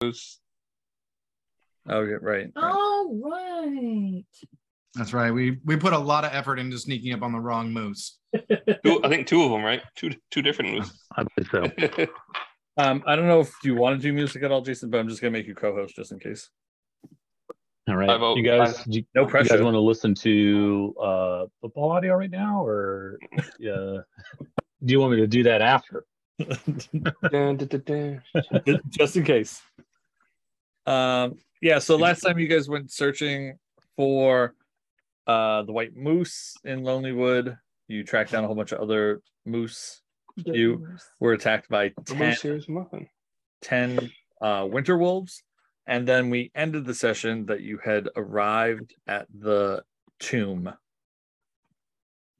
was Oh, yeah, right. right. All right. That's right. We we put a lot of effort into sneaking up on the wrong moose. two, I think two of them, right? Two two different ones. I bet so. Um, I don't know if you want to do music at all, Jason, but I'm just gonna make you co-host just in case. All I right. vote- You guys, do you, No you guys pressure. want to listen to uh, football audio right now, or uh, do you want me to do that after? Dun, dun, dun, dun. just in case. Um, yeah, so last time you guys went searching for uh the white moose in Lonelywood, you tracked down a whole bunch of other moose. You- Were attacked by The 10, most serious muffin. 10 uh, winter wolves. And then we ended the session that you had arrived at the tomb.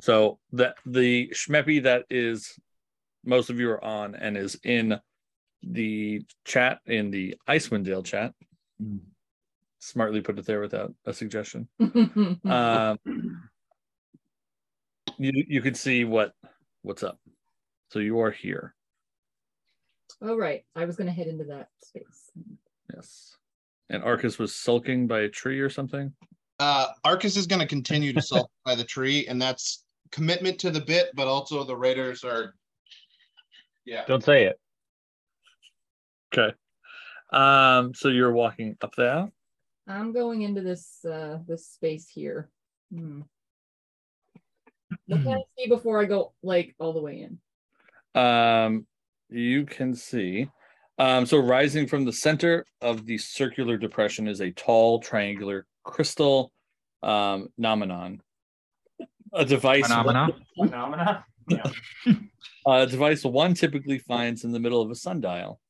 So the the schmeppy that is most of you are on and is in the chat in the Icewind Dale chat. Smartly put it there without a suggestion. Um, you you can see what what's up. So you are here. All right. I was going to head into that space. Yes. And Arcus was sulking by a tree or something. Uh, Arcus is going to continue to sulk by the tree, and that's commitment to the bit, but also the Raiders are. Yeah. Don't say it. Okay. Um, so you're walking up there. I'm going into this uh this space here. Hmm. What Hmm. can I see before I go like all the way in? Um, you can see. Um, so rising from the center of the circular depression is a tall triangular crystal um nomenon. A device Phenomena. Phenomena. A device one typically finds in the middle of a sundial.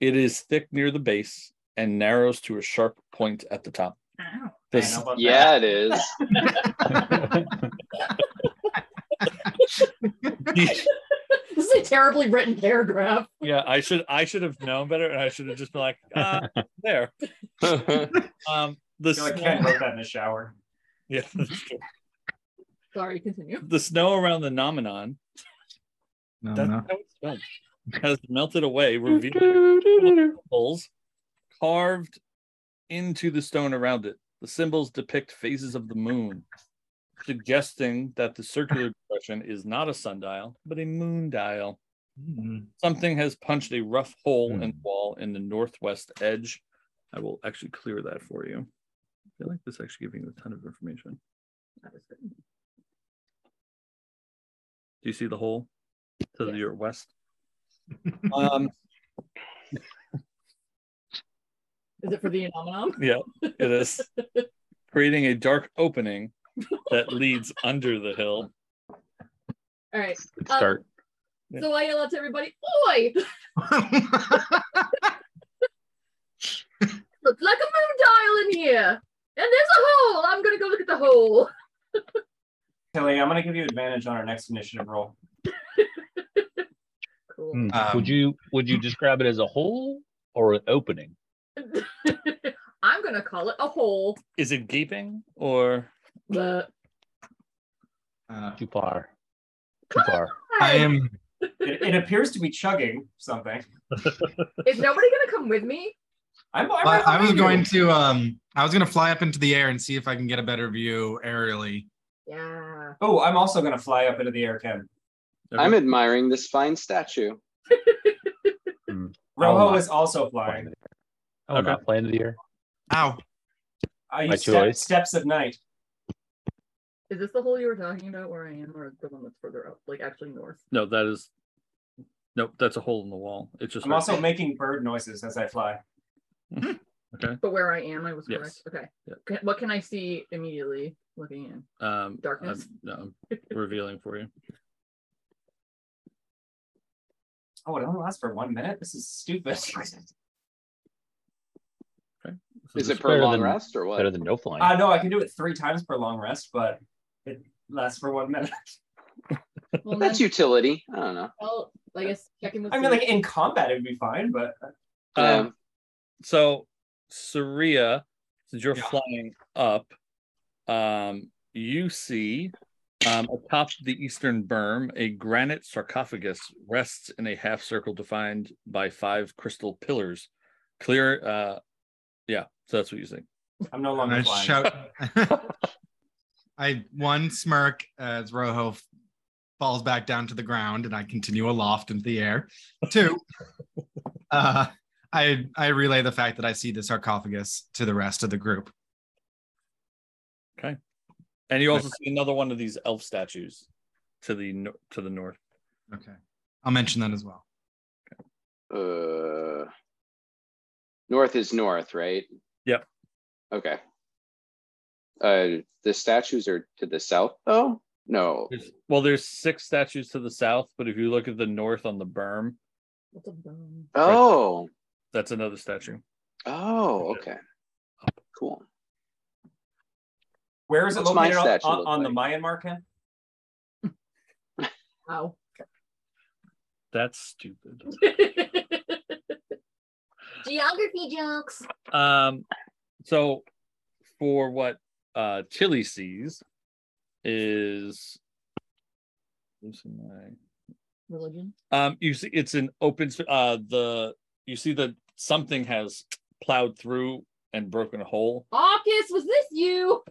It is thick near the base and narrows to a sharp point at the top. I This- know about Yeah, it is. This is a terribly written paragraph. yeah, I should I should have known better, and I should have just been like, ah, there. Um, the I feel small- like Ken wrote that in the shower. Yeah, that's true. Sorry, continue. the snow around the nomenon No, that's no. how it's spelled, has melted away, revealing little symbols carved into the stone around it. The symbols depict phases of the moon, suggesting that the circular depression is not a sundial, but a moon dial. Hmm. Mm. Something has punched a rough hole in the Hmm. wall in the northwest edge. I will actually clear that for you. I feel like this is actually giving you a ton of information. Do you see the hole to Yes. your west? um, Is it for the anomaly? yeah, it is creating a dark opening that leads under the hill. All right. Good Uh, start. Yeah. So I yell out to everybody, "Oi! Looks like a moon dial in here, and there's a hole. I'm gonna go look at the hole." Tilly, I'm gonna give you advantage on our next initiative roll. Cool. Hmm. Um, would you would you describe it as a hole or an opening? I'm gonna call it a hole. Is it gaping or But Uh, Too far. Too far. I am. It, it appears to be chugging something. Is nobody gonna come with me? I'm, I'm I, right I behind was you. going to. Um, I was going to fly up into the air and see if I can get a better view aerially. Yeah. Oh, I'm also gonna fly up into the air, Ken. I'm admiring this fine statue. Rojo my- is also flying. I'm not playing the air. Ow! I My use step, choice. steps of night. Is this the hole you were talking about where I am, or the one that's further up, like actually north? no? That is nope. That's a hole in the wall. It's just I'm also making bird noises as I fly. But where I am, I was Yes. correct. Okay. Yeah. Can- What can I see immediately looking in? um, darkness. I'm, no, I'm revealing for you. Oh, it only lasts for one minute. This is stupid. So Is this- it per better long than- rest or Better what? than no flying. Uh, I know I can do it three times per long rest, but it lasts for one minute. Well, That's then utility. I don't know. I'll, I guess check in with. I mean, Siri. like in combat, it'd be fine, but uh, Yeah. Um, so Saria, since you're Yeah. flying up, um, you see um, atop the eastern berm, a granite sarcophagus rests in a half circle defined by five crystal pillars clear. Uh, yeah, so that's what you think. I'm no I'm longer gonna flying. shout. I one smirk as Rojo f- falls back down to the ground, and I continue aloft into the air. Two, uh, I I relay the fact that I see the sarcophagus to the rest of the group. And you also see another one of these elf statues to the no- to the north. Okay, I'll mention that as well. Uh, north is north, right? Yep. Okay. Uh, the statues are to the south, though? No. There's, well, there's six statues to the south, but if you look at the north on the berm, What's a bone? Oh, that's another statue. oh, okay. Cool. Where is it What's my located on, statue on, look on the like? Mayan marker? Ow. That's stupid. Geography jokes. Um, so for what uh Tilly sees is losing my Religion. Um, you see, it's an open. sp- Uh, the you see that something has plowed through and broken a hole. Aukus, was this you?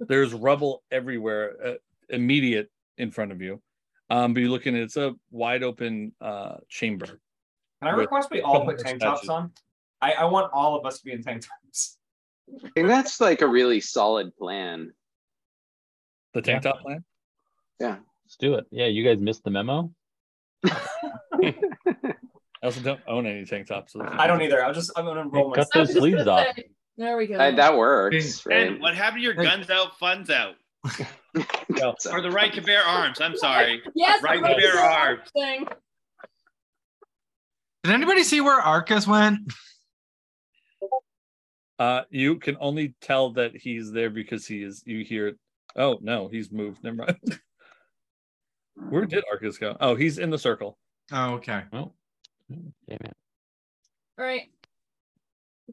There's rubble everywhere, uh, immediate in front of you. Um, but you're looking, it's a wide open uh chamber. Can I With request we all put couple tank statues. tops on? I, I want all of us to be in tank tops. And that's like a really solid plan. The tank top plan. Let's do it. Yeah, you guys missed the memo. I also don't own any tank tops. So that's- I don't either. I'll just I'm gonna roll my Cut those sleeves off. There we go. That, that works, right? Ben, what happened to your Hey. guns out, funds out? That's a- Or the right to bear arms? I'm sorry. yes, Right the there, arm Thing. Did anybody see where Arcus went? Uh, you can only tell that he's there because he is. You hear, oh no, he's moved. Never mind. Where did Arcus go? Oh, he's in the circle. Oh, okay. Oh, damn it. All right.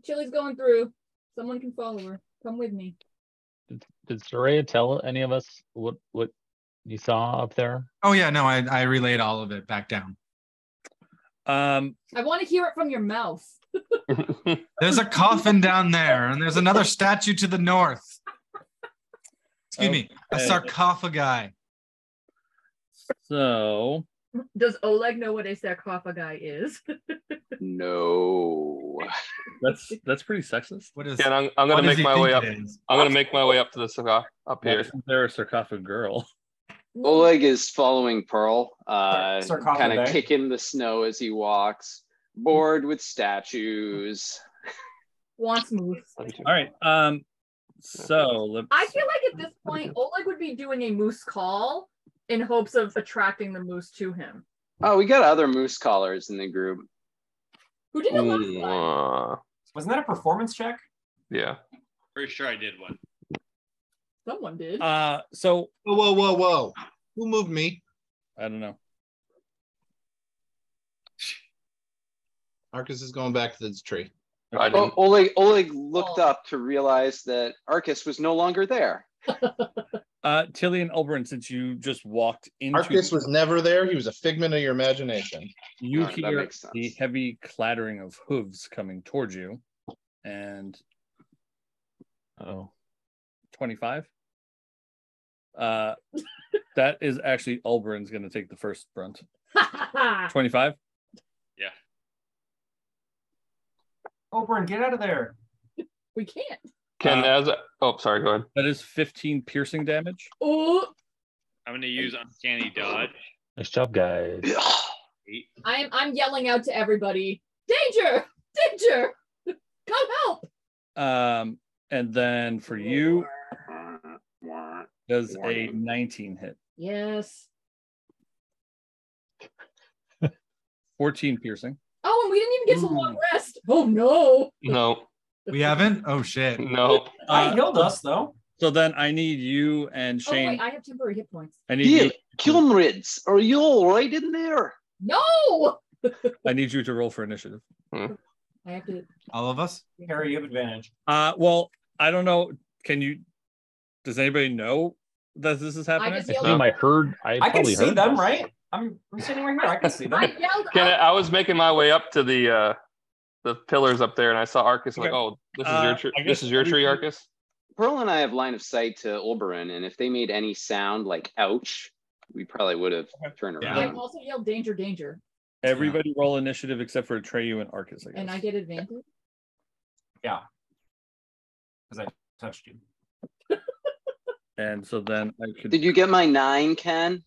Chili's going through. Someone can follow her. Come with me. Did, did Soraya tell any of us what what you saw up there? Oh yeah, no, I I relayed all of it back down. Um, I want to hear it from your mouth. There's a coffin down there, and there's another statue to the north. Excuse me, a Okay. sarcophagi. so Does Oleg know what a sarcophagi is? No. that's that's pretty sexist. What is? Yeah, and I'm, I'm what gonna make does he my think way up. it is? I'm gonna make my way up to the cigar up Why here. isn't there a sarcophagus girl? Oleg is following Pearl, uh, Sar- sarcophagi. kind of kicking the snow as he walks, bored with statues. Wants moose. All right. Um. So let's. I feel like at this point, Oleg would be doing a moose call in hopes of attracting the moose to him. Oh, we got other moose collars in the group. Who did it last time? Uh, Wasn't that a performance check? yeah. Pretty sure I did one. Someone did. Uh. So Whoa, whoa, whoa, whoa. Who moved me? I don't know. Arcus is going back to the tree. I Oh, didn't. Oleg, Oleg Oh. looked up to realize that Arcus was no longer there. Uh, Tilly and Oberon, since you just walked into, Arcus was never there. He was a figment of your imagination. you Alright, Oh, that hear makes sense. the heavy clattering of hooves coming towards you, and Oh, twenty-five. Uh, that is actually Oberon's going to take the first brunt. Twenty-five. Oberon, Oh, get out of there. we can't. Can Uh, as a, oh sorry, go ahead. That is fifteen piercing damage. Oh, I'm gonna use uncanny dodge. nice job, guys. Eight. I'm I'm yelling out to everybody. Danger! Danger! Come help! Um, and then for you does a nineteen hit, Yes. fourteen piercing. Oh, and we didn't even get to long rest. Oh no. No, We haven't. Oh shit. no. I Uh, healed us though. So then I need you and Oh wait, Shane. I have temporary hit points. I need Yeah, you, Kilmrids, are you all right in there? No! I need you to roll for initiative. I have to All of us. Harry, you have advantage. Uh well, I don't know. Can you does anybody know that this is happening? just I Yeah, assume we- I heard. I, I can probably see heard them, this. right? I'm, I'm sitting right here. I can see I them. yelled "Oh!" Can I, out I was making my way up to the uh the pillars up there, and I saw Arcus. I'm Like, Okay. oh, this is Uh, your tree. I guess This is your tree, everything- Arcus. Pearl and I have line of sight to Olberon, and if they made any sound like ouch, we probably would have turned Yeah. I've around. also yelled danger, danger, Everybody roll initiative except for Atreyu and Arcus. I guess. and I get advantage. because I touched you. And so then I could. Did you get my nine, Ken?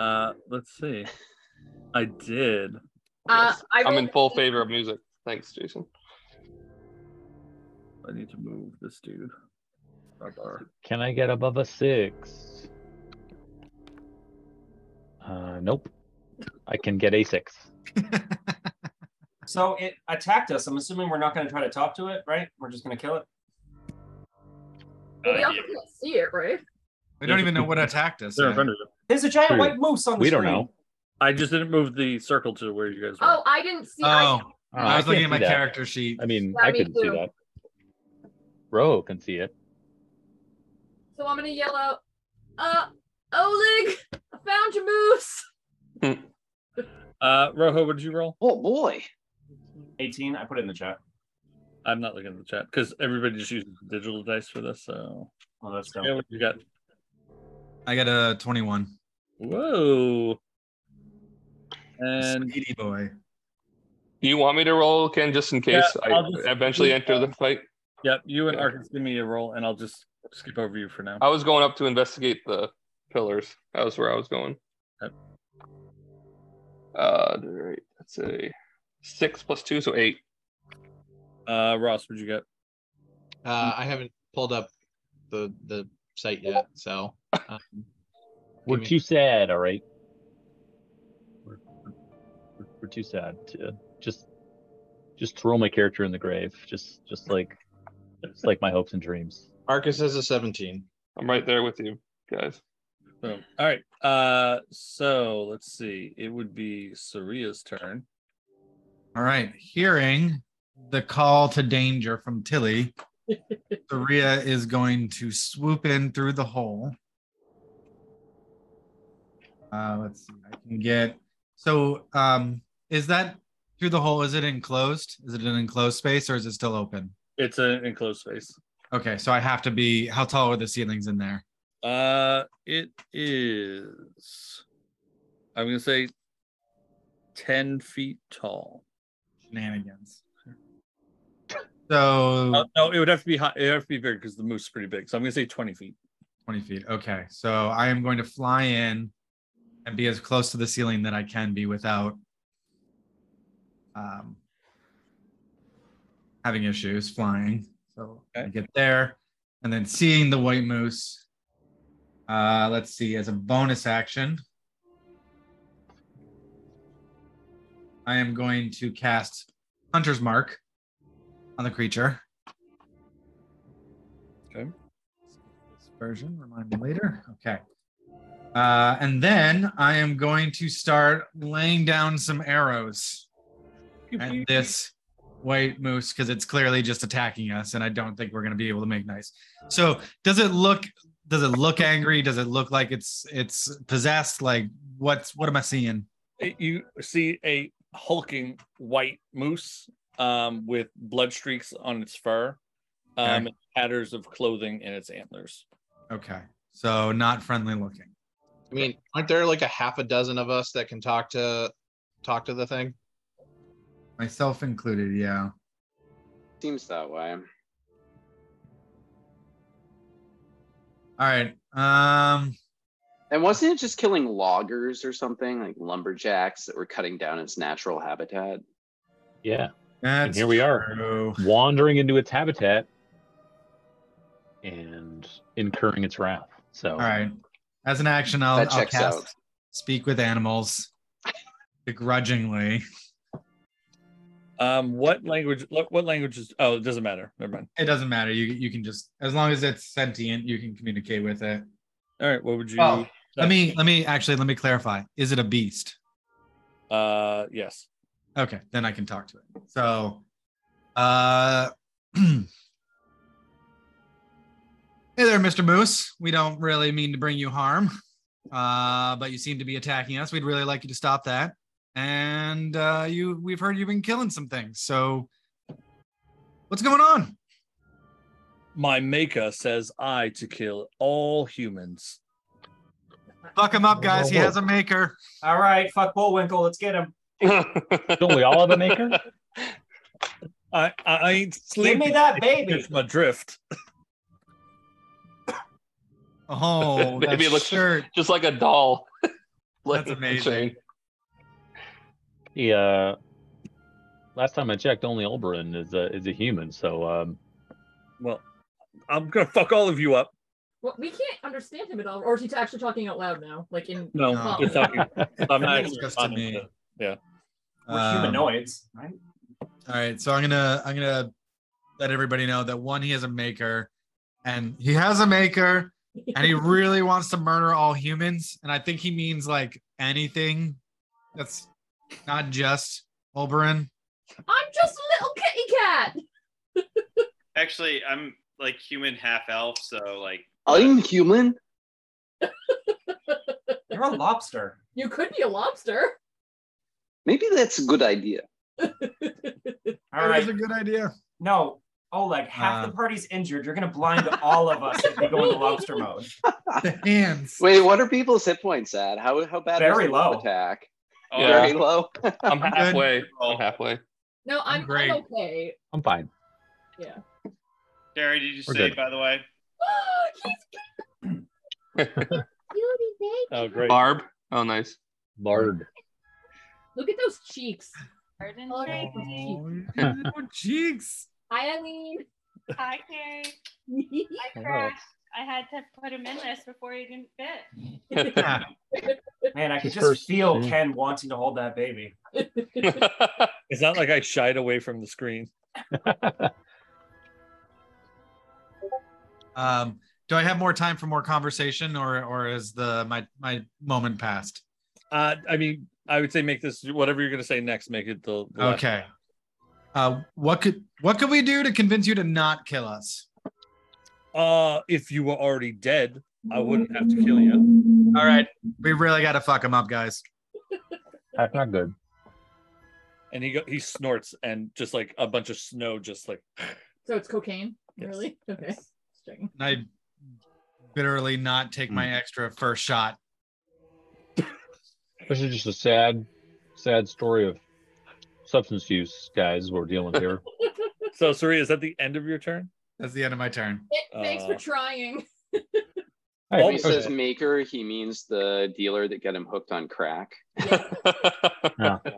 Uh, let's see. I did. Uh, I I'm rolled in full favor of music. Thanks, Jason. I need to move this dude. Radar. Can I get above a six? Uh, nope. I can get a six. So it attacked us. I'm assuming we're not going to try to talk to it, right? We're just going to kill it. But we Uh, also yeah. can't see it, right? We don't even know what attacked us. They're in yet. front of you. There's a giant Dude, white moose on the we screen. don't know. I just didn't move the circle to where you guys Oh, were. I didn't see. I, Oh, Oh, I was can't looking at see my that. character sheet. I mean, Yeah, I me couldn't see too. that. Ro can see it. so I'm gonna yell out, "Uh, Oleg, I found your moose." Oh. Uh, Rojo, what did you roll? Oh boy. 18. I put it in the chat. I'm not looking at the chat because everybody just uses digital dice for this. So Oh, that's dumb. yeah, what you got? I got a 21. Whoa. And Speedy boy. Do you want me to roll, Ken, just in case I I'll just- eventually enter the fight? yep, you and Yeah. Arcus give me a roll, and I'll just skip over you for now. I was going up to investigate the pillars. That was where I was going. Yep. Uh, all right. That's a six plus two, so eight. Uh, Ross, what'd you get? Uh, I haven't pulled up the the site yet, so um, We're give me- too sad, all right? We're, we're, we're too sad to just just throw my character in the grave. Just just like just like my hopes and dreams. Arcus has a seventeen. I'm right there with you guys. Boom. All right. Uh, so let's see. It would be Saria's turn. All right. Hearing the call to danger from Tilly, Saria is going to swoop in through the hole. Uh, let's see. I can get. So, um, is that through the hole? Is it enclosed? Is it an enclosed space or is it still open? It's an enclosed space. Okay. So I have to be. How tall are the ceilings in there? Uh, it is. I'm gonna say ten feet tall. Shenanigans. So Oh, no, it would have to be high. It would have to be big because the moose is pretty big. So I'm gonna say twenty feet. 20 feet. Okay. So I am going to fly in and be as close to the ceiling that I can be without um, having issues flying. So I Okay. get there and then seeing the white moose. Uh, let's see, as a bonus action, I am going to cast Hunter's Mark on the creature. Okay. This version, remind me later. Okay. Uh, and then I am going to start laying down some arrows at this white moose because it's clearly just attacking us, and I don't think we're going to be able to make nice. So, does it look? Does it look angry? Does it look like it's it's possessed? Like what's what am I seeing? It- you see a hulking white moose um, with blood streaks on its fur, um, Okay. and tatters of clothing in its antlers. Okay, so not friendly looking. I mean, aren't there like a half a dozen of us that can talk to talk to the thing? myself included. Yeah. Seems that way. All right. Um. And wasn't it just killing loggers or something like lumberjacks that were cutting down its natural habitat? Yeah. That's here we are. true. Wandering into its habitat and incurring its wrath. So All right. As an action, I'll, That I'll checks cast out. Speak with Animals begrudgingly. Um, what language? What, what language is? Oh, it doesn't matter. Never mind. It doesn't matter. You you can just as long as it's sentient, you can communicate with it. All right. What would you? Oh, Let me let me actually let me clarify. Is it a beast? Uh, yes. Okay, then I can talk to it. So, uh, hey there, Mr. Moose. We don't really mean to bring you harm, uh, but you seem to be attacking us. We'd really like you to stop that. And uh, you, we've heard you've been killing some things. So What's going on? My maker says I to kill all humans. Fuck him up, guys. He has a maker. All right, fuck Bullwinkle. Let's get him. Don't we all have a maker? Uh, I I, I ain't Give sleeping. me that baby. It's my drift. Oh, that Maybe it looks- shirt. Just like a doll. That's amazing. Yeah. Uh, last time I checked, only Olberon is a is a human. So um, Well, I'm gonna fuck all of you up. Well, we can't understand him at all. Or is he actually talking out loud now? Like in No, No. you're talking. I'm That actually makes sense to me. responding We're Um, humanoids, right? All right, so I'm gonna I'm gonna let everybody know that one he has a maker, and he has a maker, and he really wants to murder all humans, and I think he means like anything that's not just Oberon. I'm just a little kitty cat. Actually, I'm like human half elf, so like I'm human. You're a lobster. You could be a lobster. Maybe that's a good idea. All That is right. a good idea. No, Oleg, half Uh. the party's injured. You're gonna blind all of us if we go into lobster mode. The hands. Wait, what are people's hit points at? How how bad? is Very their low. Attack. oh, Yeah. Very low. I'm halfway. I'm halfway. No, I'm, I'm great. okay. I'm fine. Jerry, did you We're say good. by the way? Oh, he's cute. Cutie baby. to- Oh, great. Barb. Oh, nice. Bard. Look at those cheeks. Garden Oh. Tracy. Oh, cheeks. Hi, Eileen. Hi, Carrie. I Hello. crashed. I had to put him in this before he didn't fit. Yeah. Man, I can His just first- feel yeah. Ken wanting to hold that baby. It's not like I shied away from the screen. Um, do I have more time for more conversation, or or is the my my moment passed? Uh, I mean, I would say make this whatever you're gonna say next. Make it the, the last- Okay. Uh, what could what could we do to convince you to not kill us? Uh, if you were already dead, I wouldn't have to kill you. All right, we really got to fuck him up, guys. That's not good. And he go, he snorts and just like a bunch of snow, just like So it's cocaine? Yes. Really? Okay. Just checking. And I bitterly not take my extra first shot. This is just a sad, sad story of substance use, guys. We're dealing with here. so. Suri, is that the end of your turn? That's the end of my turn. Th- Thanks for Uh, trying. Hey, When okay. he says maker, he means the dealer that got him hooked on crack.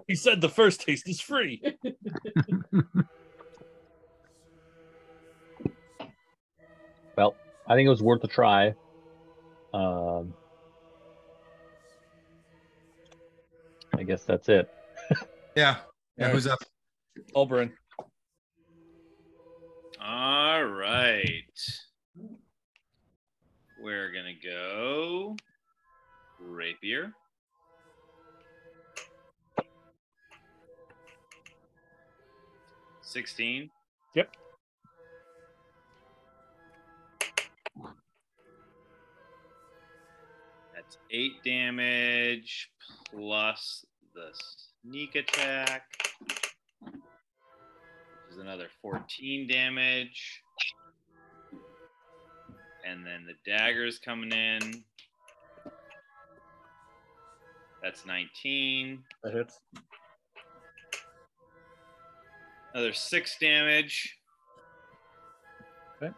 He said the first taste is free. Well, I think it was worth a try. Um, I guess that's it. Yeah. Yeah, who's up? Alberin, All right. We're gonna go rapier. Sixteen. Yep. That's eight damage plus the sneak attack, which is another fourteen damage. And then the dagger's coming in. That's 19. that hits. Another six damage. Okay.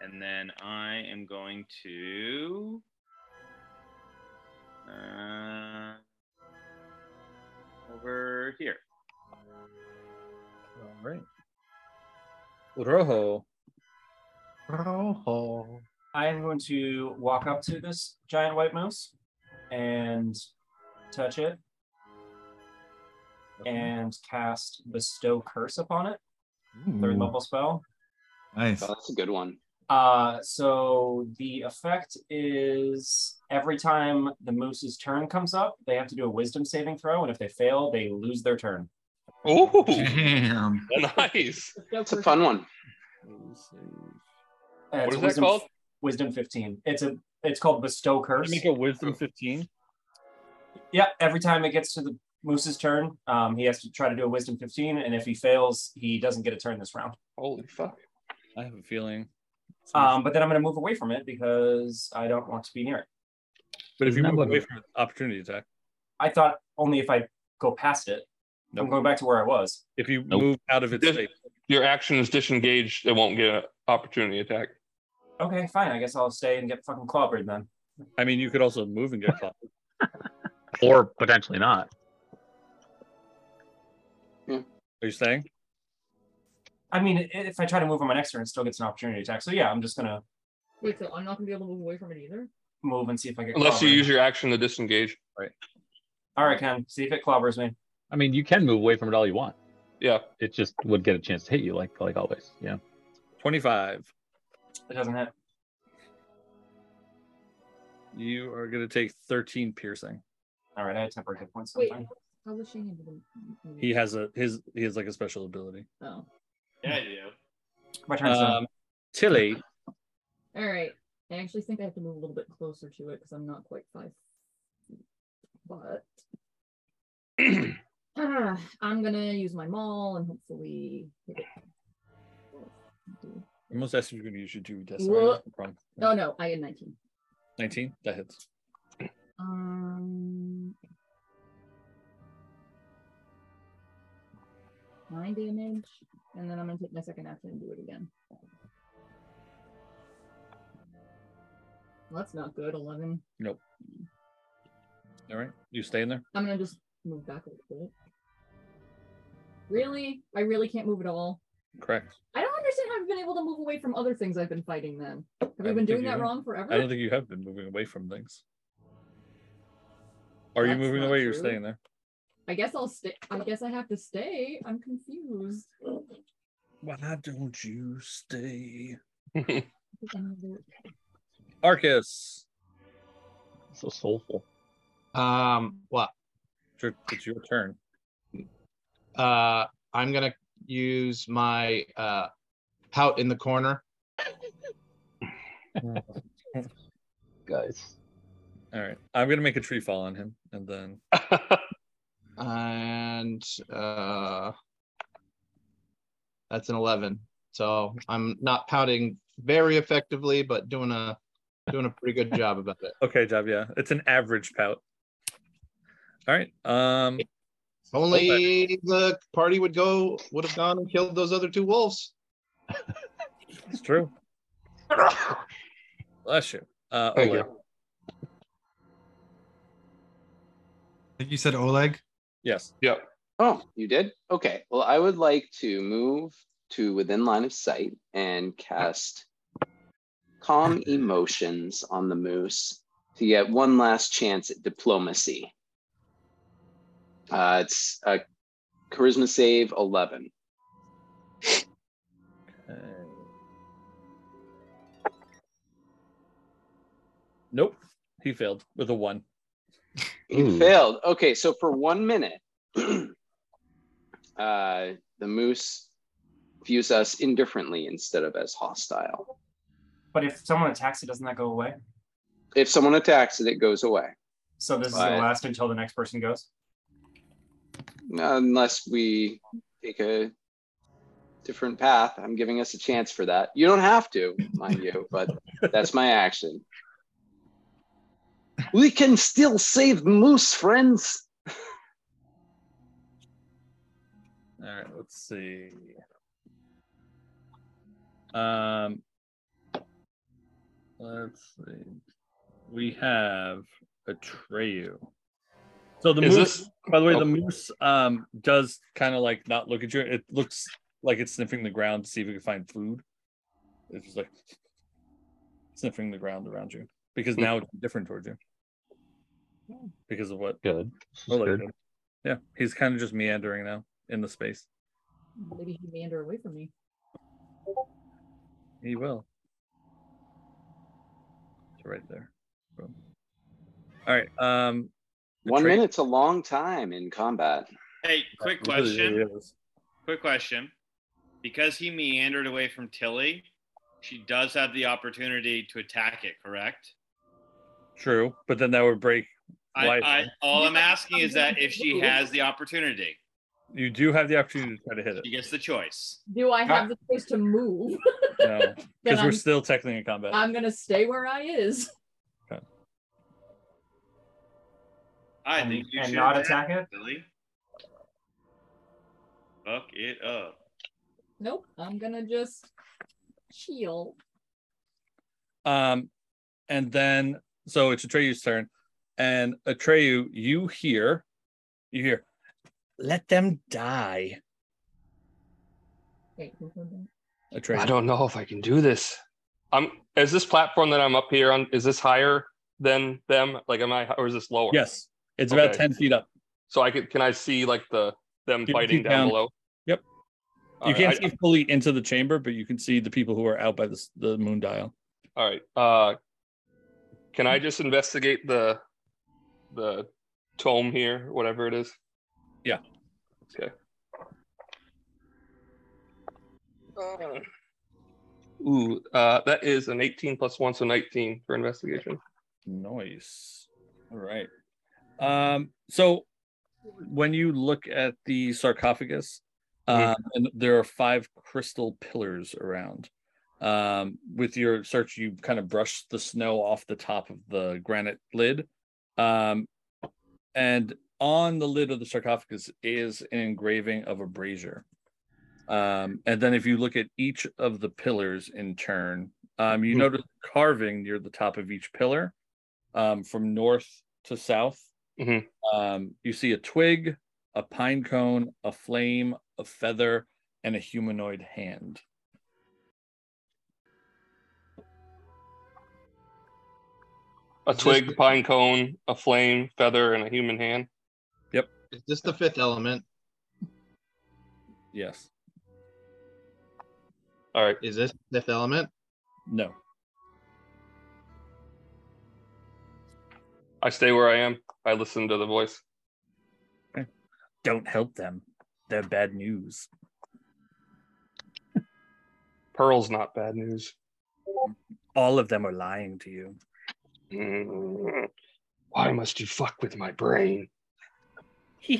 And then I am going to. Uh, over here. All right. Rojo, I am going to walk up to this giant white mouse and touch it and cast bestow curse upon it. Third level spell. Nice. Oh, that's a good one. Uh, so the effect is every time the moose's turn comes up, they have to do a wisdom saving throw, and if they fail, they lose their turn. Ooh, Damn. nice. That's a fun one. Uh, What it's is that wisdom, called? Wisdom 15. It's a it's called bestow curse. make a wisdom fifteen. yeah, every time it gets to the Moose's turn. Um, he has to try to do a wisdom 15, and if he fails, he doesn't get a turn this round. Holy fuck. I have a feeling. Um, but then I'm going to move away from it because I don't want to be near it. But if you Isn't that move what- away from it, opportunity attack. I thought only if I go past it. I'm going back to where I was. If you Nope. move out of its Dis- space, your action is disengaged. It won't get an opportunity attack. Okay, fine. I guess I'll stay and get fucking clobbered then. I mean, you could also move and get caught. or potentially not. Are you saying? I mean, i- if I try to move on my next turn, it still gets an opportunity attack. So yeah, I'm just going to Wait, so I'm not gonna be able to move away from it either. move and see if I get Unless you Oh, clobbered. use your action to disengage. Right. All right, Ken. See if it clobbers me. I mean, you can move away from it all you want. Yeah. It just would get a chance to hit you, like like always. Yeah. 25. It doesn't hit. You are going to take 13 piercing. All right, I had temporary hit points. Wait, how was Shane able to? He has a his he has like a special ability. Oh. Yeah, I do. My turn's done. Um, Tilly, All right. I actually think I have to move a little bit closer to it because I'm not quite five. feet. But Ah, I'm gonna use my maul and hopefully hit it. I almost asked if you're going to use your two dice. Whoa. Wrong. Oh no, I get 19. 19. That hits. Um, nine damage, and then I'm gonna take my second action and do it again. Well, that's not good. 11. Nope. All right. You stay in there. I'm gonna just move back a little bit. Really? I really can't move at all. Correct. I don't understand how I've been able to move away from other things I've been fighting then. Have I don't been think doing you that have. wrong forever? I don't think you have been moving away from things. Are you That's moving not away? or You're true. staying there. I guess I'll stay. I guess I have to stay. I'm confused. Why don't you stay? All Arcus, So soulful. Um, what? it's your, it's your turn. Uh, I'm gonna use my uh, pout in the corner. Guys. All right. I'm going to make a tree fall on him and then and uh, that's an 11 so i'm not pouting very effectively but doing a doing a pretty good job about it Okay, job. Yeah, it's an average pout. All right. Um, If only the party would go would have gone and killed those other two wolves it's true. Bless you. Uh, Thank you. Oleg. Like you said, Oleg. Yes. Yep. Oh, you did? Okay. Well, I would like to move to within line of sight and cast Calm Emotions on the moose to get one last chance at diplomacy. Uh, it's a charisma save 11. Uh, Nope. He failed with a one. Hmm. He Ooh. failed. Okay, so for one minute, uh, the moose views us indifferently instead of as hostile. But if someone attacks it, doesn't that go away? If someone attacks it, it goes away. So this is Right. going to last until the next person goes. unless we take a different path. I'm giving us a chance for that. You don't have to, mind you, but that's my action. We can still save Moose, friends. All right. Let's see. Um, let's see. We have a Atreyu. So the Is moose. this By the way, Oh. the moose um does kind of like not look at you. It looks like it's sniffing the ground to see if it can find food. It's just like sniffing the ground around you because now it's different towards you because of what. Good. This is Oleg good. did. Yeah, he's kind of just meandering now in the space. Maybe he meander away from me. He will. It's right there. Boom. All right. Um, One Atreyu- minute's a long time in combat. Hey, quick It really question. is. Quick question. Because he meandered away from Tilly, she does have the opportunity to attack it, correct? True, but then that would break I, Why- I, all I'm asking is that if she has the opportunity, You do have the opportunity to try to hit it. she gets the choice. Do I have the choice to move? No, Then because we're I'm- still technically in combat. I'm gonna stay where I is. I And- think you and should not attack it. Billy. Fuck it up. Nope. I'm gonna just chill. Um, and then so it's Atreyu's turn, and Atreyu, you hear, you hear, let them die. Wait, who heard that? Atreyu, I don't know if I can do this. I'm is this platform that I'm up here on is this higher than them? Like am I or is this lower? Yes, it's about Okay. ten feet up. So I could can I see like the them can fighting see down, down. below? Yep. All you right, can't I- see fully into the chamber, but you can see the people who are out by the s- the moon dial. All right. Uh, can I just investigate the the tome here, whatever it is? Yeah. Okay. Uh, Ooh, uh, that is an 18 plus one, so 19 for investigation. Nice. All right. Um, so when you look at the sarcophagus, um, and there are five crystal pillars around. Um, with your search, you kind of brush the snow off the top of the granite lid. Um, and on the lid of the sarcophagus is an engraving of a brazier. Um, and then if you look at each of the pillars in turn, um, you Hmm. notice carving near the top of each pillar um, from north to south. Mhm. Um, you see a twig, a pine cone, a flame, a feather, and a humanoid hand. A Is this twig, the- pine cone, a flame, feather, and a human hand. Is this the fifth element? Yes. All right. Is this the fifth element? No. I stay where I am. I listen to the voice. Don't help them. They're bad news. Pearl's not bad news. All of them are lying to you. Mm. Why must you fuck with my brain?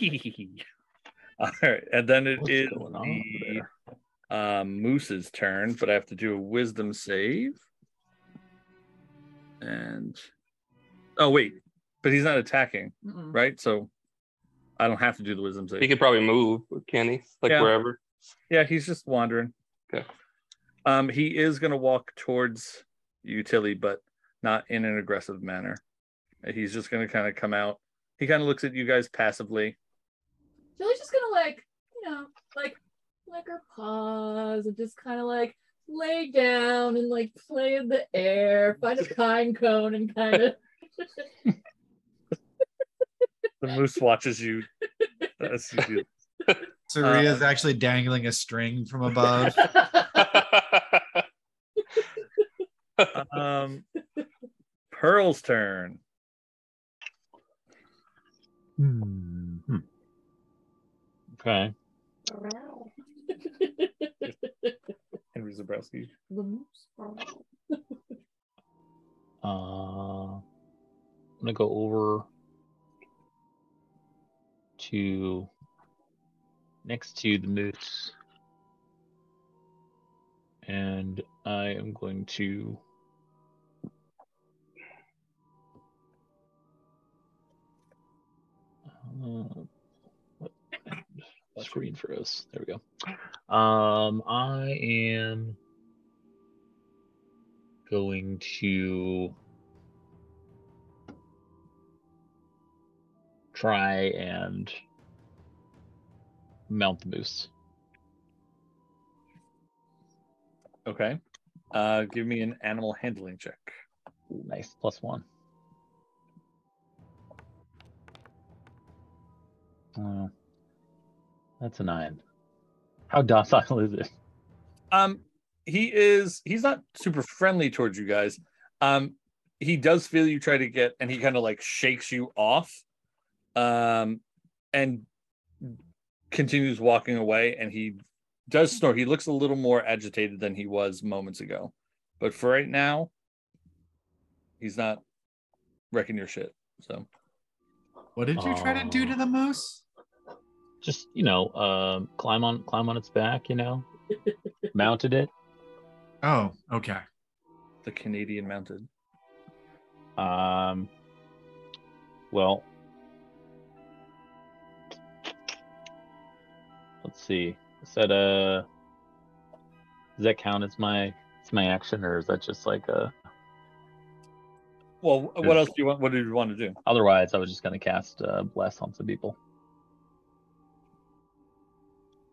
All right. And then it What's is going on the um, moose's turn, but I have to do a wisdom save. And oh, wait. But he's not attacking, Mm-mm. right? So I don't have to do the wisdom save. He could probably move, can he? Like Yeah. wherever. Yeah, he's just wandering. Okay. Um, he is gonna walk towards you, Tilly, but not in an aggressive manner. He's just gonna kind of come out. He kind of looks at you guys passively. Jillie's just gonna like, you know, like like her paws and just kind of like lay down and like play in the air, find a pine cone and kind of The moose watches you. as you do. Saria's Uh, is actually dangling a string from above. Um, Pearl's turn. Hmm. Hmm. Okay. Henry Zabrowski. Uh, I'm gonna go over to next to the moose, and I am going to. Uh, what- Screen for us. There we go. Um, I am going to try and mount the moose. Okay. Uh, give me an animal handling check. Ooh, Nice, plus one. Wow. Uh, That's a nine. How docile is it? Um, he is he's not super friendly towards you guys. Um, he does feel you try to get, and he kind of like shakes you off, um, and continues walking away. And he does snore. He looks a little more agitated than he was moments ago, but for right now, he's not wrecking your shit. So What did you try to do to the moose? Uh, Just you know, um, climb on climb on its back. You know, mounted it. Oh, okay. The Canadian mounted. Um, well, let's see. Is that uh does that count as my it's my action, or is that just like a? Well, what else do you want? What do you want to do? Otherwise, I was just gonna cast uh, bless on some people.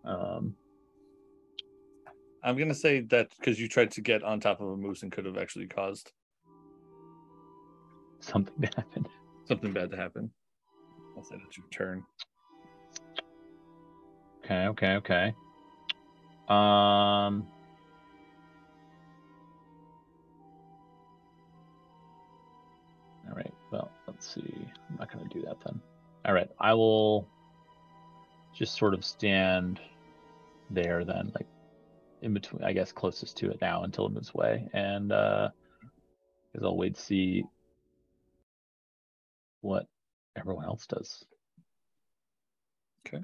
Um, I'm gonna say that because you tried to get on top of a moose and could have actually caused something to happen. something bad to happen. I'll say that's your turn. Okay, okay, okay. Um. All right. Well, let's see. I'm not going to do that then. All right. I will just sort of stand there then, like in between, I guess, closest to it now until it moves away. And uh, because I'll wait to see what everyone else does. Okay.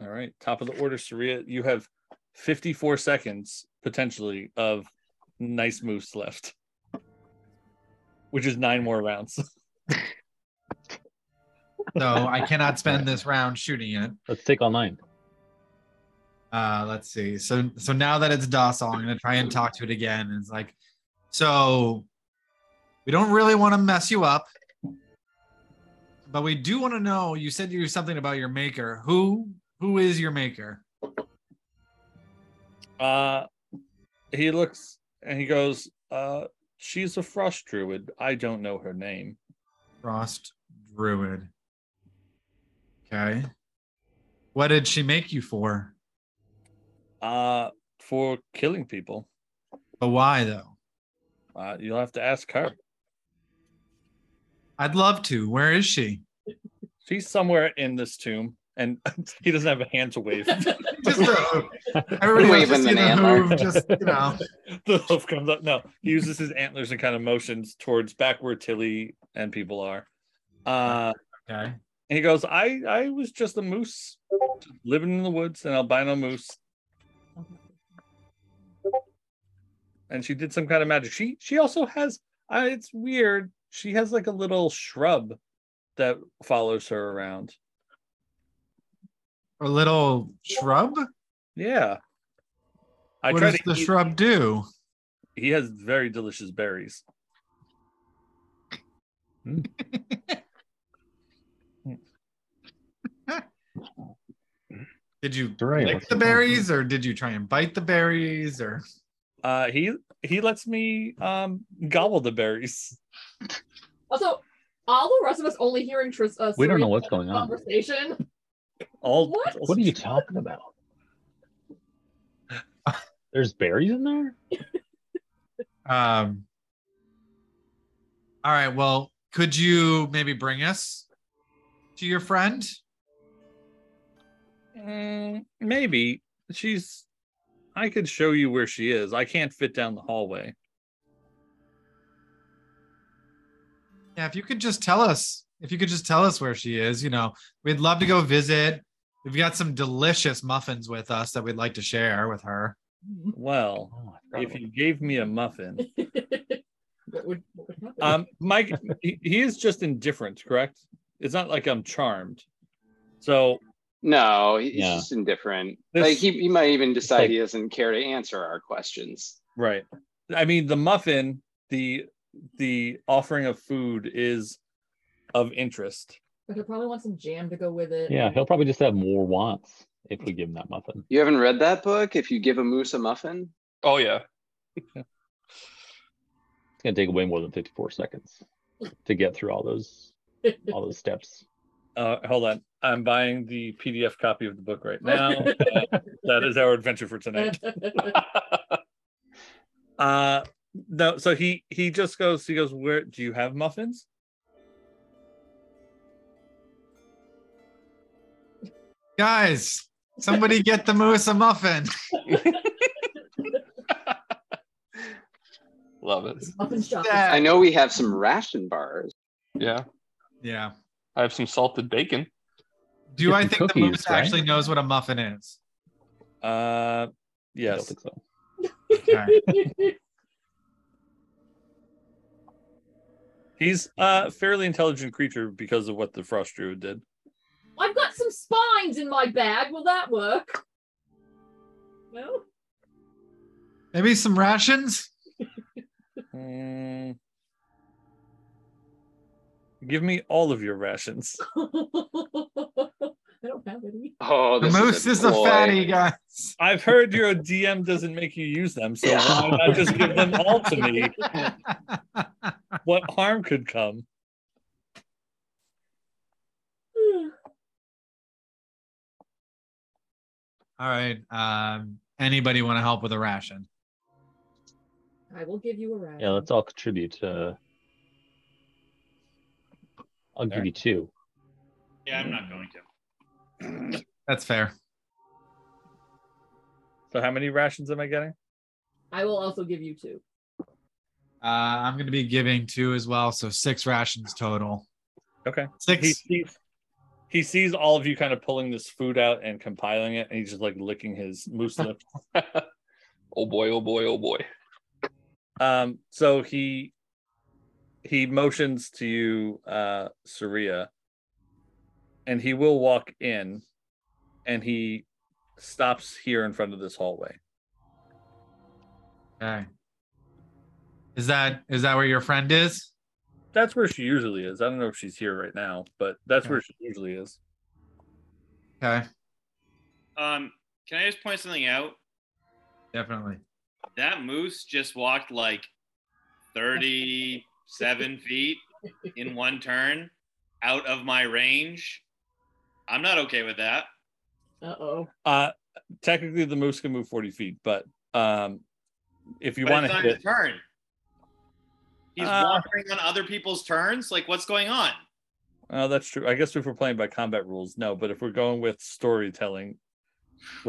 All right. Top of the order, Saria. You have 54 seconds potentially of nice moves left, which is nine more rounds. So I cannot spend this round shooting it. Let's take all nine. Uh, let's see. So so now that it's docile, I'm gonna try and talk to it again. And it's like, so we don't really want to mess you up, but we do want to know. You said you something about your maker. Who who is your maker? Uh, he looks and he goes, uh, She's a frost druid. I don't know her name. Frost Druid. Okay. What did she make you for? Uh, for killing people. But why though? Uh, you'll have to ask her. I'd love to. Where is she? She's somewhere in this tomb, and he doesn't have a hand to wave. Just a, everybody wants Waving to see an the antler. move. Just you know. the hoof comes up. No, he uses his antlers and kind of motions towards back where Tilly and people are. Uh, Okay. and he goes, "I I was just a moose living in the woods, an albino moose, and she did some kind of magic. She she also has. Uh, it's weird. She has like a little shrub that follows her around. A little shrub. Yeah." I what tried does to the eat- shrub do? He has very delicious berries. Did you Right. lick the berries, or did you try and bite the berries, or Uh, he he lets me um gobble the berries. Also, all the rest of us only hearing Tris- uh, We don't know Sirius what's going on. conversation. All What? What are you talking about? There's berries in there? um? All right. Well, could you maybe bring us to your friend? Mm, maybe she's. I could show you where she is. I can't fit down the hallway. Yeah, if you could just tell us, if you could just tell us where she is, you know, we'd love to go visit. We've got some delicious muffins with us that we'd like to share with her. Well, Oh, I forgot if about- you gave me a muffin, what would, what would happen? um, Mike, he, he is just indifferent, correct? It's not like I'm charmed. So No, Oh, he- he's Yeah. just indifferent. This- like he, he might even decide like- he doesn't care to answer our questions. Right. I mean, the muffin, the the offering of food is of interest. but I probably want some jam to go with it. Yeah, he'll probably just have more wants if we give him that muffin. You haven't read that book? If you give a moose a muffin, Oh yeah. It's gonna take way more than 54 seconds to get through all those all those steps. Uh, hold on, I'm buying the PDF copy of the book right now. Uh, that is our adventure for tonight. Uh, no, so he he just goes. He goes, "Where do you have muffins?" Guys, somebody get the moose a muffin. Love it. Muffin shop. Yeah. I know we have some ration bars. Yeah. Yeah. I have some salted bacon. Do I think the moose actually knows what a muffin is? Uh, yes. He's a fairly intelligent creature because of what the frost druid did. I've got some spines in my bag. Will that work? No. Maybe some rations? Mm. Give me all of your rations. I don't have any. Oh, The this moose is a ploy. fatty guy. I've heard your DM doesn't make you use them, so why not just give them all to me? What harm could come? All right. Um, anybody want to help with a ration? I will give you a round. Yeah, let's all contribute. Uh, I'll give you two. Yeah, I'm not going to. That's fair. So, how many rations am I getting? I will also give you two. Uh, I'm going to be giving two as well, so six rations total. Okay. Six. He sees, he sees all of you kind of pulling this food out and compiling it, and he's just like licking his moose lips. Oh boy, oh boy, oh boy. Um, so he he motions to you, uh, Saria, and he will walk in, and he stops here in front of this hallway. Okay. Is that is that where your friend is? That's where she usually is. I don't know if she's here right now, but that's where she usually is. Okay, Mm. Um, can I just point something out? definitely. That moose just walked like 37 feet in one turn out of my range. I'm not okay with that. Uh oh. Uh, technically, the moose can move forty feet, but um, if you But want it's to not hit his it, turn. He's Uh, wandering on other people's turns. Like, what's going on? Oh, that's true. I guess if we're playing by combat rules, no. But if we're going with storytelling,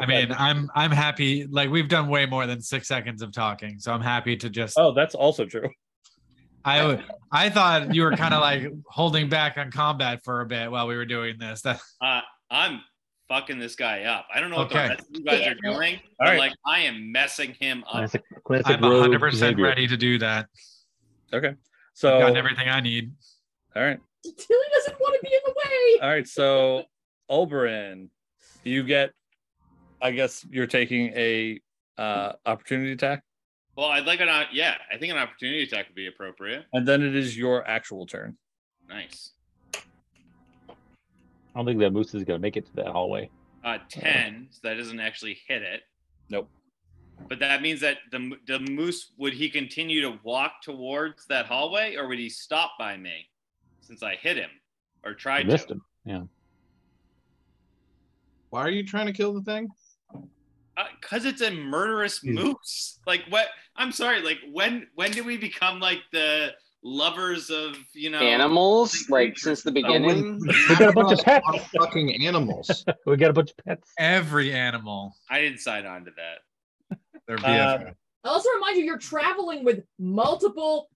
I mean, I'm I'm happy. Like we've done way more than six seconds of talking, so I'm happy to just. oh, that's also true. I I thought you were kind of like holding back on combat for a bit while we were doing this. That Uh, I'm fucking this guy up. I don't know what Okay. the rest of you guys are doing, Uh, but right. like, I am messing him up. Classic, classic I'm rogue 100 percent behavior. ready to do that. Okay, I've so Got everything I need. all right, Tilly doesn't want to be in the way. all right. So Oberon, you get. I guess you're taking a uh, opportunity attack, Well, I'd like an, o- yeah, I think an opportunity attack would be appropriate. and then it is your actual turn. Nice. I don't think that moose is gonna make it to that hallway. Uh, 10, so that doesn't actually hit it. Nope. But that means that the, the moose, would he continue to walk towards that hallway or would he stop by me since I hit him or I tried missed to? him. Yeah. Why are you trying to kill the thing? Because Uh, it's a murderous He's- moose. Like what? I'm sorry. Like when when do we become like the lovers of you know? Animals, like since the beginning. We got a bunch of pets. Are fucking animals. We got a bunch of pets. Every animal. I didn't sign on to that. Their Uh, BFF. I'll also remind you, you're traveling with multiple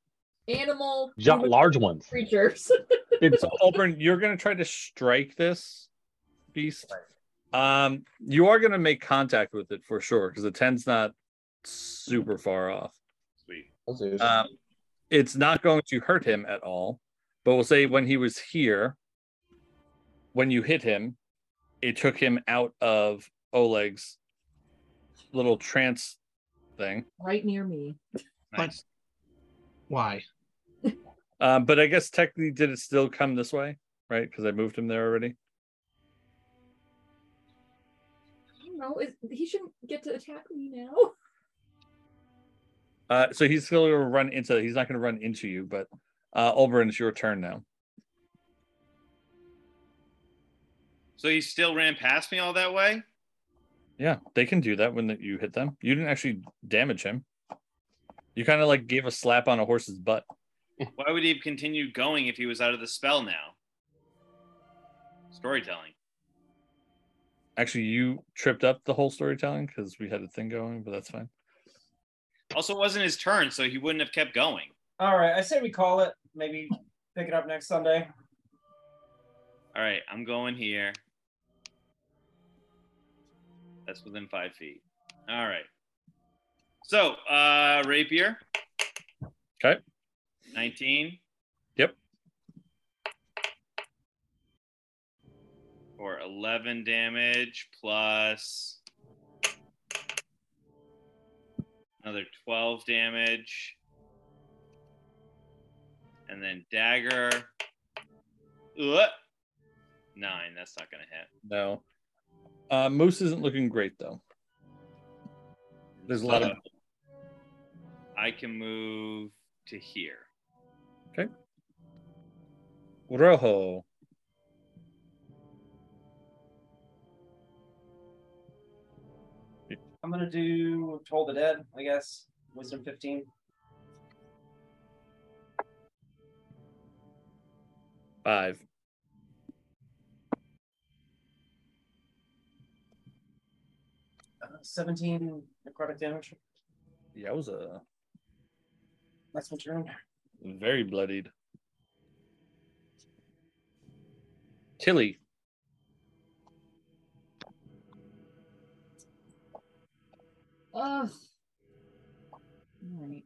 animal Jo- human large ones. creatures. Big So ones. Oberon, you're gonna try to strike this beast. Um, you are gonna make contact with it for sure because the ten's not super far off. Sweet. Um, it's not going to hurt him at all, but we'll say when he was here, when you hit him, it took him out of Oleg's little trance thing. right near me. Nice. Why? Um, but I guess technically, did it still come this way, right? Because I moved him there already. I don't know. Is, he shouldn't get to attack me now. Uh, so he's still going to run into. He's not going to run into you, but uh, Oberon, it's your turn now. So he still ran past me all that way. Yeah, they can do that when that you hit them. You didn't actually damage him. You kind of like gave a slap on a horse's butt. Why would he have continued going if he was out of the spell now? Storytelling. Actually, you tripped up the whole storytelling because we had a thing going, but that's fine. Also, it wasn't his turn, so he wouldn't have kept going. All right, I say we call it. Maybe pick it up next Sunday. All right, I'm going here. That's within five feet. All right. So, uh, rapier. Okay. 19. Yep. For 11 damage plus another 12 damage. And then dagger. Ugh. Nine. That's not going to hit. No. Uh, Moose isn't looking great though. There's a lot of I can move to here. Rojo. I'm gonna do Toll the Dead, I guess. Wisdom 15. Five. Uh, 17 necrotic damage. Yeah, I was a That's my turn. very bloodied. Tilly. Ugh. All right.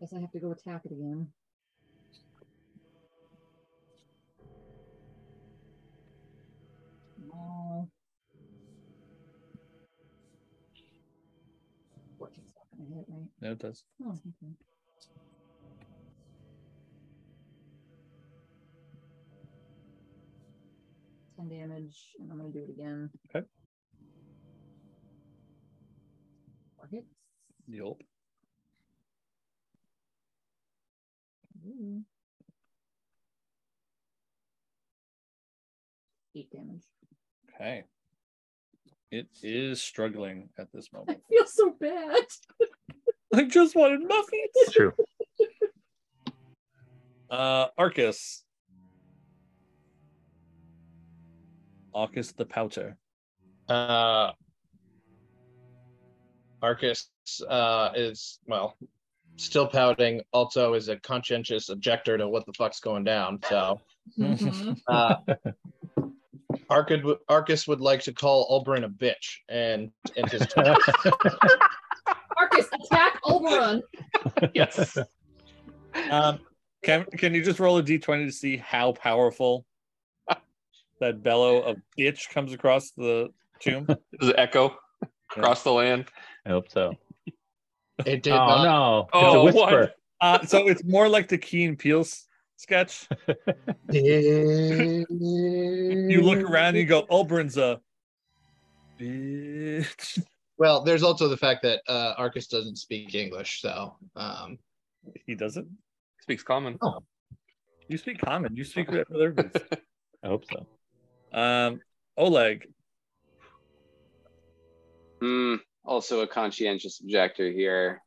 Guess I have to go attack it again. No. Fourteen's not gonna hit, right? No, it does. Oh, okay. Ten damage, and I'm gonna do it again. Okay. Four hits. Yup. Ooh. Eight damage. Okay. It is struggling at this I moment. feel so bad. I just wanted muffins. True. Uh Arcus. Arcus the Pouter. Uh, Arcus uh, is well still pouting. Also, is a conscientious objector to what the fuck's going down. So, Mhm. uh, Arcus would- Arcus would like to call Ulbrin a bitch and and his Marcus, attack Oberon. yes. Um can can you just roll a D20 to see how powerful that bellow of bitch comes across the tomb? Does it echo across the land? I hope so. It did Oh not. no! Oh, it's a whisper. Uh, so it's more like the Keen Peel s- sketch. You you look around and you go, "Oh, Ulbrin's a bitch. Well, there's also the fact that uh, Arcus doesn't speak English, so um, Oh. He doesn't. Speaks common. You speak common. You speak with everybody. I hope so. Um, Oleg. Hmm. Also a conscientious objector here,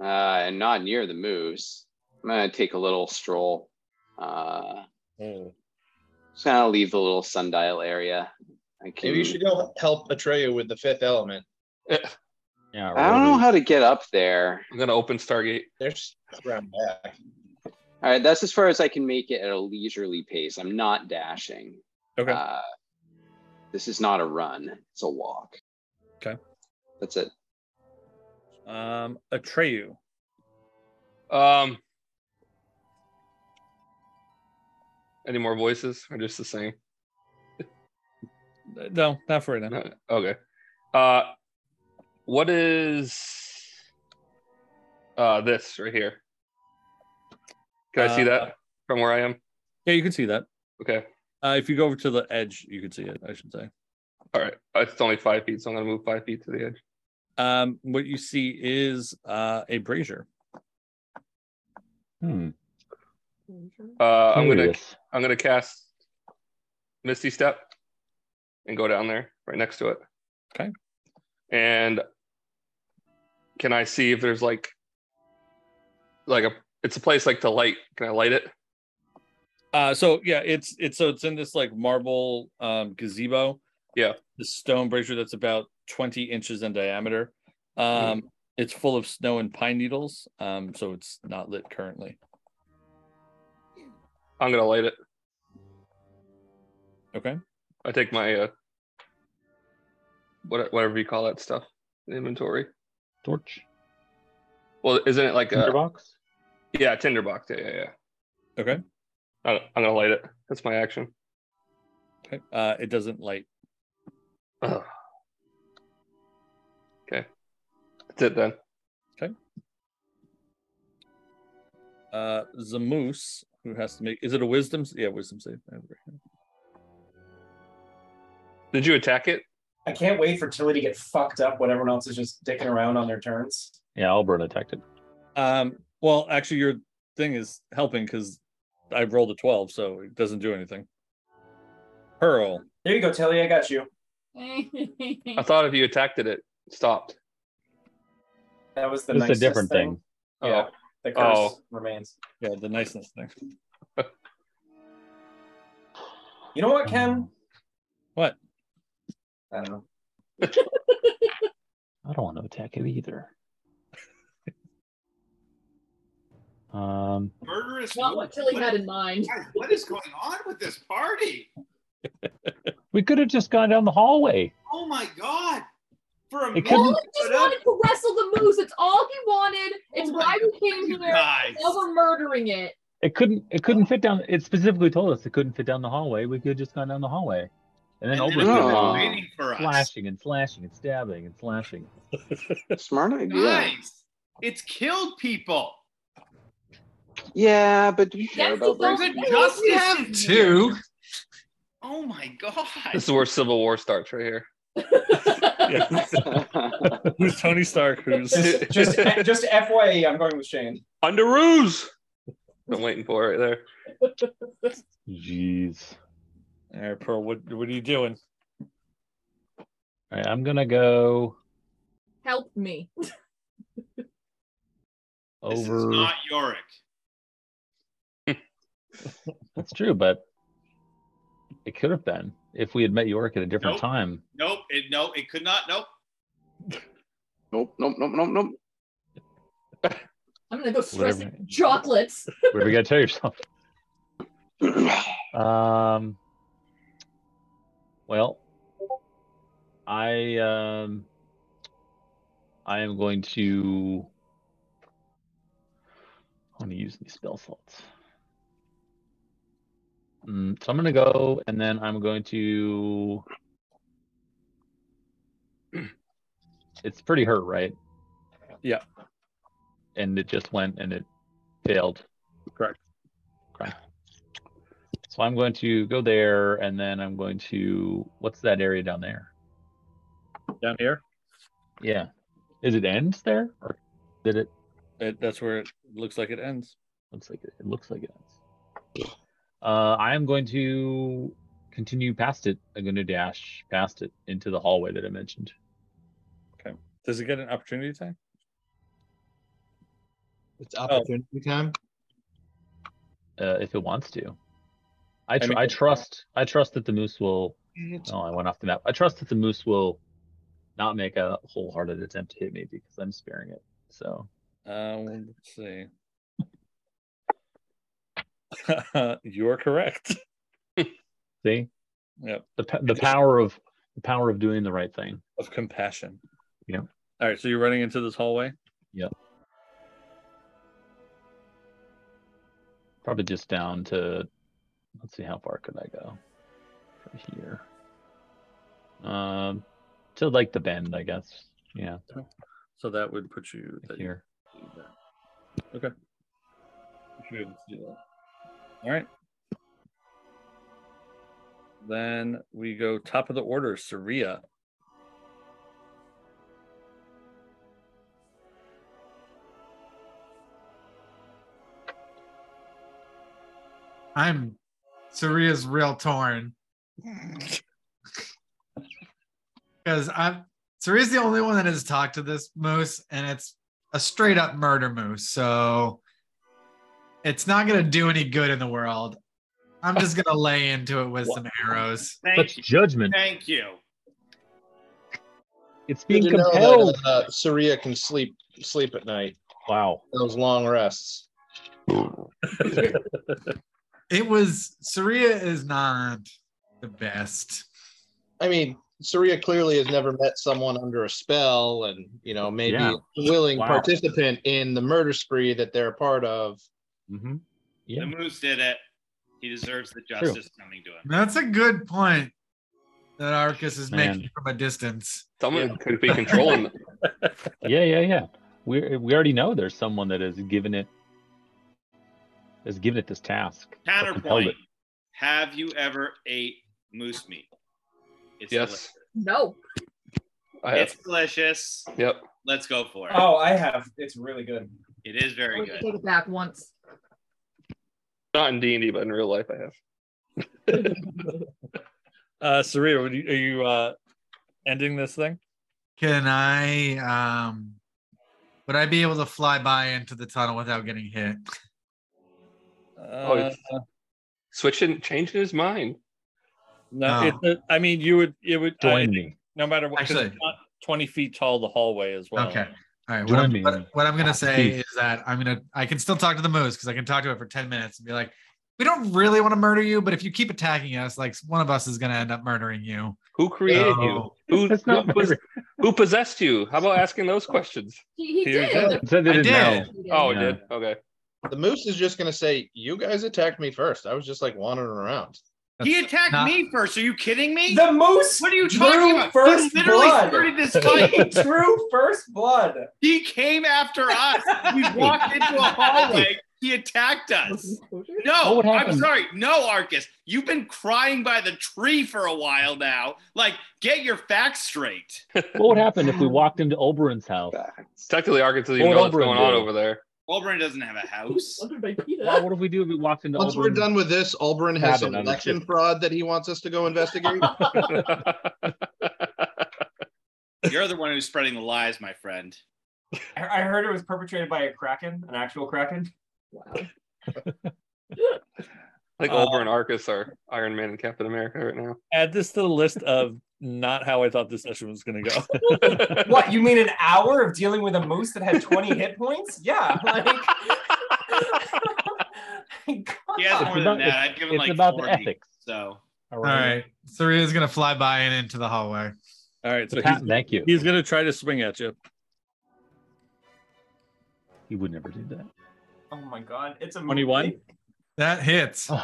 uh, and not near the moose. I'm gonna take a little stroll. Uh, just kind of leave the little sundial area. I can. maybe you should go help Atreyu with the fifth element. Yeah. I don't know how to get up there. I'm gonna open Stargate. There's around back. All right, that's as far as I can make it at a leisurely pace. I'm not dashing. Okay. Uh, this is not a run; it's a walk. Okay. That's it. Um, Atreyu. Um. Any more voices or just the same? No, not for right now. No, Okay. Uh, what is uh this right here? Can I see Uh, that from where I am? Yeah, you can see that. Okay. Uh, if you go over to the edge, you can see it. I should say. All right. Uh, It's only five feet, so I'm gonna move five feet to the edge. Um, what you see is uh, a brazier. Hmm. Uh, I'm gonna Curious. I'm gonna cast Misty Step and go down there right next to it. Okay. And can I see if there's like like a it's a place like to light. Can I light it? Uh, so yeah, it's it's so it's in this like marble um, gazebo. Yeah. the stone brazier that's about twenty inches in diameter. Mm-hmm. Um, it's full of snow and pine needles. Um, so it's not lit currently. I'm gonna light it. Okay. I take my uh, what whatever you call that stuff, the inventory. Torch. Well, isn't it like a Tinderbox. yeah tinderbox? Yeah, yeah, yeah. Okay. I, I'm gonna light it. That's my action. Okay. Uh, it doesn't light. Ugh. Okay. That's it then. Uh, Zamoose, who has to make is it a wisdom? s- Yeah, wisdom save. Did you attack it? I can't wait for Tilly to get fucked up when everyone else is just dicking around on their turns. Yeah, Albert attacked it. Um, well, actually, your thing is helping because I rolled a twelve, so it doesn't do anything. Pearl. There you go, Tilly. I got you. I thought if you attacked it, it stopped. That was the It's a nicest different thing. Yeah, the curse Oh. remains. Yeah, the niceness thing. You know what, Ken? What? Oh. I don't know. I don't want to attack it either. Um, Murderous. Not what Tilly had in mind. Guys, what is going on with this party? we could have just gone down the hallway. Oh my god! For a It minute, couldn't- All he just wanted to wrestle the moose. It's all he wanted. It's Oh my why we came you here. guys. Now we're murdering it. It couldn't. It Oh. couldn't fit down. It specifically told us it couldn't fit down the hallway. We could have just gone down the hallway, and then and Albert then No. came it along, was waiting for us. slashing and slashing and stabbing and slashing. Smart idea. Guys, it's killed people. Yeah, but do you care Yes, about it's all those? There's a Yeah, justice. we in here. Two. Oh my This god! is where Civil War starts, right here. Yeah. who's Tony Stark? Who's Just, just, eh, just FYE, I'm going with Shane. Under ruse. I'm waiting for it right there. Jeez. All right, Pearl? What What are you doing? All right, I'm gonna go Help me. over. This is not Yorick. That's true, but it could have been if we had met York at a different Nope. time. Nope. It, no, it could not. Nope. nope, nope, nope, nope, nope. I'm gonna go stress Whatever. it. chocolates. Whatever you gotta tell yourself. Um. Well, I um, I am going to. I'm gonna use these spell slots. Mm, so I'm gonna go, and then I'm going to. It's pretty hurt, right? Yeah. And it just went and it failed. Correct. Correct. So I'm going to go there, and then I'm going to. What's that area down there? Down here? Yeah. Is it ends there, or did it? It, that's where it looks like it ends. Looks like it, it looks like it ends. Uh, I am going to continue past it. I'm going to dash past it into the hallway that I mentioned. Does it get an opportunity attack? It's opportunity time. uh, if it wants to. I, tr- I, mean- trust I trust that the moose will. Oh, I went off the map. I trust that the moose will not make a wholehearted attempt to hit me because I'm sparing it. So Uh, well, let's see. You're correct. see Yep. the p- the power of the power of doing the right thing. Of compassion. Yeah. All right. So you're running into this hallway. Probably just down to let's see how far could I go from here. Um, to like the bend, I guess. Yeah, So that would put you that you here. could do that. Okay. You should be able to do that. All right. Then we go top of the order, Saria. I'm Saria's real torn. Hmm. Because I'm Saria's the only one that has talked to this moose, and it's a straight up murder moose. So it's not gonna do any good in the world. I'm just gonna lay into it with some arrows. Thank Such you. judgment. Thank you. It's Good being to know that, compelled. uh, Saria can sleep sleep at night. Wow. Those long rests. It was Saria is not The best. I mean, Saria clearly has never met someone under a spell, and you know maybe Yeah. a willing Wow. participant in the murder spree that they're a part of. Mm-hmm. The Moose did it. He deserves the justice coming to him. That's a good point that Arcus is making Man. from a distance. Someone could be controlling them. yeah, yeah, yeah. We we already know there's someone that has given it has given it this task. or compelled Counterpoint. it. Have you ever ate moose meat? It's Yes. No. I Delicious. have. It's delicious. Yep. Let's go for it. Oh, I have. It's really good. It is I very would good. take it back once. Not in D and D, but in real life, I have. Uh, Saria, would you, are you uh, ending this thing? Can I um would I be able to fly by into the tunnel without getting hit? Oh, Uh, Switching, changing his mind. no. no. It's a, I mean, you would. It would. Oh. I, Join me. no matter what. 'cause Actually- it's not Twenty feet tall, the hallway as well. Okay. All right. What Join I'm, me. what, what I'm Ah, gonna say Please. is that I'm gonna I can still talk to the moose because I can talk to it for 10 minutes and be like, we don't really want to murder you, but if you keep attacking us, like one of us is gonna end up murdering you. Who created you? So- Who, That's not who, my- pos- who possessed you? How about asking those questions? He, he He was did. It said they I didn't did. know. He did. Oh, it Yeah. did. Okay. The moose is just gonna say, "You guys attacked me first. I was just like wandering around." He attacked not- me first. Are you kidding me? The moose. what are you drew talking about? First he literally blood. started this He fight. drew first blood. he came after us. We walked into a hallway. He attacked us. No, What would I'm happen? sorry. No, Arcus. You've been crying by the tree for a while now. Like, get your facts straight. What would happen if we walked into Oberon's house? Technically, Arkansas, you What would know what's Oberon going on do? over there. Wolverine doesn't have a house. Wondered by PETA. Well, what if we do if we walked into Once we're Oberon's done with this, Alberon Cabin has some on the election ship. fraud that he wants us to go investigate. You're the one who's spreading the lies, my friend. I I heard it was perpetrated by a kraken, an actual kraken. Wow. like Uh, Oberon and Arcus are Iron Man and Captain America right now. Add this to the list of not how I thought this session was going to go. What you mean? An hour of dealing with a moose that had 20 hit points? Yeah. Like, He has God. more about- than that. I've given it's like about the 40. ethics. So All right. Saria's gonna fly by and into the hallway. All right, so The he's, patent, thank you. he's going to try to swing at you. He would never do that. Oh my god, it's a 21? That hits. Oh.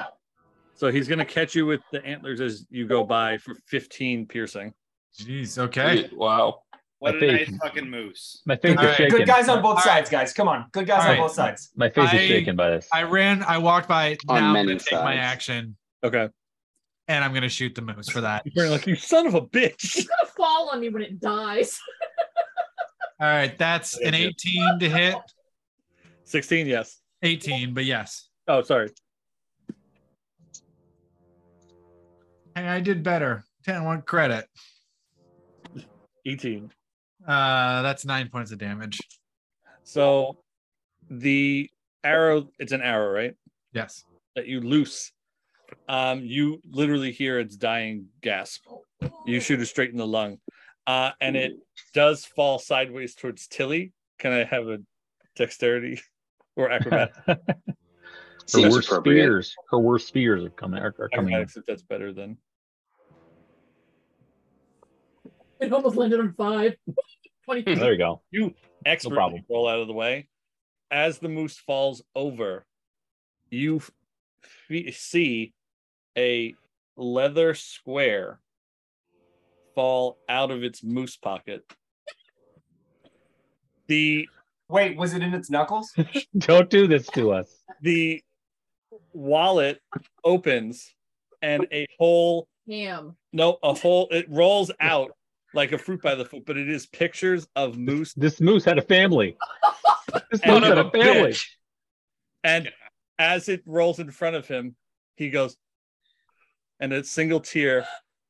So he's going to catch you with the antlers as you go by for 15 piercing. Jeez, okay. Wow. what I a think- nice fucking moose. My face All is right. shaking. Good guys on both All sides, guys. Come on, good guys All on right. both sides. My face I- is shaken by this. I ran, I walked by it. On Now I'm many gonna take my sides. action Okay. and I'm gonna shoot the moose for that. You're like, you son of a bitch. It's gonna fall on me when it dies. All right, that's an 18 to hit. 16, yes. 18, but yes. Oh, sorry. Hey, I did better. 10 one credit. 18. Uh that's nine points of damage. So the arrow, it's an arrow, right? Yes. That you loose. Um, you literally hear its dying gasp. You shoot it straight in the lung. Uh, and it does fall sideways towards Tilly. Can I have a dexterity or acrobatics? her Seems worst appropriate. fears. Her worst fears are coming. Are, are coming. acrobatics if that's better than It almost landed on five. 23. There you go. you expertly problem. roll out of the way. As the moose falls over, you f- fe- see a leather square fall out of its moose pocket. The Wait, was it in its knuckles? Don't do this to us. the wallet opens and a whole Ham. no a whole it rolls out like a fruit by the foot, but it is pictures of moose This moose had a family. This Son moose of had a a family. bitch. And as it rolls in front of him, he goes, and a single tear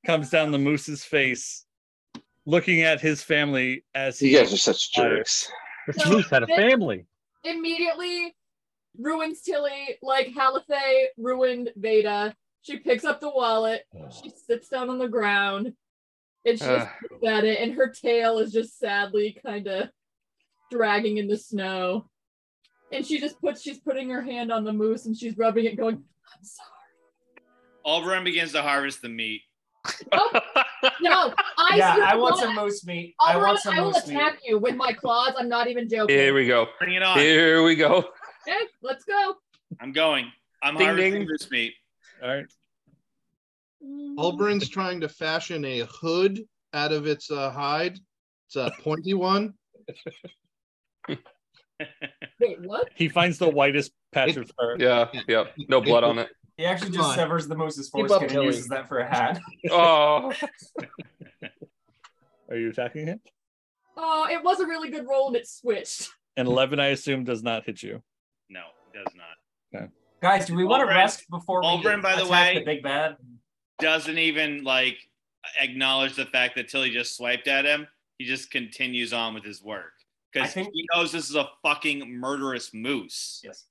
comes down the moose's face, looking at his family as he. You guys are such jerks. This moose had a family. Immediately ruins Tilly like Halithe ruined Veda. She picks up the wallet. She sits down on the ground. And she just Uh. looks at it, and her tail is just sadly kind of dragging in the snow. And she just puts, she's putting her hand on the moose and she's rubbing it, going, I'm sorry. Alberon begins to harvest the meat. No, I yeah, swear I to want God, some moose meat. I'll I run- want some I will moose meat. attack you with my claws. I'm not even joking. Here we go. Bring it on. Here we go. Okay, let's go. I'm going. I'm Ding, harvesting ding. this meat. All right. Ulbrin's trying to fashion a hood out of its uh, hide. It's a pointy one. Wait, what? He finds the whitest patch of fur. Yeah, yeah. No blood on it. He actually Come just on. severs the moose's Keep up, foreskin and Joey. uses that for a hat. Oh, Are you attacking him? Oh, it was a really good roll and it switched. And 11, I assume, does not hit you. No, it does not. Guys, do we want to Ulbrin- rest before we Ulbrin, by the attack way- the big bad? Doesn't even like acknowledge the fact that Tilly just swiped at him. He just continues on with his work I because think- he knows this is a fucking murderous moose. Yes.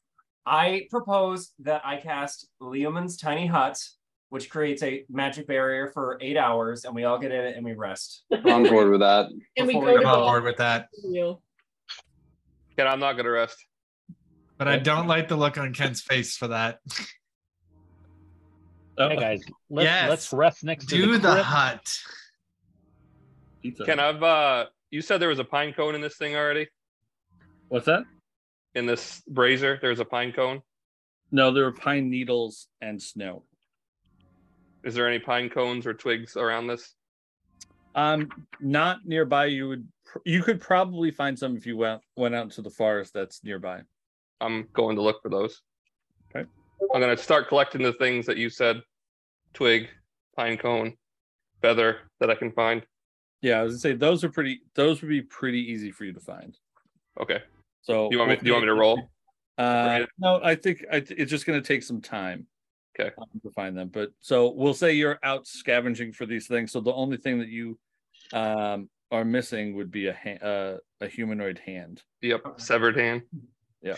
I propose that I cast Leoman's Tiny Hut, which creates a magic barrier for eight hours, and we all get in it and we rest. On board with that. And we Before go we I'm to go on the board with that. you. and I'm not gonna rest. But I don't like the look on Ken's face for that. Oh, Hey guys, let's Yes. let's rest next to Do the, the crypt. hut. pizza. Ken, I've uh, you said there was a pine cone in this thing already. What's that? In this brazier, there's a pine cone. No, there are pine needles and snow. Is there any pine cones or twigs around this? Um, not nearby. You would pr- you could probably find some if you went went out into the forest that's nearby. I'm going to look for those. Okay. I'm gonna start collecting the things that you said: twig, pine cone, feather that I can find. Yeah, I was gonna say those are pretty. Those would be pretty easy for you to find. Okay. So You want me? Do you want me to roll? Uh, Right. no, I think I, th- it's just going to take some time. Okay. um, To find them, but so we'll say you're out scavenging for these things. So the only thing that you um, are missing would be a ha- uh, a humanoid hand. Yep. Severed hand. Yeah,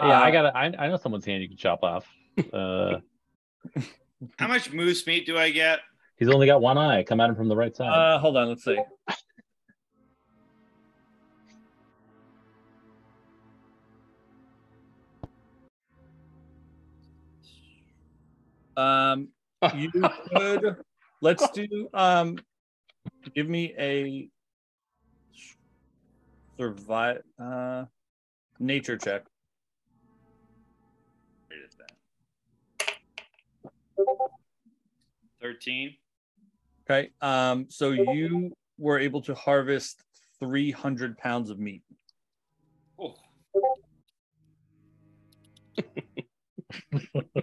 I Uh, got. to I I know someone's hand you can chop off. Uh, How much moose meat do I get? he's only got one eye. Come at him from the right side. Uh, hold on, let's see. Um, you could let's do um, give me a survive uh nature check. Where is that? Thirteen. Okay, um, so you were able to harvest 300 pounds of meat. Oh,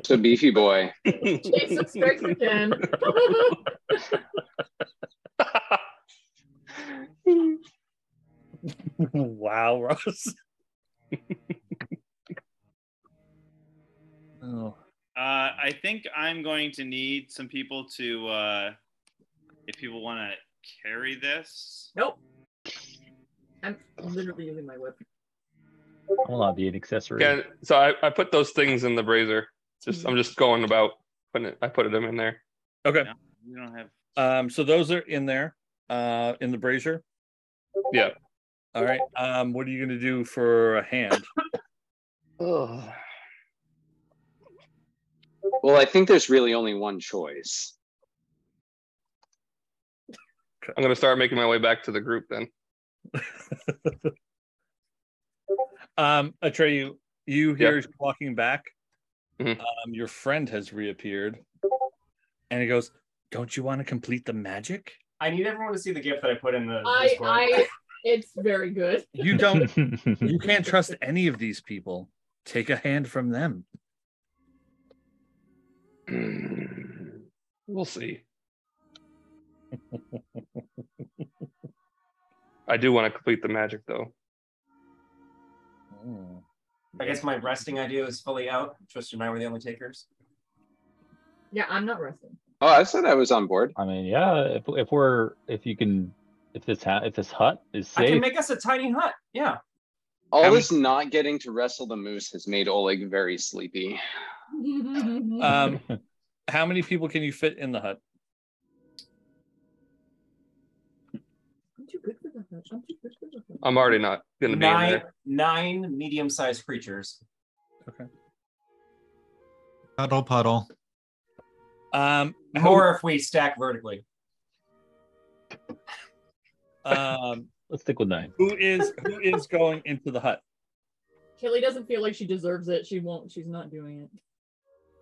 So beefy boy. Jason strikes again. wow, Ross. oh, Uh, I think I'm going to need some people to, uh, if people want to carry this. nope. I'm literally using my whip. I will not be an accessory. Ken, so I, I put those things in the brazier. Just I'm just going about putting it. I put them in there. okay. You don't have. Um, so those are in there, uh, in the brazier. Yeah. All right. Um, what are you gonna do for a hand? Ugh. Well, I think there's really only one choice. I'm gonna start making my way back to the group then. Um, Atreyu, you hear Yep. she's walking back. Mhm. Um, your friend has reappeared, and he goes, "Don't you want to complete the magic?" I need everyone to see the gift that I put in the I, Discord. I, it's very good. You don't. you can't trust any of these people. Take a hand from them. We'll see. I do want to complete the magic though. I guess my resting idea is fully out. Tristan and I were the only takers. Yeah, I'm not resting. Oh, I said I was on board. I mean, yeah. If if we're if you can if this ha- if this hut is I can safe, make us a tiny hut. Yeah. All How this not getting to wrestle the moose has made Oleg very sleepy. Um, how many people can you fit in the hut? I'm too good for that. I'm too good for that. I'm already not gonna be in Nine there. nine medium sized creatures. Puddle puddle. Um, More if we stack vertically. um, Let's stick with nine. Who is who is going into the hut? Kelly doesn't feel like she deserves it. She won't. She's not doing it.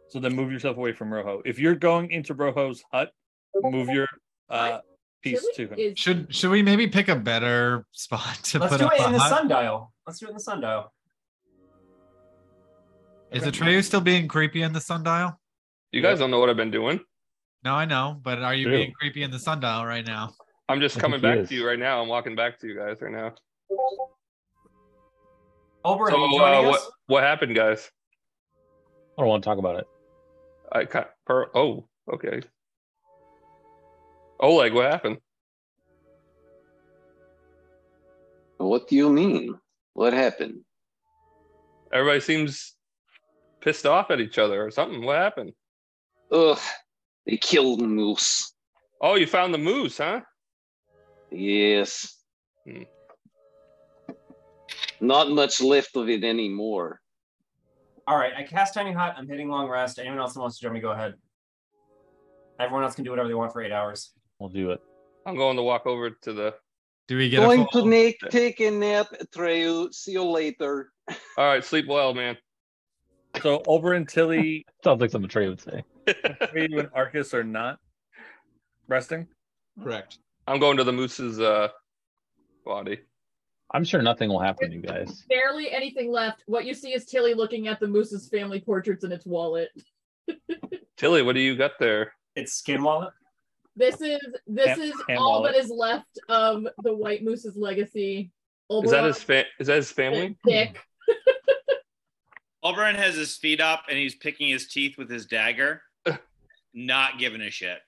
So then move yourself away from Rojo. If you're going into Rojo's hut, move your uh, piece to him. Is Should should we maybe pick a better spot to Let's put do up it a in the hut? sundial. Let's do it in the sundial. Is Atreyu still being creepy in the sundial? You guys don't know what I've been doing. No, I know, but are you True. being creepy in the sundial right now? I'm just I coming think he back is. to you right now. I'm walking back to you guys right now. Oberon, So are you uh, joining what us? what happened, guys? I don't want to talk about it. I ca- per- oh okay. Oleg, what happened? What do you mean? What happened? Everybody seems pissed off at each other or something. What happened? Ugh, they killed Moose. Oh, you found the moose, huh? Yes. Hmm. Not much left of it anymore. All right, I cast Tiny Hot. I'm hitting long rest. Anyone else that wants to join me, go ahead. Everyone else can do whatever they want for eight hours. We'll do it. I'm going to walk over to the. Do we get Going a to full, Nick, take a nap, Atreyu. See you later. All right, sleep well, man. So Oberon, Tilly, Sounds like something Trey would say. you and Arcus are not resting. Correct. I'm going to the moose's uh, body. I'm sure nothing will happen to you guys. barely anything left. What you see is Tilly looking at the moose's family portraits in its wallet. Tilly, what do you got there? It's Skin Wallet. This is this Hand- is hand all wallet. that is left of the white moose's legacy. Is that Oberon his fa- is that his family? Dick. Oberon has his feet up and he's picking his teeth with his dagger. Not giving a shit.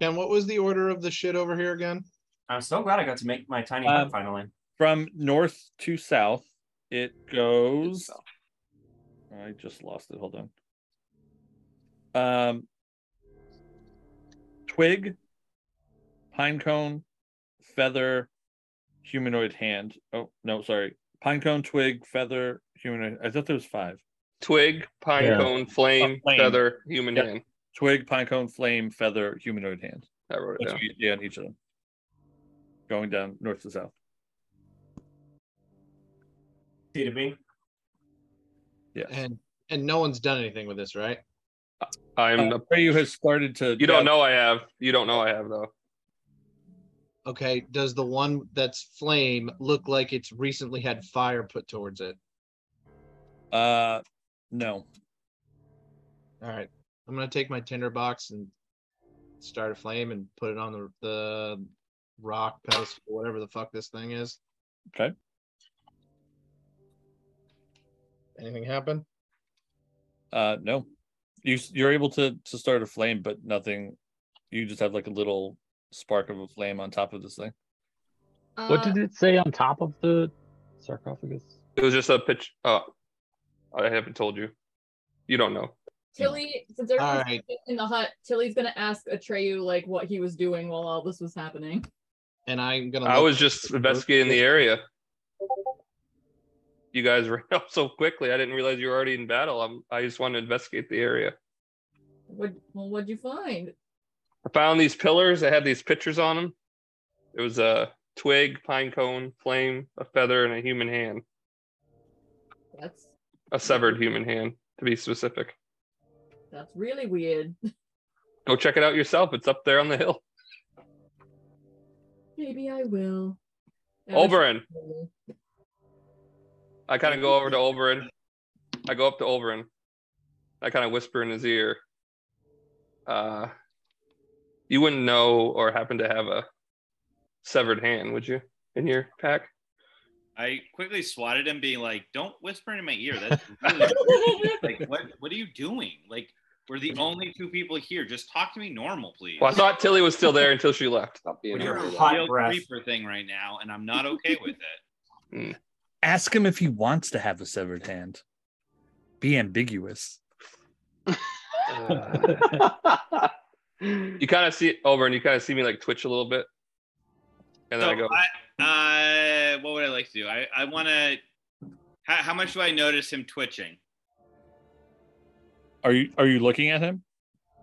And what was the order of the shit over here again? I'm so glad I got to make my Tiny Hut Um, finally. From north to south, it goes. I just lost it. Hold on. Um, twig, pine cone, feather, humanoid hand. Oh no, sorry. Pine cone, twig, feather, humanoid. I thought there was five. Twig, pine Yeah. cone, flame, A flame. feather, human Yep. hand. Twig, pine cone, flame, feather, humanoid hand. I wrote it That's down. what you see on each of them. Going down north to south. T to B. Yes. And and no one's done anything with this, right? I'm. Uh, Preyu has started to. you don't know I have. You don't know I have though. Okay. Does the one that's flame look like it's recently had fire put towards it? know. Uh, no. All right. I'm gonna take my tinder box and start a flame and put it on the the rock pedestal, whatever the fuck this thing is. Okay. Anything happen? Uh, no. You s- you're able to to start a flame, but nothing. You just have like a little spark of a flame on top of this thing. What Uh, did it say on top of the sarcophagus? It was just a pitch. Oh, I haven't told you. You don't know. Tilly, since everyone's All right. in the hut, Tilly's gonna ask Atreyu like what he was doing while all this was happening. And I'm gonna. I look- was just investigating the area. You guys ran up so quickly. I didn't realize you were already in battle. I'm, I just wanted to investigate the area. What well, what'd you find? I found these pillars. They had these pictures on them. It was a twig, pine cone, flame, a feather, and a human hand, That's a severed human hand, to be specific. that's really weird. Go check it out yourself. It's up there on the hill. Maybe I will. Ever Oberon, so- I kind of go over to Olberin. I go up to Olberin. I kind of whisper in his ear. Uh, you wouldn't know or happen to have a severed hand, would you, in your pack? I quickly swatted him, being like, "Don't whisper in my ear. That's really like, what? What are you doing? Like, we're the only two people here. Just talk to me normal, please." Well, I thought Tilly was still there until she left. Stop being You're You're a weirdo. a real Hot breath. creeper thing right now, and I'm not okay with it. Ask him if he wants to have a severed hand. Be ambiguous. Uh, you kind of see Olberin. You kind of see me like twitch a little bit, and then I go. So I, uh, what would I like to do? I, I want to. How, how much do I notice him twitching? Are you are you looking at him?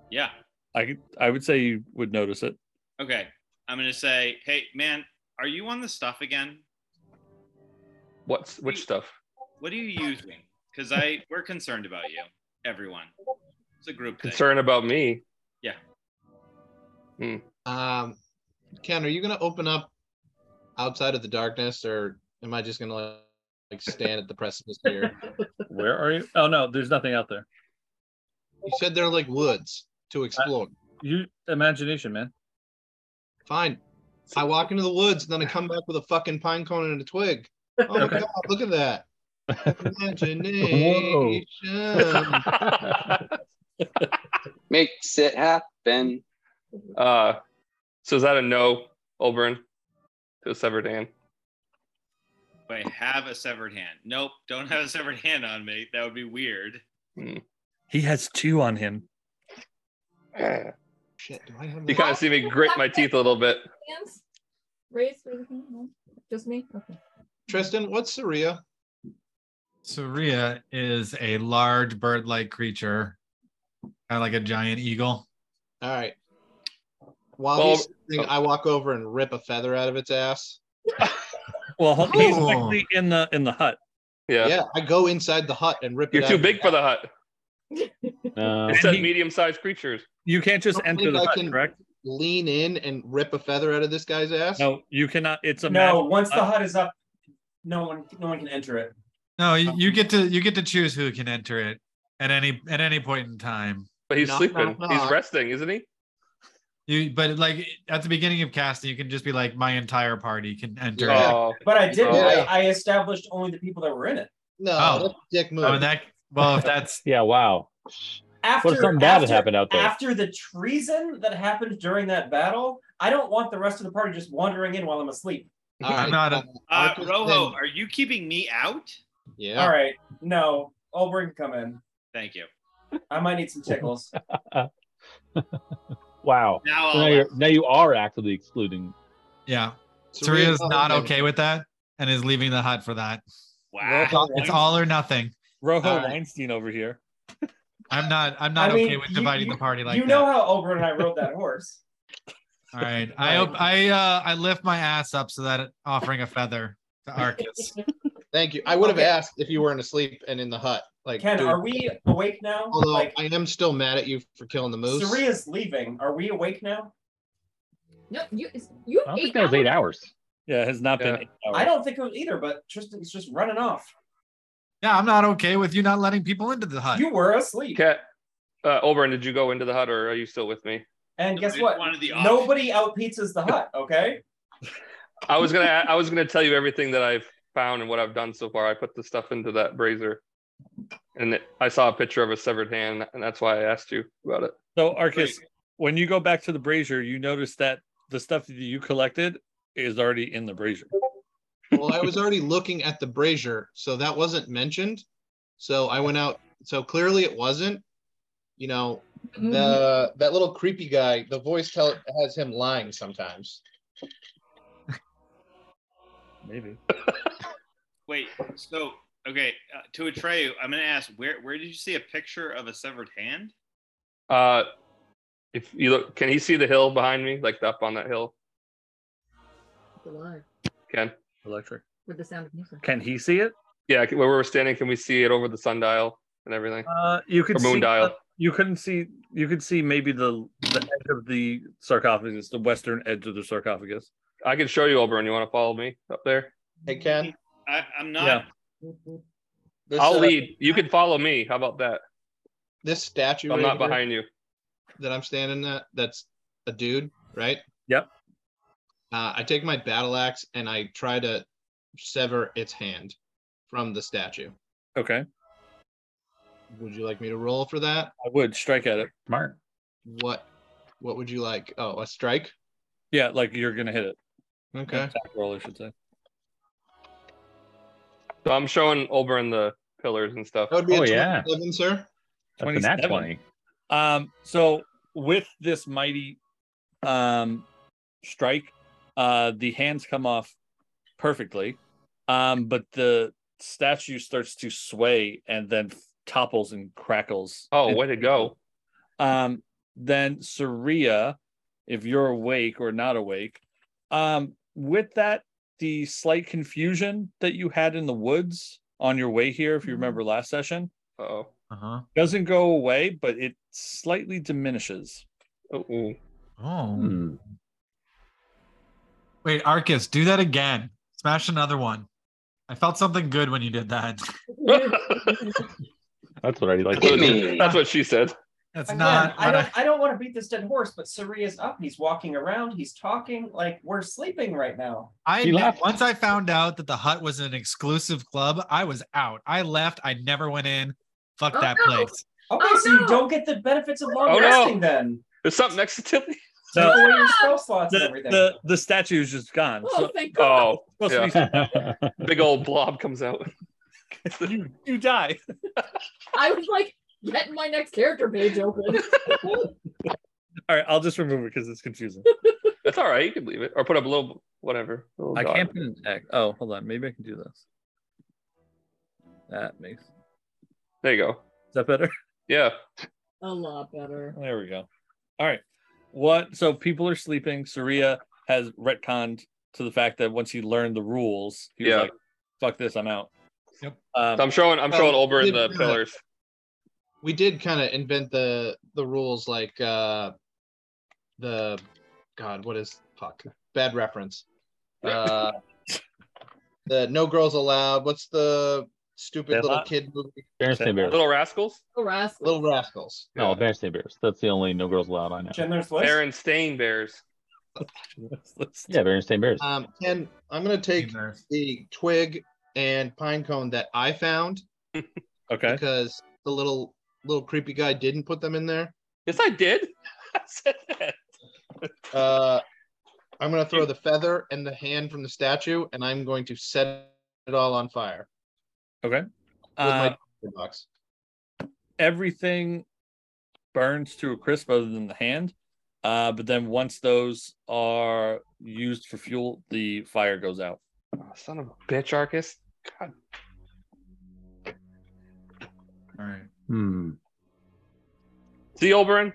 Yeah. I could- I would say you would notice it. Okay. I'm gonna say, hey man, are you on the stuff again? What's which stuff? What are you using? Because I we're concerned about you, everyone. It's a group thing. Concern about me. Um, Ken, are you gonna open up outside of the darkness, or am I just gonna like, like stand at the precipice here? Where are you? Oh no, there's nothing out there. You said they're like woods to explore. You imagination, man. Fine. I walk into the woods, and then I come back with a fucking pine cone and a twig. Oh my Okay. god! Look at that. Imagination. Makes it happen. uh, so is that a no, Oberon, to a severed hand? Wait, have a severed hand. Nope, don't have a severed hand on me. That would be weird. He has two on him. you Shit, do I have kind of see me grit my teeth a little bit. Hands raised. for everything? No? Just me? Okay. Tristan, what's Saria? Saria is a large bird like creature, kind of like a giant eagle. All right. While Well- oh. he's sitting, I walk over and rip a feather out of its ass. Well, he's Ooh. actually in the in the hut. Yeah. Yeah, I go inside the hut and rip You're it too out. big for the hut. No. It said he- medium sized creatures. You can't just Don't enter think the I hut, can- correct? Lean in and rip a feather out of this guy's ass. No, you cannot. It's a No, magic- once the uh, hut is up, no one no one can enter it. No, you, you get to you get to choose who can enter it at any at any point in time. But he's Knock, sleeping. knock, He's knock. resting, isn't he? You but like at the beginning of casting, you can just be like, my entire party can enter. Yeah. Oh, But I didn't. Yeah. I, I established only the people that were in it. no, Oh. that's a dick move. Oh, and that well, if that's Yeah. Wow. After What if something bad had after- happened out there? After the treason that happened during that battle, I don't want the rest of the party just wandering in while I'm asleep. All I'm not a- Uh, Marcus Rojo, then- are you keeping me out? yeah. All right, no, Olbrin, come in. Thank you. I might need some tickles. Wow. Now So now, I'll you're, now you are actively excluding. yeah. Saria Saria's not Huffington. okay with that and is leaving the hut for that. wow. It's all or nothing. Uh, Rojo Alright. Weinstein over here. I'm not I'm not I mean, okay with you- dividing the party like you that. know how Olbrin and I rode that horse. All right. I op- I uh I lift my ass up so that it- offering a feather to Arcus. Thank you. I would have Okay. asked if you weren't asleep and in the hut. Like, Ken, dude, are we awake now? although like, I am still mad at you for killing the moose. Saria's leaving. Are we awake now? No, you you I don't ate think that was eight hours. hours. Yeah, it has not been. Yeah. Eight hours. Oh. I don't think it was either, but Tristan's just running off. yeah, I'm not okay with you not letting people into the hut. You were asleep. Cat, uh, Oberon, did you go into the hut or are you still with me? And guess Nobody what? wanted the option. Nobody out pizzas the hut, okay? I was gonna I was gonna tell you everything that I've found and what I've done so far. I put the stuff into that brazier, and it, I saw a picture of a severed hand, and that's why I asked you about it. So Arcus, when you go back to the brazier, you notice that the stuff that you collected is already in the brazier. well, I was already looking at the brazier, so that wasn't mentioned. So I went out. So clearly it wasn't. You know, the that little creepy guy. The voice tell has him lying sometimes. Maybe. Wait. So okay, uh, to Atreyu, I'm gonna ask where where did you see a picture of a severed hand? Uh, if you look, can he see the hill behind me, like up on that hill? Alive Ken, Electric. with the sound of music. Can he see it? yeah, where we're standing, can we see it over the sundial and everything? Uh, you could Or moon see. dial. the- you couldn't see. You could see maybe the the edge of the sarcophagus, the western edge of the sarcophagus. I can show you, Oberon. You want to follow me up there? Hey Ken, I, I'm not. Yeah. this, I'll uh, lead. You can follow me. How about that? This statue. I'm right not here behind you. That I'm standing at. That's a dude, right? Yep. Uh, I take my battle axe and I try to sever its hand from the statue. Okay, Would you like me to roll for that? I would strike at it. Smart. What what would you like? Oh, a strike? Yeah, like you're gonna hit it. Okay. Attack roll, I should say. So I'm showing Oberon the pillars and stuff. That would be Oh, a yeah. 27, sir. That's a nat 27. twenty. Um, so with this mighty um strike, uh the hands come off perfectly. Um, but the statue starts to sway and then topples and crackles. Oh, way to go. Um, then Saria, if you're awake or not awake, um, with that, the slight confusion that you had in the woods on your way here, if you Mm-hmm. remember last session, Oh, Uh-huh. doesn't go away, but it slightly diminishes. oh, Oh. Hmm. Wait, Arcus, do that again. Smash another one. I felt something good when you did that. That's what I like. Hit to me. that's what she said. That's Again, not I what I, don't. I don't want to beat this dead horse, but Saria's up. He's walking around. He's talking. Like we're sleeping right now. I, He left. once I found out that the hut was an exclusive club, I was out. I left. I never went in. Fuck Oh, that no. place. Okay, Oh, so no. you don't get the benefits of long Oh, no. resting then. There's something next to Tilly. Take No. away your spell slots and The, everything. the, the statue is just gone. Oh, So thank God. Oh, supposed yeah. to do. big old blob comes out. be, you, you die. I was like getting my next character page open. All right, I'll just remove it because it's confusing. That's all right. You can leave it or put up a little whatever. a little I dot. can't put an X. Oh, hold on. Maybe I can do this. That makes is There you go. that better? Yeah. A lot better. There we go. All right. What? So people are sleeping. Saria has retconned to the fact that once he learned the rules, he was Yeah. like, "Fuck this, I'm out." Yep. Um, So I'm showing. I'm Oh, showing over in leave the it in there. pillars. we did kind of invent the the rules like uh the god what is fuck bad reference uh the no girls allowed what's the stupid Deadlock? little kid movie Berenstain Bears. Little rascals. The rascal. little rascals No, Berenstain Bears. That's the only no girls allowed I know. Chandler's list. Aaron Stain bears. Yeah, Berenstain Bears. um ken i'm gonna take the twig and pine cone that i found okay. because the little little creepy guy didn't put them in there Yes, I did. I said that. uh i'm gonna throw the feather and the hand from the statue and i'm going to set it all on fire with Uh, my box. everything burns to a crisp other than the hand. Uh, but then once those are used for fuel, the fire goes out. Oh, son of a bitch, Arcus. God. All right. Hmm. See, Oberon.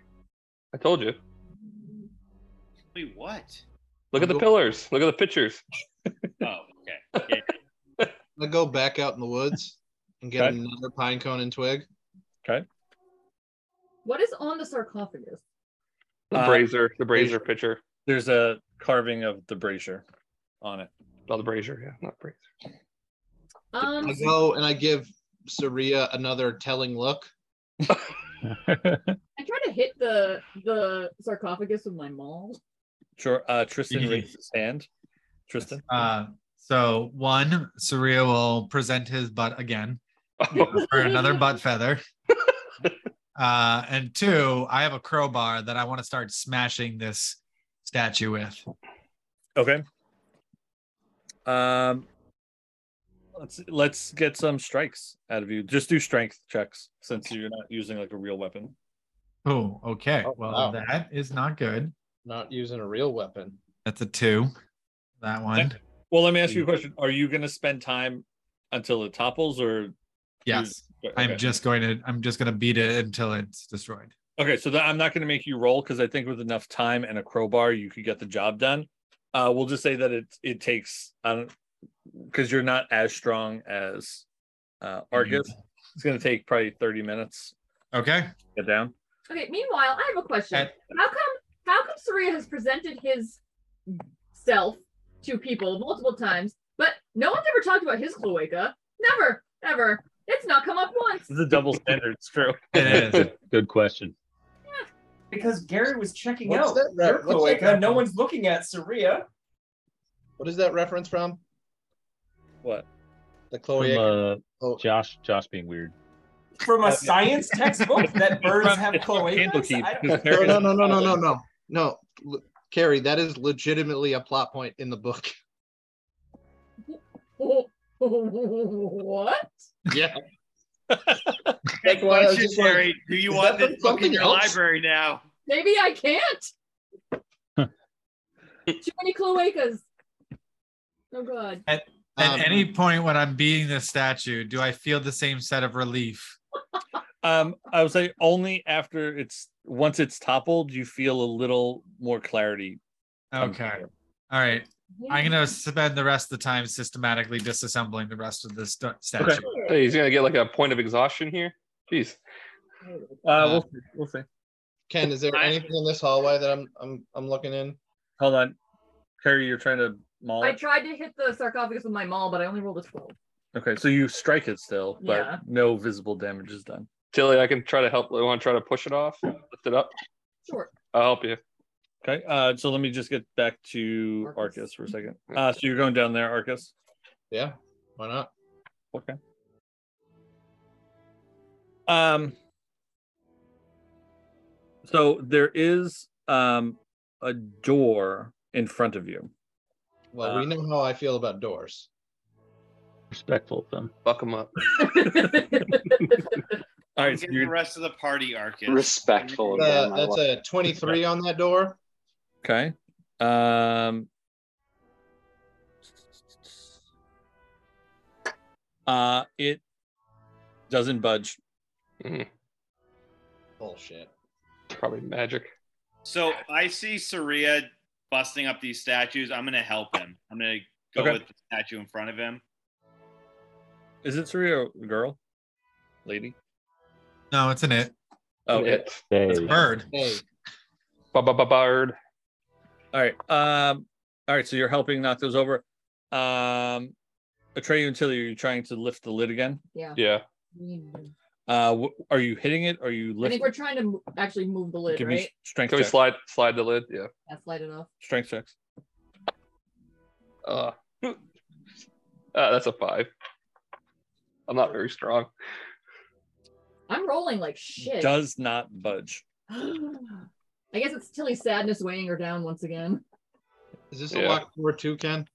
I told you. Wait, what? Look at the pillars. Look at the pictures. Oh, okay. Yeah. I'm gonna go back out in the woods and get Okay. another pine cone and twig. What is on the sarcophagus? The Uh, brazier. The brazier picture. There's a carving of the brazier on it. Oh, the brazier. Yeah, not brazier. Um, I go and I give Saria another telling look. I try to hit the the sarcophagus with my maul. Sure. Uh, Tristan Mhm. raises his hand. Tristan. Uh, so one, Saria will present his butt again for another butt feather. Uh, and two, I have a crowbar that I want to start smashing this statue with. Okay. Um, let's let's get some strikes out of you. Just do strength checks since you're not using like a real weapon. Oh, okay. Oh, well, wow. that is not good. Not using a real weapon. That's a two. That one. Well, let me ask you a question. Are you going to spend time until it topples, or Yes. okay. I'm just going to I'm just going to beat it until it's destroyed. Okay, so that, I'm not going to make you roll because I think with enough time and a crowbar, you could get the job done. Uh, we'll just say that it it takes because you're not as strong as uh, Mm-hmm. Argus. It's going to take probably 30 minutes Okay. to get down. Okay. Meanwhile, I have a question. At- How come? How come Saria has presented his self to people multiple times, but no one's ever talked about his cloaca? Never, ever. It's not come up once. It's a double standard. It's true. It is. Good question. Because Gary was checking What's out that rep- your what's that cloaca. No reference? one's looking at Saria. What is that reference from? What? The From, Chloe. uh, oh, Josh, Josh being weird. from a Okay. science textbook that birds have cloacas. Candlekeep, I don't- 'cause no, there no, is- no, no, no, no, no, no. L- Carrie, that is legitimately a plot point in the book. what? Yeah. Uh, Hey, That's why I was question, just like, Jerry. Do you is want that this book in something your else? library now? Maybe I can't. Too many cloacas. Oh God. At Um, any point when I'm beating this statue, do I feel the same set of relief Um, I would say only after it's once it's toppled, you feel a little more clarity. Um, Okay. All right. I'm gonna spend the rest of the time systematically disassembling the rest of the stu- statue. Hey, he's gonna get like a point of exhaustion here. Jeez. Uh, we'll see. We'll see. Ken, is there anything in this hallway that I'm I'm I'm looking in? Hold on, Carrie, you're trying to maul. I It. tried to hit the sarcophagus with my maul, but I only rolled a 12. Okay, so you strike it still, but Yeah. no visible damage is done. Tilly, I can try to help. I want to try to push it off, lift it up. Sure. I'll help you. Okay, uh, so let me just get back to Arcus for a second. Mm-hmm. Uh, so you're going down there, Arcus. Yeah. Why not? Okay. Um. So there is um a door in front of you. Well, we Uh, know how I feel about doors. Respectful of them. Fuck him up. All right, so Get the you're rest of the party, Arcus. Respectful of Uh, them. I that's love- a 23 on that door. okay. Um. Uh, it doesn't budge. Bullshit. Mm, Probably magic. So I see Saria busting up these statues. I'm gonna help him. I'm gonna go Okay. with the statue in front of him. Is it Surya girl, lady? No, it's an it. Oh, it. it. They, Bird. Hey, Ba ba ba bird. All right. Um, all right. So you're helping knock those over. Um, Atreyu and Tilly, are you trying to lift the lid again? Yeah. Yeah. Uh, wh- are you hitting it? Are you I think lifting? we're trying to mo- actually move the lid, Give right? me strength Can we checks. slide slide the lid? Yeah. That's light enough. strength checks. Uh, uh, that's a five. I'm not very strong. I'm rolling like shit. Does not budge. I guess it's Tilly's sadness weighing her down once again. is this Yeah. a locked door too, Ken?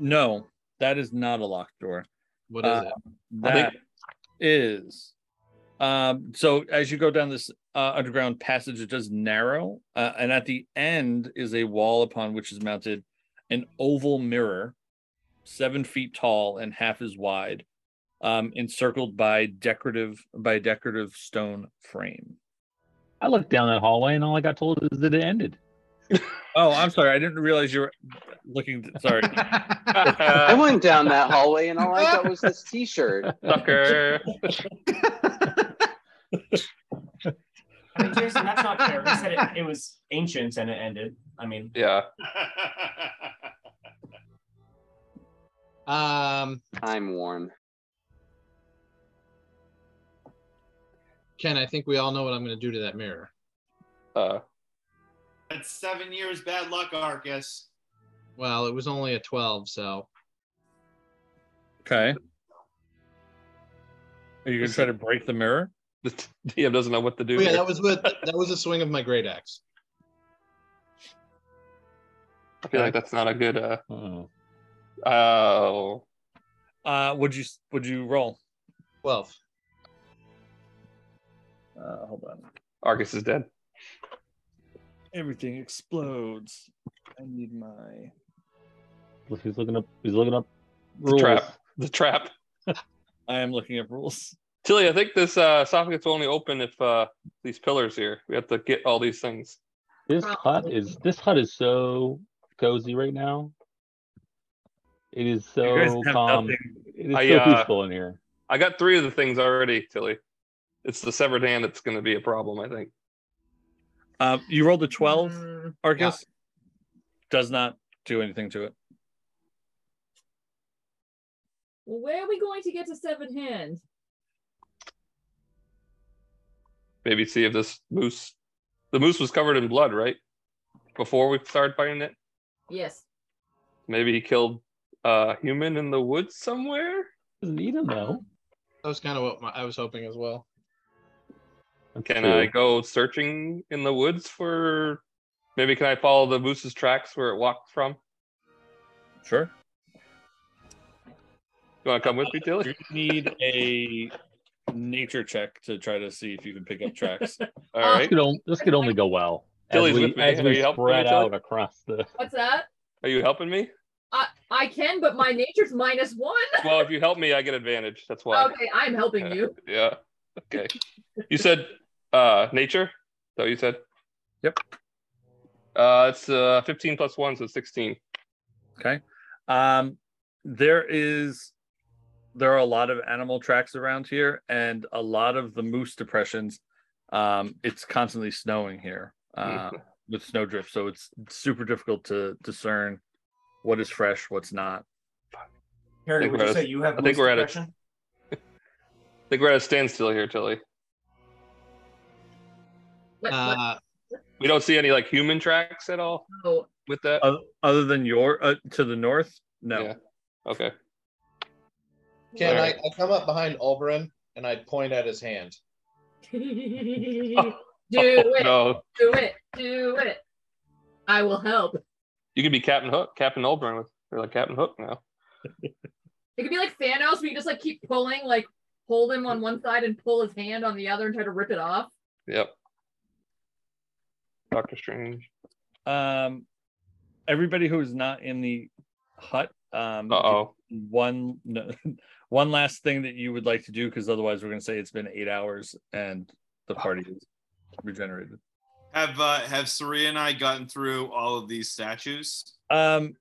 No, that is not a locked door. What is Uh, it? That is. Um, so as you go down this uh, underground passage, it does narrow, uh, and at the end is a wall upon which is mounted an oval mirror, seven feet tall and half as wide, um, encircled by decorative by a decorative stone frame. I looked down that hallway and all I got told is that it ended. Oh, I'm sorry, I didn't realize you were looking. Sorry, I Sucker. went down that hallway and all I got was this T-shirt. I mean, Jason, that's not fair. He said it, it was ancient and it ended. I mean, Yeah. Um, Time worn. Ken, I think we all know what I'm going to do to that mirror. Uh, That's seven years bad luck, Arcus. Well, it was only a 12, so okay. Are you gonna try to break the mirror? the t- DM doesn't know what to do. Oh, yeah, here. that was with that was a swing of my great axe. I feel like that's not a good. Uh, Hmm. Oh, oh, Uh, would you would you roll? 12. Uh, hold on. Argus is dead. Everything explodes. I need my look, he's looking up. He's looking up. The trap. The trap. I am looking up rules. Tilly, I think this uh, esophagus will only open if uh, these pillars here. We have to get all these things. This hut Probably. is this hut is so cozy right now. It is so Oh, calm. It is I, so uh, peaceful in here. I got three of the things already, Tilly. It's the severed hand that's going to be a problem, I think. Uh, you rolled a twelve, Mm, Arcus. Does not do anything to it. well, where are we going to get to seven hand? Maybe see if this moose. The moose was covered in blood, right? Before we started fighting it, Yes. maybe he killed a human in the woods somewhere. Doesn't need him though. That was kind of what my, I was hoping as well. That's Can true. I go searching in the woods for? Maybe can I follow the moose's tracks where it walked from? Sure. Uh, You want to come with me, Tilly? You need a nature check to try to see if you can pick up tracks. All Uh, This right. could, on- this could only go well. As Tilly's we, with me. as Are we you helping me, spread Tilly? out across the. What's that? Are you helping me? I I can, but my nature's minus one. Oh. Well, if you help me, I get advantage. That's why. Okay, I'm helping you. Yeah. Okay. You said uh nature? So you said? Yep. Uh it's uh 15 plus 1 so 16. Okay. Um, there is there are a lot of animal tracks around here, and a lot of the moose depressions. Um, it's constantly snowing here Mm-hmm. uh, with snowdrift, so it's super difficult to discern what is fresh, what's not. Harry, think would we're you at a- say you have I think moose we're at a- depression? I think we're at a standstill here, Tilly. What, what? Uh, We don't see any like human tracks at all Oh, with that. Oth- Other than your uh, to the north, no. Yeah. Oh, Okay. Ken, Alright. I, I come up behind Olberin and I point at his hand. do it. No, Do it. Do it. I will help. you could be Captain Hook, Captain Olbrin with or like Captain Hook now. It could be like Thanos, where you just like keep pulling, like hold him on one side and pull his hand on the other and try to rip it off. Yep. Doctor Strange. Um, everybody who is not in the hut. Um, Uh oh. one no, one last thing that you would like to do because otherwise we're going to say it's been eight hours and the party is regenerated Have uh, have Saria and I gotten through all of these statues? um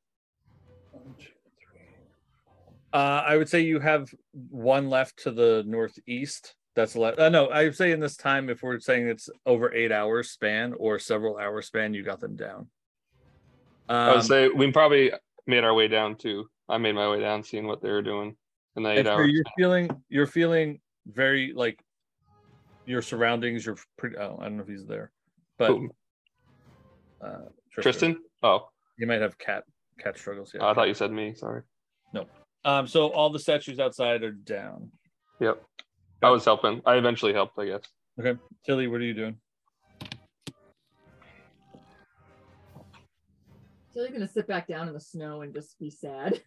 uh, i would say you have one left to the northeast that's left uh, no i would say in this time if we're saying it's over eight hours span or several hours span you got them down I um, would say we probably made our way down too. I made my way down, seeing what they were doing in the eight Esther, hours. You're feeling you're feeling very like your surroundings. You're pretty. Oh, I don't know if he's there, but Who? uh, Tristan? Oh, you might have cat cat struggles. Yeah, I thought you said me. Sorry. Um, so all the statues outside are down. Yep. I was helping. I eventually helped, I guess. Tilly, what are you doing? So they're gonna sit back down in the snow and just be sad.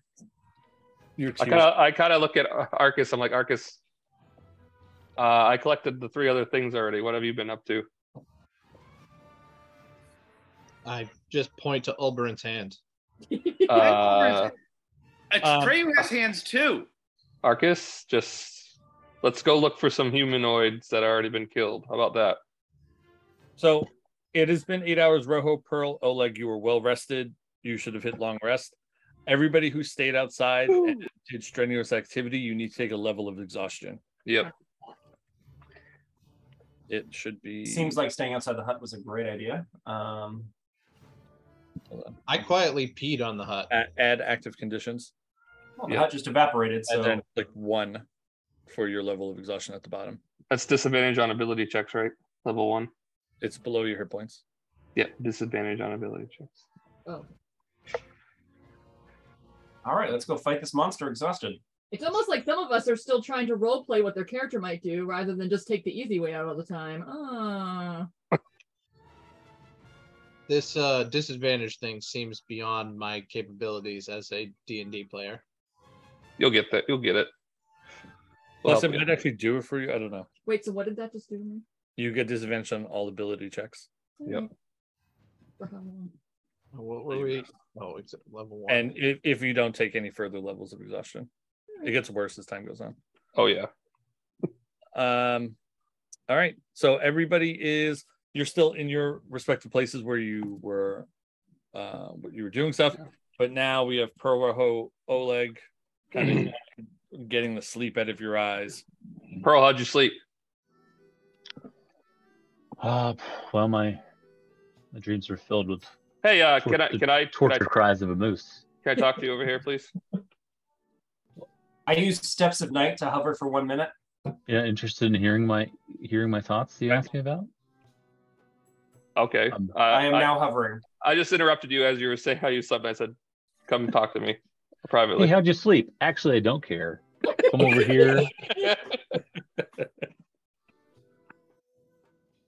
Your I tears. kind of, I kind of look at Ar- Arcus. I'm like, Arcus, uh, I collected the three other things already. What have you been up to? I just point to Olberin's hand. Uh, A Um, tray has hands too. Arcus, just let's go look for some humanoids that already been killed. How about that? So it has been eight hours. Rojo, Pearl, Oleg, you were well rested. You should have hit long rest. Everybody who stayed outside and did strenuous activity, you need to take a level of exhaustion. Yep. It should be Seems like staying outside the hut was a great idea. Um, I quietly peed on the hut. a- add active conditions. well, the Yeah. hut just evaporated, so and then like one for your level of exhaustion at the bottom. That's disadvantage on ability checks, right? Level one. It's below your hit points. Yeah, disadvantage on ability checks. Oh. all right, let's go fight this monster exhausted. It's almost like some of us are still trying to role play what their character might do rather than just take the easy way out all the time. Ah. This uh, disadvantage thing seems beyond my capabilities as a D&D player. You'll get that. You'll get it. We'll Plus, it help you. might actually do it for you. I don't know. Wait, so what did that just do to me? You get disadvantage on all ability checks, Yep. For how long? What were we? Oh, it's at level one. and if, if you don't take any further levels of exhaustion, it gets worse as time goes on. Oh yeah. Um, all right. So everybody is you're still in your respective places where you were, uh, what you were doing stuff. But now we have Pearl Rojo, Oleg, kind of getting the sleep out of your eyes. Pearl, how'd you sleep? Uh, well, my my dreams are filled with Hey, uh, can I can I can I, torture cries of a moose. can I talk to you over here, please? I used steps of night to hover for one minute. Yeah, interested in hearing my hearing my thoughts. that You asked me about. Okay. Um, Uh, I am I- now hovering. I just interrupted you as you were saying how you slept. and I said, "Come talk to me Hey, privately." how'd you sleep? Actually, I don't care. Come over here.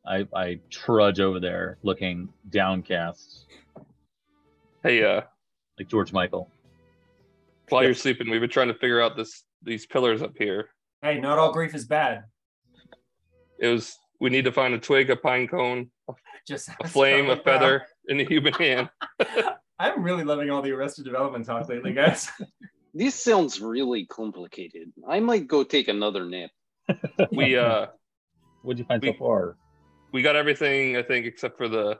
I I trudge over there, looking downcast, Hey, uh, like George Michael. while you're sleeping, we've been trying to figure out this these pillars up here. Hey, not all grief is bad. It was we need to find a twig, a pine cone, Just a flame, a feather, and a human hand. I'm really loving all the Arrested Development talk lately, guys. This sounds really complicated. I might go take another nap. We uh, What'd you find so We- far? We got everything, I think, except for the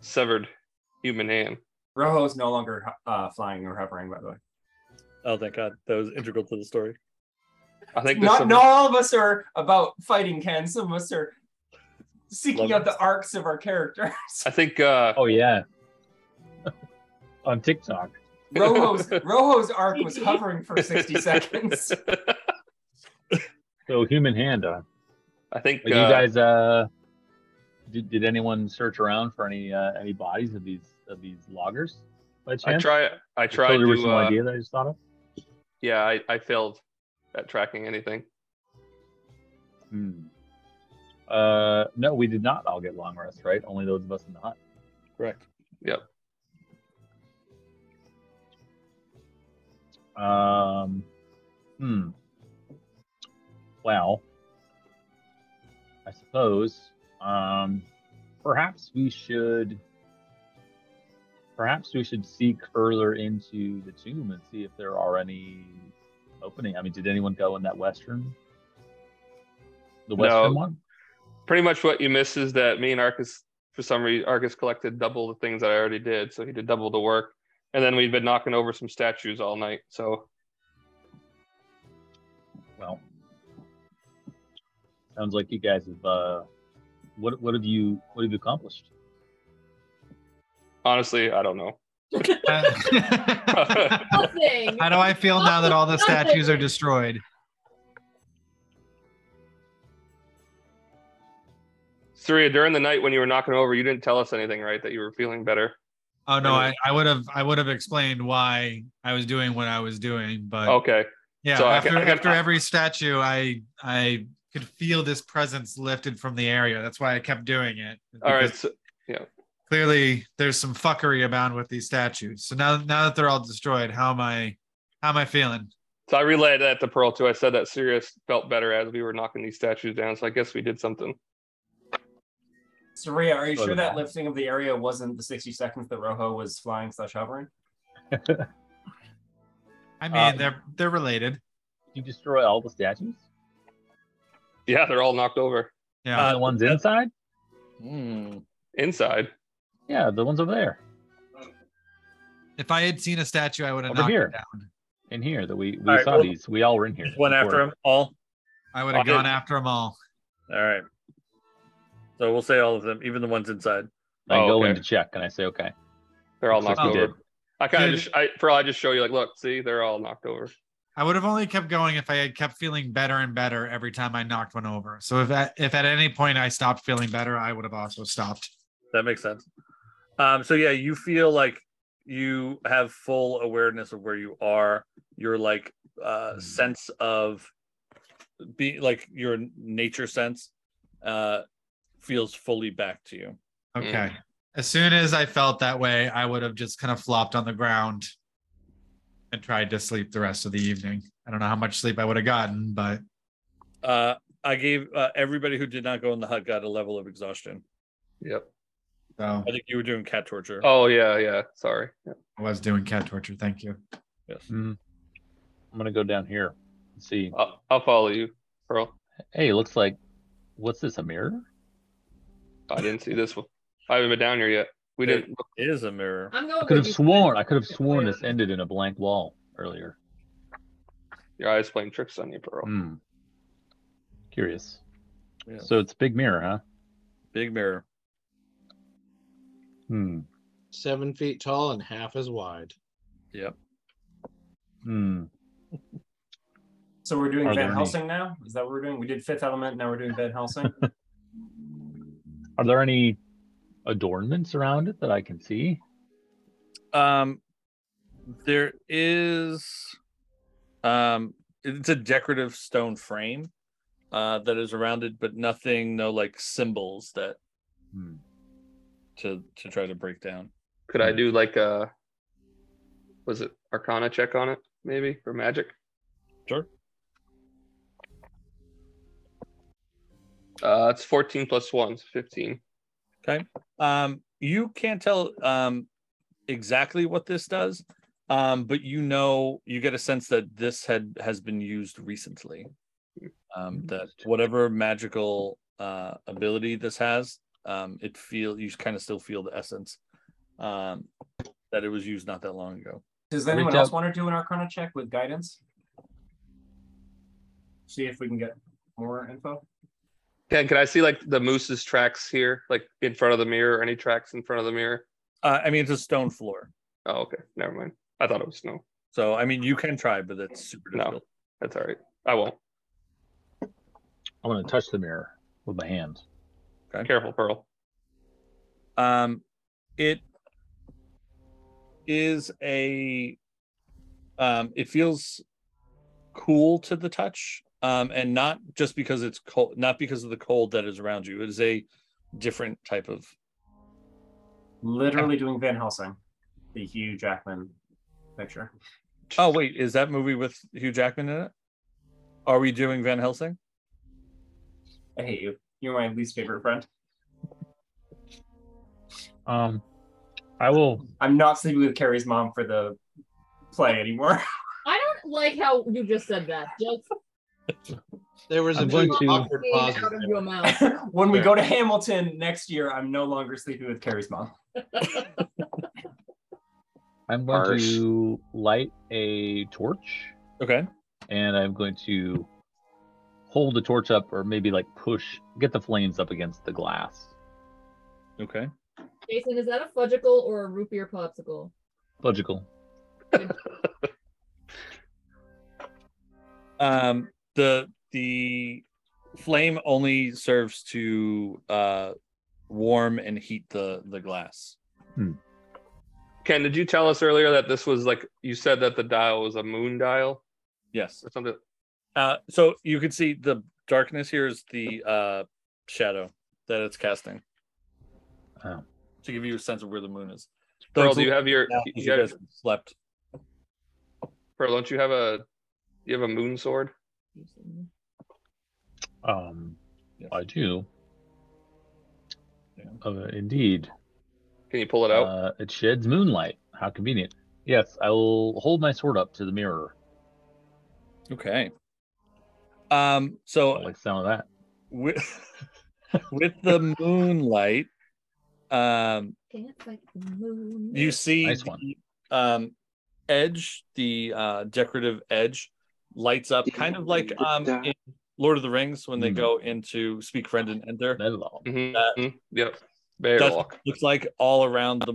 severed human hand. Rojo is no longer uh, flying or hovering, by the way. Oh, thank God. That was integral to the story. I think Not, not all of us are about fighting Ken. Some of us are seeking Love out the arcs of our characters. I think. Uh, oh yeah. On TikTok. Rojo's, Rojo's arc was hovering for 60 seconds. So human hand. Uh, I think you uh, guys. Uh, did, did anyone search around for any uh, any bodies of these of these loggers? By I chance? try. I Just tried totally to. original uh, idea that I just thought of. Yeah, I, I failed at tracking anything. Hmm. Uh, no, we did not all get long rest, right? Only those of us in the hut. Correct. Yep. Um, hmm. Well, I suppose um, perhaps we should perhaps we should seek further into the tomb and see if there are any opening. I mean, did anyone go in that western? The western No. one? Pretty much what you miss is that me and Arcus, for some reason, Arcus collected double the things that I already did, so he did double the work. And then we've been knocking over some statues all night, so Well, sounds like you guys have. Uh, what what have you what have you accomplished? honestly, I don't know. Nothing. How do I feel now that all the statues are destroyed? Surya, during the night when you were knocking over, you didn't tell us anything, right? That you were feeling better. Oh no, I, I would have I would have explained why I was doing what I was doing, but Okay. yeah, So I after, can- I can- after every statue, I I could feel this presence lifted from the area. That's why I kept doing it. All right. because So, yeah. Clearly, there's some fuckery abound with these statues. So now now that they're all destroyed, how am I how am I feeling? So I relayed that to Pearl too. I said that Sirius felt better as we were knocking these statues down. So I guess we did something. Saria, are you Sort sure of that that. lifting of the area wasn't the 60 seconds that Rojo was flying slash hovering? I mean, Uh, they're they're related. You destroy all the statues? Yeah, they're all knocked over Yeah. the ones inside? Hmm. Uh, inside. Yeah, the ones over there, if I had seen a statue, I would have Over knocked here. it down. in here that we we All right, saw well- these. We all were in here. Just one after before. them all. I would have I- gone after them all. All right. So we'll say all of them, even the ones inside. I Oh, go okay. in to check, and I say, okay. They're all looks knocked like you over. did. I kind Dude. of just, I, Pearl, I just show you like, look, see, they're all knocked over. I would have only kept going if I had kept feeling better and better every time I knocked one over. So if at, if at any point I stopped feeling better, I would have also stopped. That makes sense. Um, so yeah, you feel like you have full awareness of where you are. Your like uh, Hmm. sense of be like your nature sense uh, feels fully back to you. Okay. Mm. As soon as I felt that way, I would have just kind of flopped on the ground and tried to sleep the rest of the evening. I don't know how much sleep I would have gotten, but Uh, I gave uh, everybody who did not go in the hut got a level of exhaustion. Yep. so I think you were doing cat torture. Oh yeah, yeah. Sorry. Yeah. I was doing cat torture. Thank you. Yes. Hmm. I'm gonna go down here and see. I'll, I'll follow you, Pearl. Hey, looks like what's this? A mirror? I didn't see this one. I haven't been down here yet. We There didn't. is a mirror. I'm I going could with have you. sworn. I could have sworn this ended in a blank wall earlier. Your eyes playing tricks on you, Pearl. Hmm. Curious. Yeah. So it's a big mirror, huh? Big mirror. Hmm. Seven feet tall and half as wide. Hmm. So we're doing Are there Van any- Helsing now? Is that what we're doing? We did Fifth Element, now we're doing Van Helsing. Are there any adornments around it that I can see? Um, there is, um, it's a decorative stone frame, uh, that is rounded, but nothing, no like symbols that Hmm. to to try to break down. Could I do like a, was it Arcana check on it maybe for magic? Sure. Uh, it's fourteen plus one, so fifteen. Um, you can't tell um exactly what this does, um, but you know you get a sense that Hmm. this had has been used recently. Um, that whatever magical uh, ability this has. Um, it feel you kind of still feel the essence um, that it was used not that long ago. Does anyone else want to do an Arcana check with guidance? See if we can get more info. Ken, can I see like the moose's tracks here, like in front of the mirror? Or any tracks in front of the mirror? Uh, I mean, it's a stone floor. Oh, okay. Never mind. I thought it was snow. So I mean, you can try, but that's super difficult. that's all right. I won't. I want to touch the mirror with my hands. Careful, Pearl. Um, it is a. Um, it feels cool to the touch, um, and not just because it's cold, not because of the cold that is around you. It is a different type of. Literally doing Van Helsing, the Hugh Jackman picture. Oh wait, is that movie with Hugh Jackman in it? Are we doing Van Helsing? I hate you. You're my least favorite friend. Um, I will. I'm not sleeping with Carrie's mom for the play anymore. I don't like how you just said that. Just There was a I'm very going to- awkward pause. out of your mouth. when we go to Hamilton next year, I'm no longer sleeping with Carrie's mom. I'm going Harsh. to light a torch, Okay. and I'm going to hold the torch up, or maybe like push, get the flames up against the glass. Okay. Jason, is that a fudgicle or a root beer popsicle? Logical. um the the flame only serves to uh warm and heat the the glass Hmm. Ken, did you tell us earlier that this was like you said that the dial was a moon dial yes or something? uh so you can see the darkness here is the uh shadow that it's casting Oh. to give you a sense of where the moon is Pearl, Those do you have your now, you you have, guys slept Pearl? Don't you have a you have a moon sword? Um, Yes. I do. Yeah. Uh, indeed. Can you pull it out? Uh, it sheds moonlight. How convenient. Yes, I will hold my sword up to the mirror. okay um so I like the sound of that. with with the moonlight um Dance like the moon. you see Nice one. the, um edge the uh decorative edge lights up kind of like um in lord of the rings when they Hmm. go into speak friend and enter Metal. Mhm, that- mhm, Yep. Bear that's- walk. looks like all around the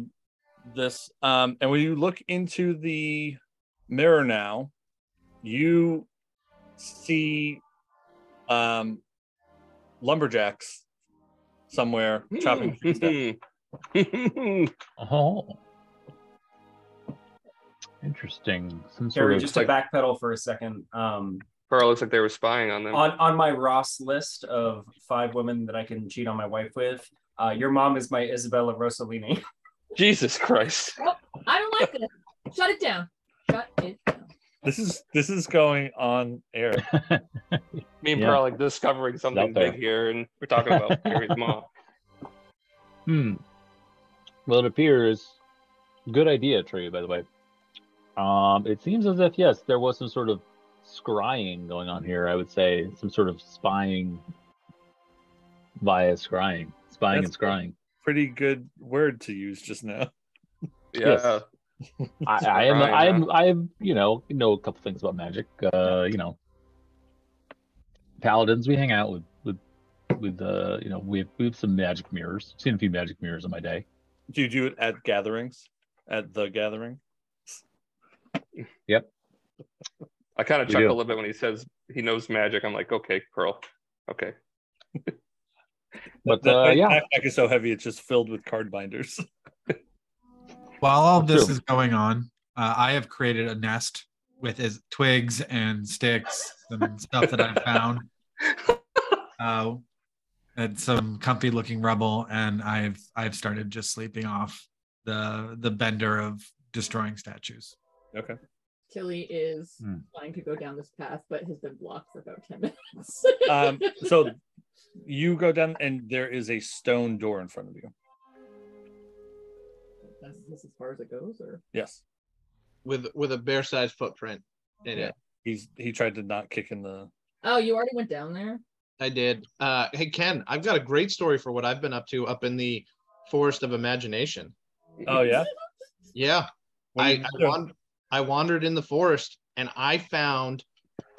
this um and when you look into the mirror now you see um lumberjacks somewhere chopping trees down. Oh. Interesting. Some sort Carrie, of just like- to backpedal for a second. Um, Pearl looks like they were spying on them. on on my Ross list of five women that I can cheat on my wife with, uh, your mom is my Isabella Rossellini. Jesus Christ. Oh, I don't like this. Shut it down. Shut it down. this is this is going on air Me and Yeah. Pearl are like discovering something there. big here, and we're talking about Carrie's mom. Hmm. Well, it appears. Good idea, Trey. By the way. Um, it seems as if yes, there was some sort of scrying going on here. I would say some sort of spying via scrying, spying That's- and scrying. pretty good word to use just now Yeah. Yes. I, I am. Scrying, I am. huh? I am. You know, know a couple things about magic. Uh, you know, paladins. We hang out with with with uh, you know, we have, we have some magic mirrors. Seen a few magic mirrors in my day. do you do it at gatherings at the gathering I kind of We chuckle do. a little bit when he says he knows magic. I'm like, okay, Pearl. Okay. But the uh, yeah, backpack is so heavy it's just filled with card binders While all this True. is going on, uh, I have created a nest with is- twigs and sticks and stuff that I found, uh, and some comfy-looking rubble, and I've I've started just sleeping off the the bender of destroying statues. okay Tilly is Hmm. trying to go down this path, but has been blocked for about 10 minutes. um so you go down and there is a stone door in front of you That's this as far as it goes, or yes with with a bear sized footprint in it. he's he tried to not kick in the oh, you already went down there. I did. Uh, hey, Ken, I've got a great story for what I've been up to up in the forest of imagination. Oh, yeah? Yeah. What I, did you I, do? wan- I wandered in the forest and I found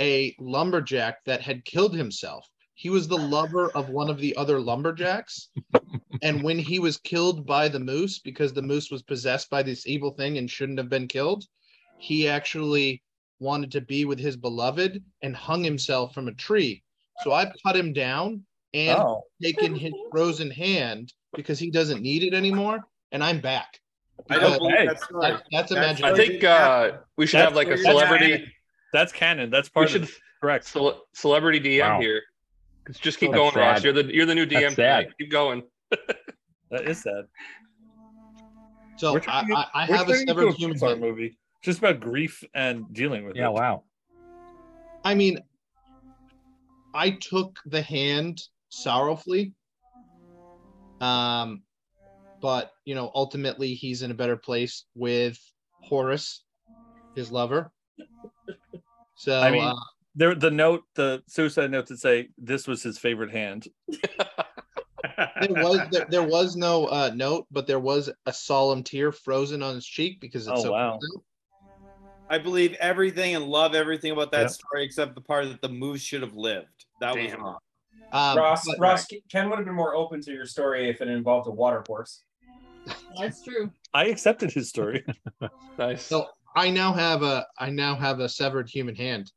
a lumberjack that had killed himself. He was the lover of one of the other lumberjacks. and when he was killed by the moose, because the moose was possessed by this evil thing and shouldn't have been killed, he actually wanted to be with his beloved and hung himself from a tree. So I've cut him down and Oh. taken his frozen hand because he doesn't need it anymore. And I'm back. I don't Because- believe that story. That- that's I imaginary. think uh, we should That's have like a weird. celebrity. That's canon. That's We part should of it. correct. cele- celebrity DM Wow. here. Just keep That's going, Ross. sad. You're the you're the new DM. That's tonight. sad. Keep going. That is sad. so We're I, turning it- I, I We're have a turning into severed Pixar human. hand. movie. It's Just about grief and dealing with Yeah. it. Wow. I mean, I took the hand sorrowfully. Um, but you know, ultimately, he's in a better place with Horace, his lover. So I mean- uh, There, the note, the suicide note that say this was his favorite hand. there was there, there was no uh, note, but there was a solemn tear frozen on his cheek because it's Oh, so wow. cold. I believe everything and love everything about that Yeah. story except the part that the moose should have lived. That Damn. was wrong. Um, Ross, but- Ross, Ken would have been more open to your story if it involved a water course. That's true. I accepted his story. Nice. So I now have a I now have a severed human hand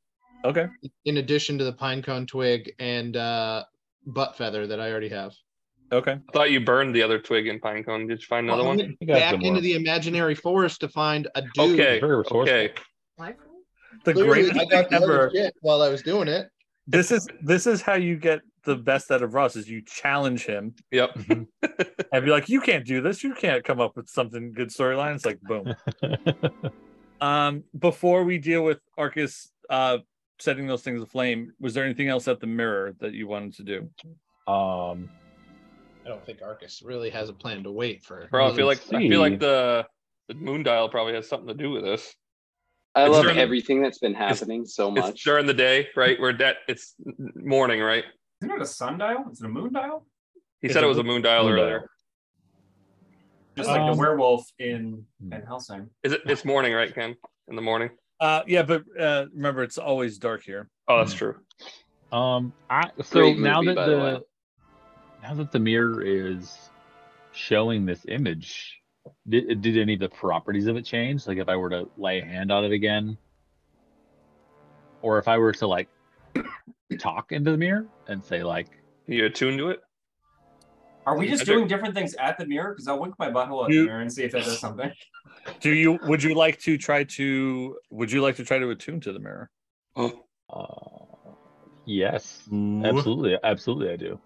okay. in addition to the pine cone twig and uh, butt feather that I already have. Okay. I thought you burned the other twig in pinecone. Did you find another Well, I one? went You guys Back did into more. the imaginary forest to find a dude. Okay. Very resourceful. Okay. My The Clearly, great I thing got the other ever. shit while I was doing it. This is this is how you get the best out of Ross is you challenge him Yep. Mm-hmm. and be like, you can't do this. You can't come up with something good storyline. It's like boom. Um, before we deal with Arcus uh setting those things aflame, was there anything else at the mirror that you wanted to do? um. I don't think Arcus really has a plan to wait for. Bro, I feel like I feel see. like the the moon dial probably has something to do with this. I It's love during- everything that's been happening so It's much. during the day, right? Where that it's morning, right? Isn't it a sundial? Is it a moon dial? He It's said a it was a moon dial moon dial. earlier. Just like the Um, werewolf in hmm. in Helsing. Is it? It's morning, right, Ken? In the morning. Uh yeah, but uh remember it's always dark here. Oh, that's true. Mm. Um, I so Great now that movie, by the, the way. now that the mirror is showing this image, did did any of the properties of it change? Like if I were to lay a hand on it again, or if I were to like talk into the mirror and say like, You attuned to it? Are we I just think- doing different things at the mirror? Because I'll wink my butthole at You- the mirror and see if that does something. Do you would you like to try to would you like to try to attune to the mirror? uh, yes, Ooh. absolutely, absolutely, I do.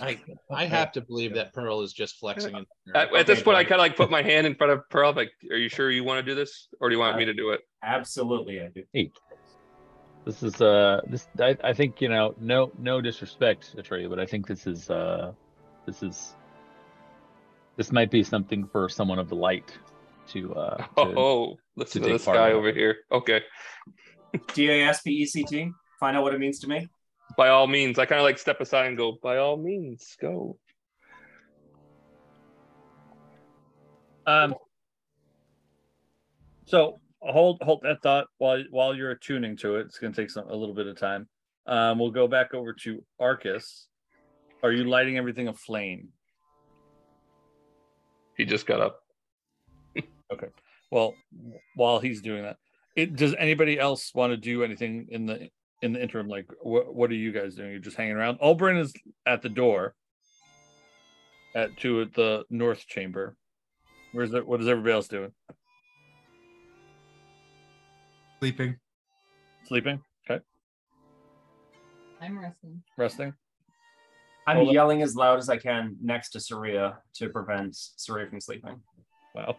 I, I have to believe that Pearl is just flexing. in the At, mirror. at this Okay, point, I fine. kind of like put my hand in front of Pearl. Like, are you sure you want to do this, or do you want me to do it? Absolutely, I do. This is uh, this I, I think you know, no no disrespect, Atreyu, but I think this is uh, this is this might be something for someone of the light to uh. To, Oh, oh listen to to take this part guy in it. over here. Okay. D A S P E C T. Find out what it means to me. By all means, I kind of like step aside and go. By all means, go. Um so hold hold that thought while while you're attuning to it. It's gonna take some a little bit of time. Um we'll go back over to Arcus. Are you lighting everything aflame? He just got up. Well, while he's doing that, it does anybody else want to do anything in the in the interim? Like, what what are you guys doing? You're just hanging around. Ulbrin is at the door, at to the north chamber. Where's it? What is everybody else doing? Sleeping. Sleeping, I'm resting. resting. I'm Hold on. yelling as loud as I can next to Saria to prevent Saria from sleeping. Wow.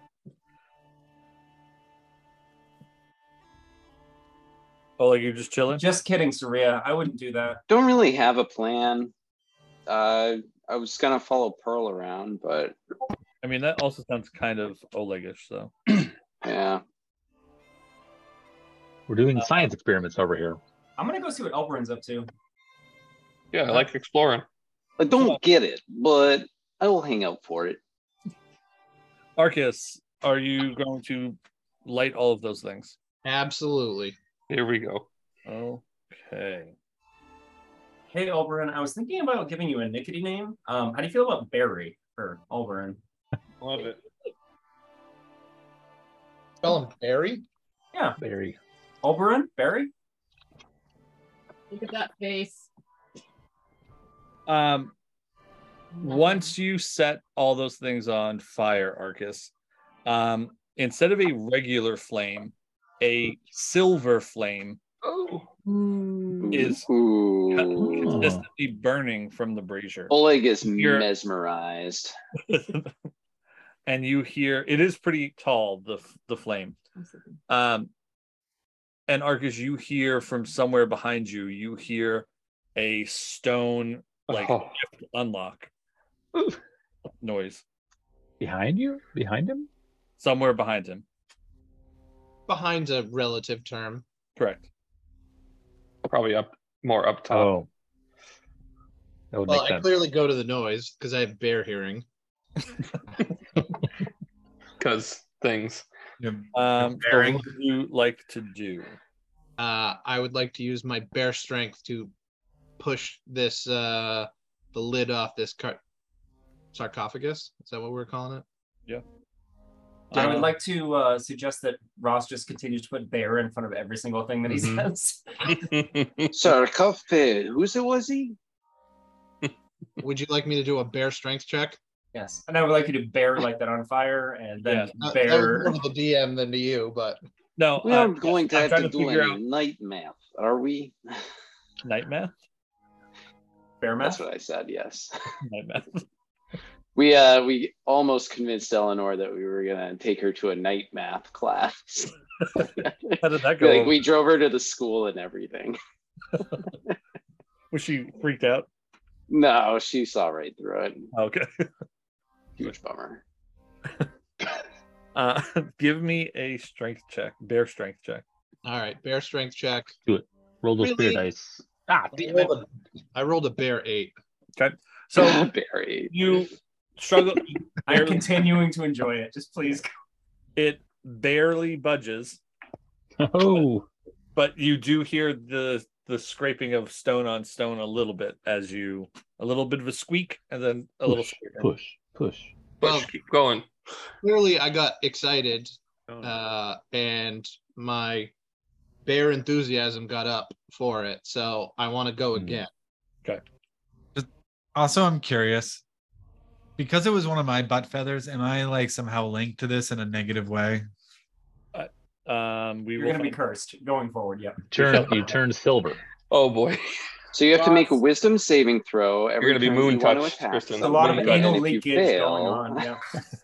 Oh, like you're just chilling. Just kidding, Saria. I wouldn't do that. Don't really have a plan. Uh, I was gonna follow Pearl around, but I mean, that also sounds kind of Olegish. So yeah. We're doing science experiments over here. I'm gonna go see what Elbrin's up to. Yeah, I like exploring. I don't get it, but I will hang out for it. Arceus, are you going to light all of those things? Absolutely. Here we go. Okay. Hey, Oberon, I was thinking about giving you a nickety name. Um, how do you feel about Barry for Oberon? Love it. Spell him Barry. Yeah. Barry. Oberon? Barry? Look at that face. Um, once you set all those things on fire, Arcus, um, instead of a regular flame, a silver flame is Ooh. consistently burning from the brazier. Oleg is You're- mesmerized. and you hear it is pretty tall the the flame um and arcus you hear from somewhere behind you you hear a stone like Oh. shift unlock noise Behind you? Behind him? somewhere behind him Behind's a relative term. correct Probably up more up top. Oh. That would Well, make I sense. clearly go to the noise because I have bear hearing. because things. um so Bearing. what would you like to do Uh, I would like to use my bear strength to push this uh, the lid off this car- sarcophagus. Is that what we're calling it? I would Um, like to uh, suggest that Ross just continues to put Bear in front of every single thing that he Mhm. says. Sarkophe, who's it was he? Would you like me to do a bear strength check? Yes. And I would like you to bear like that on fire and then Uh, that was bear. more to the DM than to you, but no We uh, aren't going to I'm have trying to, to do figure any out- night math, are we? night math bear That's math. what I said, yes. night math We uh we almost convinced Eleanor that we were gonna take her to a night math class. how did that go like over? we drove her to the school and everything. was she freaked out No, she saw right through it. okay Huge bummer. uh give me a strength check bear strength check all right, bear strength check. Roll those Really? spirit dice. Ah, I damn it. rolled a, I rolled a bear eight. so Barry. you struggle I'm continuing to enjoy it. Just please. it barely budges Oh, but you do hear the the scraping of stone on stone a little bit as you a little bit of a squeak and then a little push, scrape. push, push. Push, Well- keep going. Clearly, I got excited, Oh, no. uh, and my bear enthusiasm got up for it. So I want to go Hmm. again. Also, I'm curious because it was one of my butt feathers. Am I like somehow linked to this in a negative way? um we You're will going to be find- cursed going forward. Yep. Turn, you turn silver. Oh boy. So you have to make a Ross. wisdom saving throw every gonna be time you want to moon-touched, attack Kristen. There's a lot of Moon someone, anal and if you leakage fail- going on.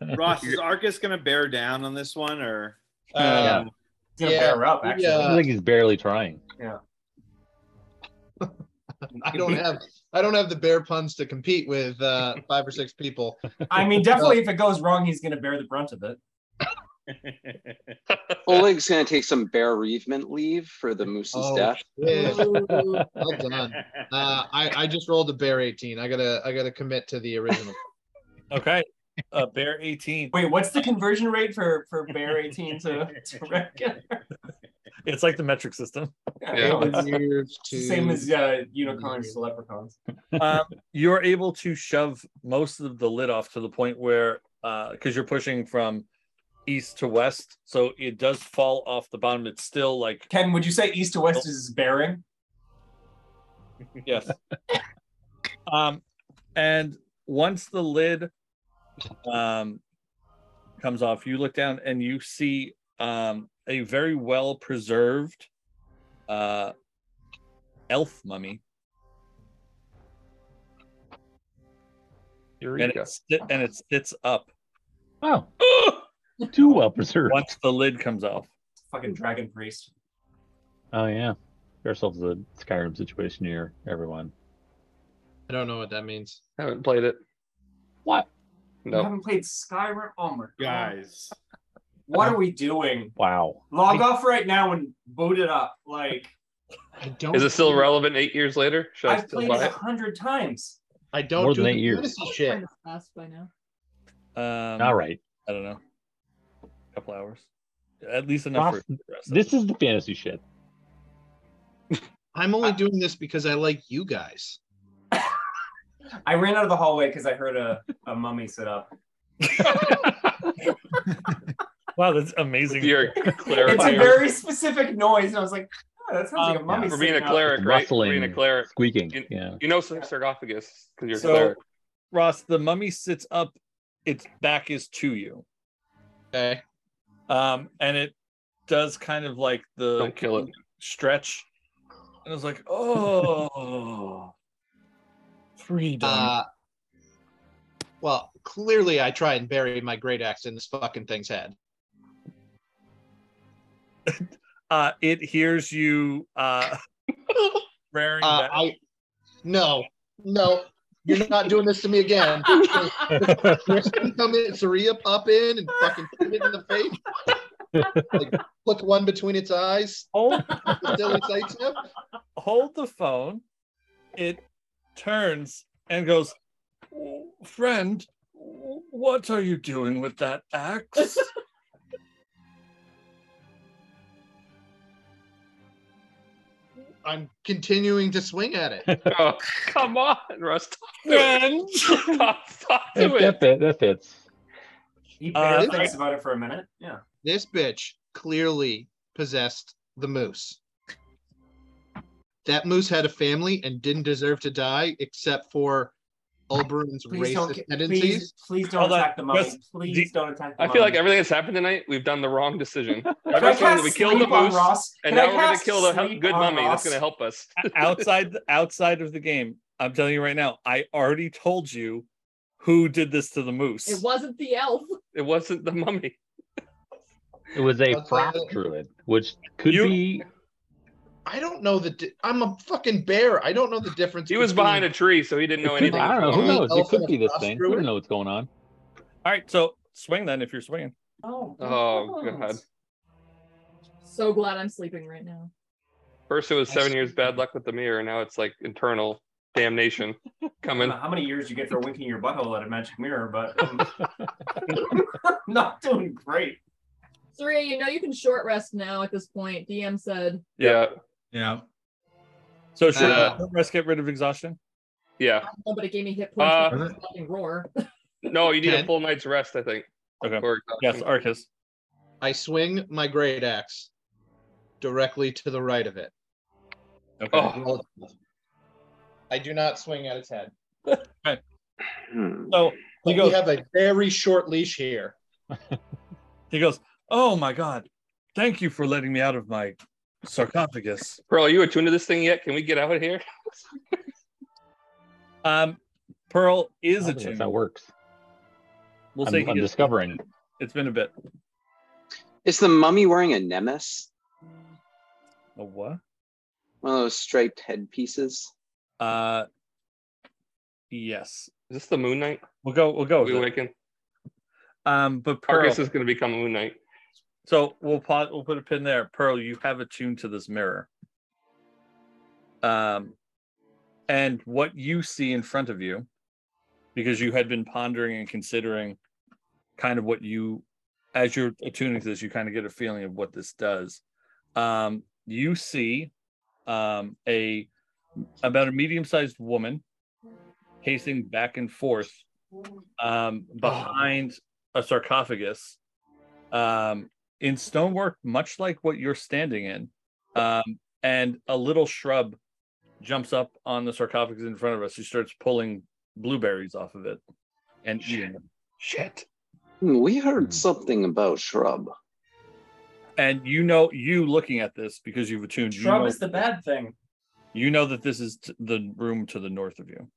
Yeah. Ross, is Arcus gonna bear down on this one or Uh, Um, It's going to Yeah, bear up, actually. yeah. I think he's barely trying. I don't have I don't have the bear puns to compete with uh, five or six people. I mean, definitely if it goes wrong, he's going to bear the brunt of it. Oleg's gonna take some bear bereavement leave for the moose's Oh, death. Yeah, Ooh. well done. Uh, I I just rolled a bear eighteen. I gotta I gotta commit to the original. okay uh bear 18 Wait, what's the conversion rate for, for bear 18 to, to regular? it's like the metric system Yeah. It's- Years it's the same to- as uh, unicorns to leprechauns. um you're able to shove most of the lid off to the point where uh because you're pushing from east to west so it does fall off the bottom it's still like Ken, would you say east to west is bearing? Yes. um, and once the lid um, comes off, you look down and you see um, a very well preserved uh, elf mummy, and Eureka. Oh. it, sit, and it sits up Wow. Too well preserved. once the lid comes off. Fucking dragon priest. Oh, yeah. Get ourselves a Skyrim situation here, everyone. I don't know what that means. Haven't played it. What? You No. haven't played Skyrim? Oh my god. guys? What are we doing? Wow. Log off right now and boot it up. Like, I don't. Is it still relevant eight years later? Should I I've still played it buy a it? hundred times. I don't More do than the eight years. fantasy I'll shit. find this fast by now. Um, All right. I don't know. A couple hours. At least Off- enough. For the rest of This is the fantasy shit. I'm only doing this because I like you guys. I ran out of the hallway because I heard a, a mummy sit up. Wow, that's amazing. You're a cleric. It's a here. very specific noise, and I was like, oh, that sounds like a Um, mummy For being sitting a up. cleric, right? For being a Rustling. cleric. Squeaking. You- Yeah. You know sar- sarcophagus because you're a So- cleric. Ross, the mummy sits up, its back is to you. Okay. Um, and it does kind of like the Don't kill it. stretch. And I was like, oh, three dimes. Uh, well, clearly I try and bury my great axe in this fucking thing's head. Uh, it hears you uh, raring Uh, back. I no, no, you're not doing this to me again. There's come in, Saria pop in and fucking put it in the face. like, put one between its eyes. Oh. Hold, It still excites you. hold the phone. It turns and goes, friend, what are you doing with that axe? I'm continuing to swing at it. Oh, come on, Russ. Talk to it. friend. Stop, stop to that, it. fit, that fits. He barely Uh, thinks about it for a minute. Yeah. This bitch clearly possessed the moose. That moose had a family and didn't deserve to die, except for Oberon's Please don't, racist get- please, tendencies. please don't Hold on, attack the mummy. Wes, please do- don't attack the I feel like mummy. everything that's happened tonight, we've done the wrong decision. um, Can I Every time that cast we killed the sleep on moose, Ross? and Can I now we're gonna cast kill the hel- sleep good on mummy. That's Ross? gonna help us. outside outside of the game i'm telling you right now i already told you who did this to the It moose wasn't the elf. It wasn't the mummy. It was a Okay. prop druid, which could You- be I don't know the. Di- I'm a fucking bear. I don't know the difference. He was behind a between- tree, so he didn't know I anything. don't know. was Who going on. knows? It Elephant could be this across thing. through We don't it? know what's going on. all right so swing then if you're swinging Oh, Oh, God. So glad I'm sleeping right now. First, it was seven years bad luck with the mirror. Now it's like internal damnation I don't coming. know how many years you get for winking your butthole at a magic mirror, but um, I'm not doing great. Three, you know you can short rest now at this point. DM said, Yeah, Yeah. so should Uh, short rest get rid of exhaustion yeah. I don't know, but it gave me hit points. Uh, for that fucking roar. No, you need a Ten. full night's rest, I think. Okay. Or- yes arcus I swing my great axe directly to the right of it. okay Oh, I do not swing at its head. Hmm. so he We goes have a very short leash here. he goes oh my god thank you for letting me out of my sarcophagus Pearl, are you attuned to this thing yet? Can we get out of here? um pearl I don't is a think that's tune how it works. we'll I'm, say he I'm is- discovering. it's been a bit Is the mummy wearing a nemes? a what One of those striped headpieces? uh yes Is this the moon night? we'll go we'll go with we it. waking. um but pearl Argus is going to become moon night. So we'll pause, we'll put a pin there. Pearl, you have attuned to this mirror. Um, and what you see in front of you, because you had been pondering and considering kind of what you, as you're attuning to this, you kind of get a feeling of what this does. Um, you see um, a about a medium-sized woman pacing back and forth um, behind a sarcophagus. Um, in stonework, much like what you're standing in. Um, and a little shrub jumps up on the sarcophagus in front of us. She starts pulling blueberries off of it and eating them. Shit. Hmm, we heard Hmm. something about shrub. And you know, you looking at this because you've attuned, you Shrub know, is the bad thing. you know that this is t- the room to the north of you.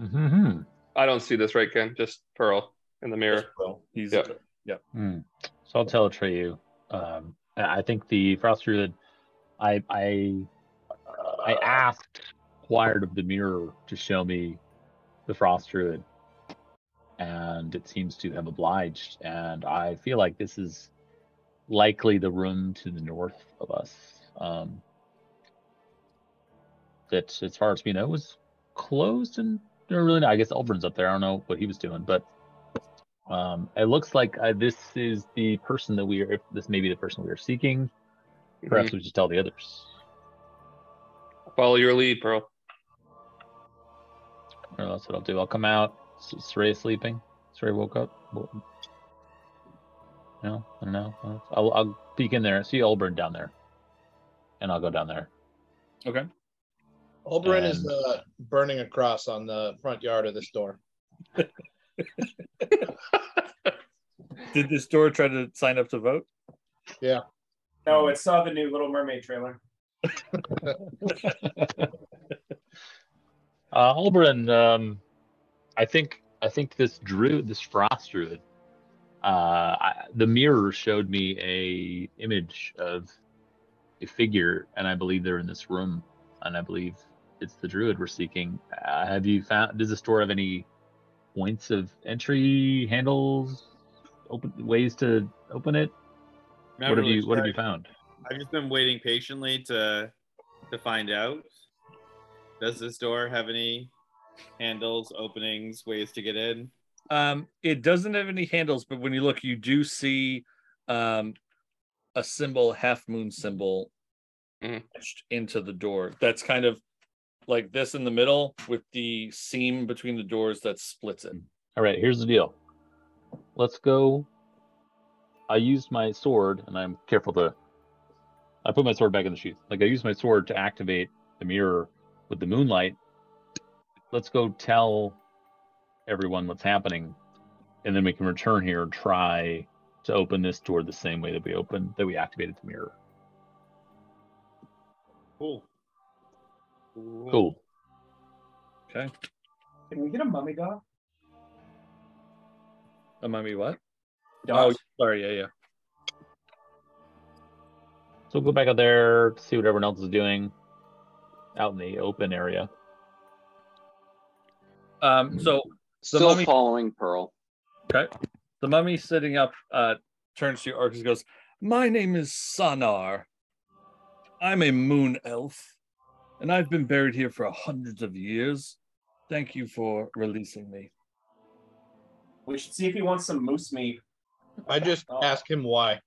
Mm-hmm. I don't see this right, Ken. Just Pearl in the mirror. He's Yeah. Hmm. Mm. So I'll tell Atreyu. Um, I I think the frost druid. I I uh, I asked Wired of the Mirror to show me the frost druid, and it seems to have obliged. And I feel like this is likely the room to the north of us. Um, that, as far as we know, was closed and or really not. I guess Elbrin's up there. I don't know what he was doing, but um, it looks like uh, this is the person that we are. If this may be the person we are seeking, perhaps we should tell the others. Follow your lead, Pearl. Or that's what I'll do. I'll come out. S- Saraya's sleeping. Saraya woke up. Wo- No, I don't know. I'll, I'll peek in there. See Elbrin down there, and I'll go down there. Okay. Oberon is And- uh, burning a cross on the front yard of this door. Did this door try to sign up to vote? Yeah. No, it saw the new Little Mermaid trailer. Uh, Alberin, um, I think I think this druid, this frost druid, uh, I, the mirror showed me a image of a figure, and I believe they're in this room, and I believe it's the druid we're seeking. Uh, have you found? Does the store have any points of entry, handles, open ways to open it? Not what really have you What have you sure. found? I've just been waiting patiently to to find out. Does this door have any handles, openings, ways to get in? Um, it doesn't have any handles, but when you look, you do see um, a symbol, half moon symbol, etched into the door. That's kind of like this in the middle with the seam between the doors that splits it. All right, here's the deal. Let's go. I used my sword, and I'm careful to. I put my sword back in the sheath. Like I used my sword to activate the mirror with the moonlight. Let's go tell everyone what's happening, and then we can return here and try to open this door the same way that we opened that we activated the mirror. Cool. Cool. Okay. Can we get a mummy dog? That might be what? Dot. Oh, sorry. Yeah, yeah. So we'll go back out there, see what everyone else is doing, out in the open area. Mm-hmm. Um, so the Still mummy, following Pearl. okay. the mummy sitting up uh, turns to Arcus and goes, My name is Sanar. I'm a moon elf, and I've been buried here for hundreds of years. Thank you for releasing me. We should see if he wants some moose meat. Oh. I just ask him why.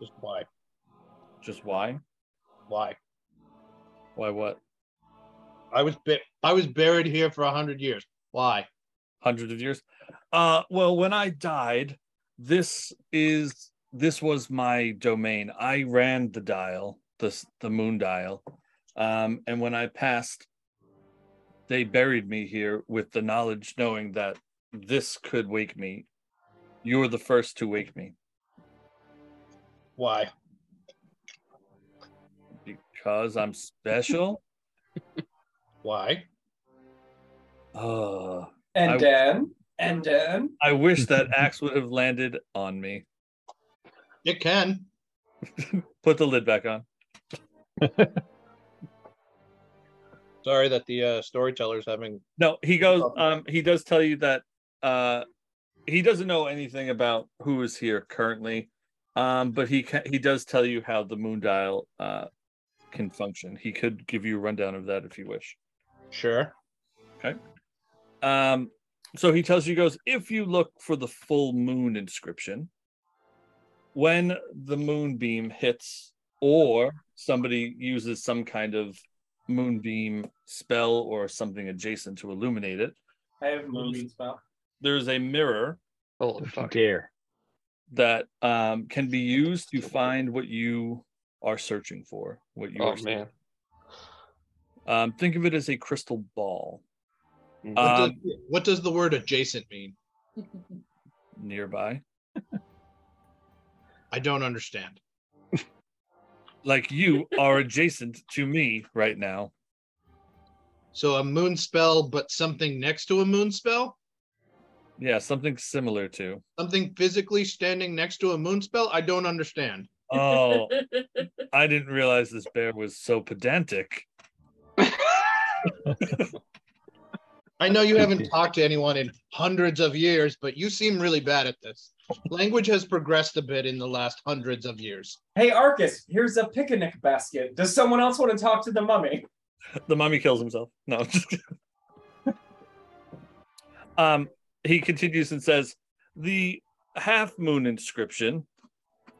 Just why? Just why? Why? Why what? I was bit. I was buried here for a hundred years. Why? Hundreds of years. Uh, well, when I died, this is this was my domain. I ran the dial, the s- the moon dial, um, and when I passed, they buried me here with the knowledge, knowing that this could wake me. You're the first to wake me Why? because I'm special. Why? Uh, And I- then, and um, then. I wish that axe would have landed on me. It can. Put the lid back on. Sorry that the uh, storyteller's having. No, he goes. Um, he does tell you that uh, he doesn't know anything about who is here currently, um, but he ca he does tell you how the moon dial uh, can function. He could give you a rundown of that if you wish. Sure. Okay. Um, so he tells you, he goes, if you look for the full moon inscription, when the moonbeam hits or somebody uses some kind of moonbeam spell or something adjacent to illuminate it, I have moonbeam spell. there's a mirror Holy fuck. Dare. that um, can be used to find what you are searching for. What you Oh, are seeking. man. Um, think of it as a crystal ball. Mm-hmm. What, does, Um, what does the word adjacent mean? nearby, I don't understand. like you are adjacent to me right now. So a moon spell, but something next to a moon spell? Yeah, something similar to. Something physically standing next to a moon spell? I don't understand. Oh, I didn't realize this bear was so pedantic. I know you haven't talked to anyone in hundreds of years, but you seem really bad at this. Language has progressed a bit in the last hundreds of years. Hey, Arcus, here's a picnic basket. Does someone else want to talk to the mummy? the mummy kills himself. No. I'm just kidding. um, he continues and says, "The half moon inscription.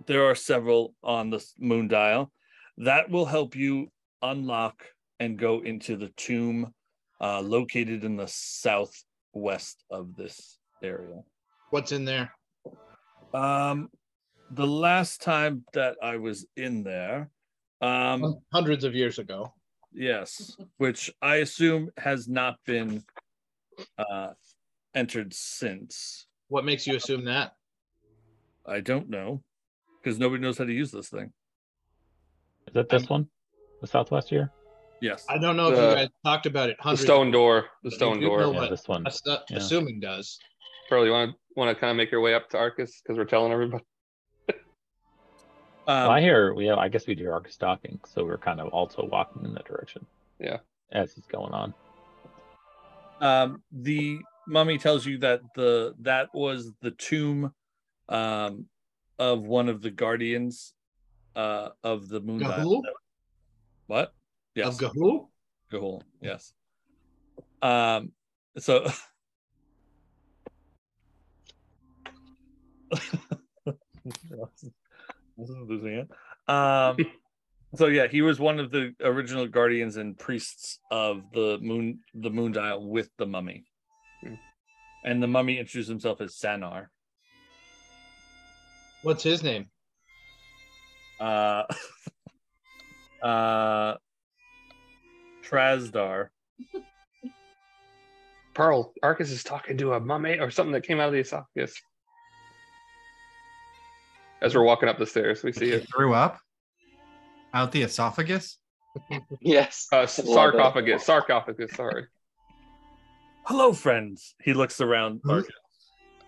There are several on the s- moon dial. That will help you unlock and go into the tomb uh, located in the southwest of this area." What's in there? Um, the last time that I was in there, um, hundreds of years ago. Yes, which I assume has not been uh, entered since. What makes you assume that? I don't know, because nobody knows how to use this thing. Is that this one? The southwest here? Yes. I don't know if The- you guys talked about it. The Hundreds stone door. The You- stone you door. know Yeah, what this one. ass- uh, Yeah. Assuming does. Probably want to want to kind of make your way up to Arcus because we're telling everybody. Um, Well, I hear we have, I guess we do our stalking, so we're kind of also walking in that direction. Yeah. As it's going on. um, the mummy tells you that the that was the tomb um, of one of the guardians uh, of the moon. dial. Gahul? What? Yes. Of Gahul? Gahul, yes. Um, so this is losing it. Um, so yeah, he was one of the original guardians and priests of the moon, the moon dial with the mummy, Hmm. and the mummy introduced himself as Sanar. What's his name? Uh, uh, Trasdar. Pearl, Arcus is talking to a mummy or something that came out of the esophagus. As we're walking up the stairs, we see it. Threw up out the esophagus. Yes. Uh, sarcophagus, sarcophagus. Sorry. Hello, friends. He looks around. Hmm? Argus.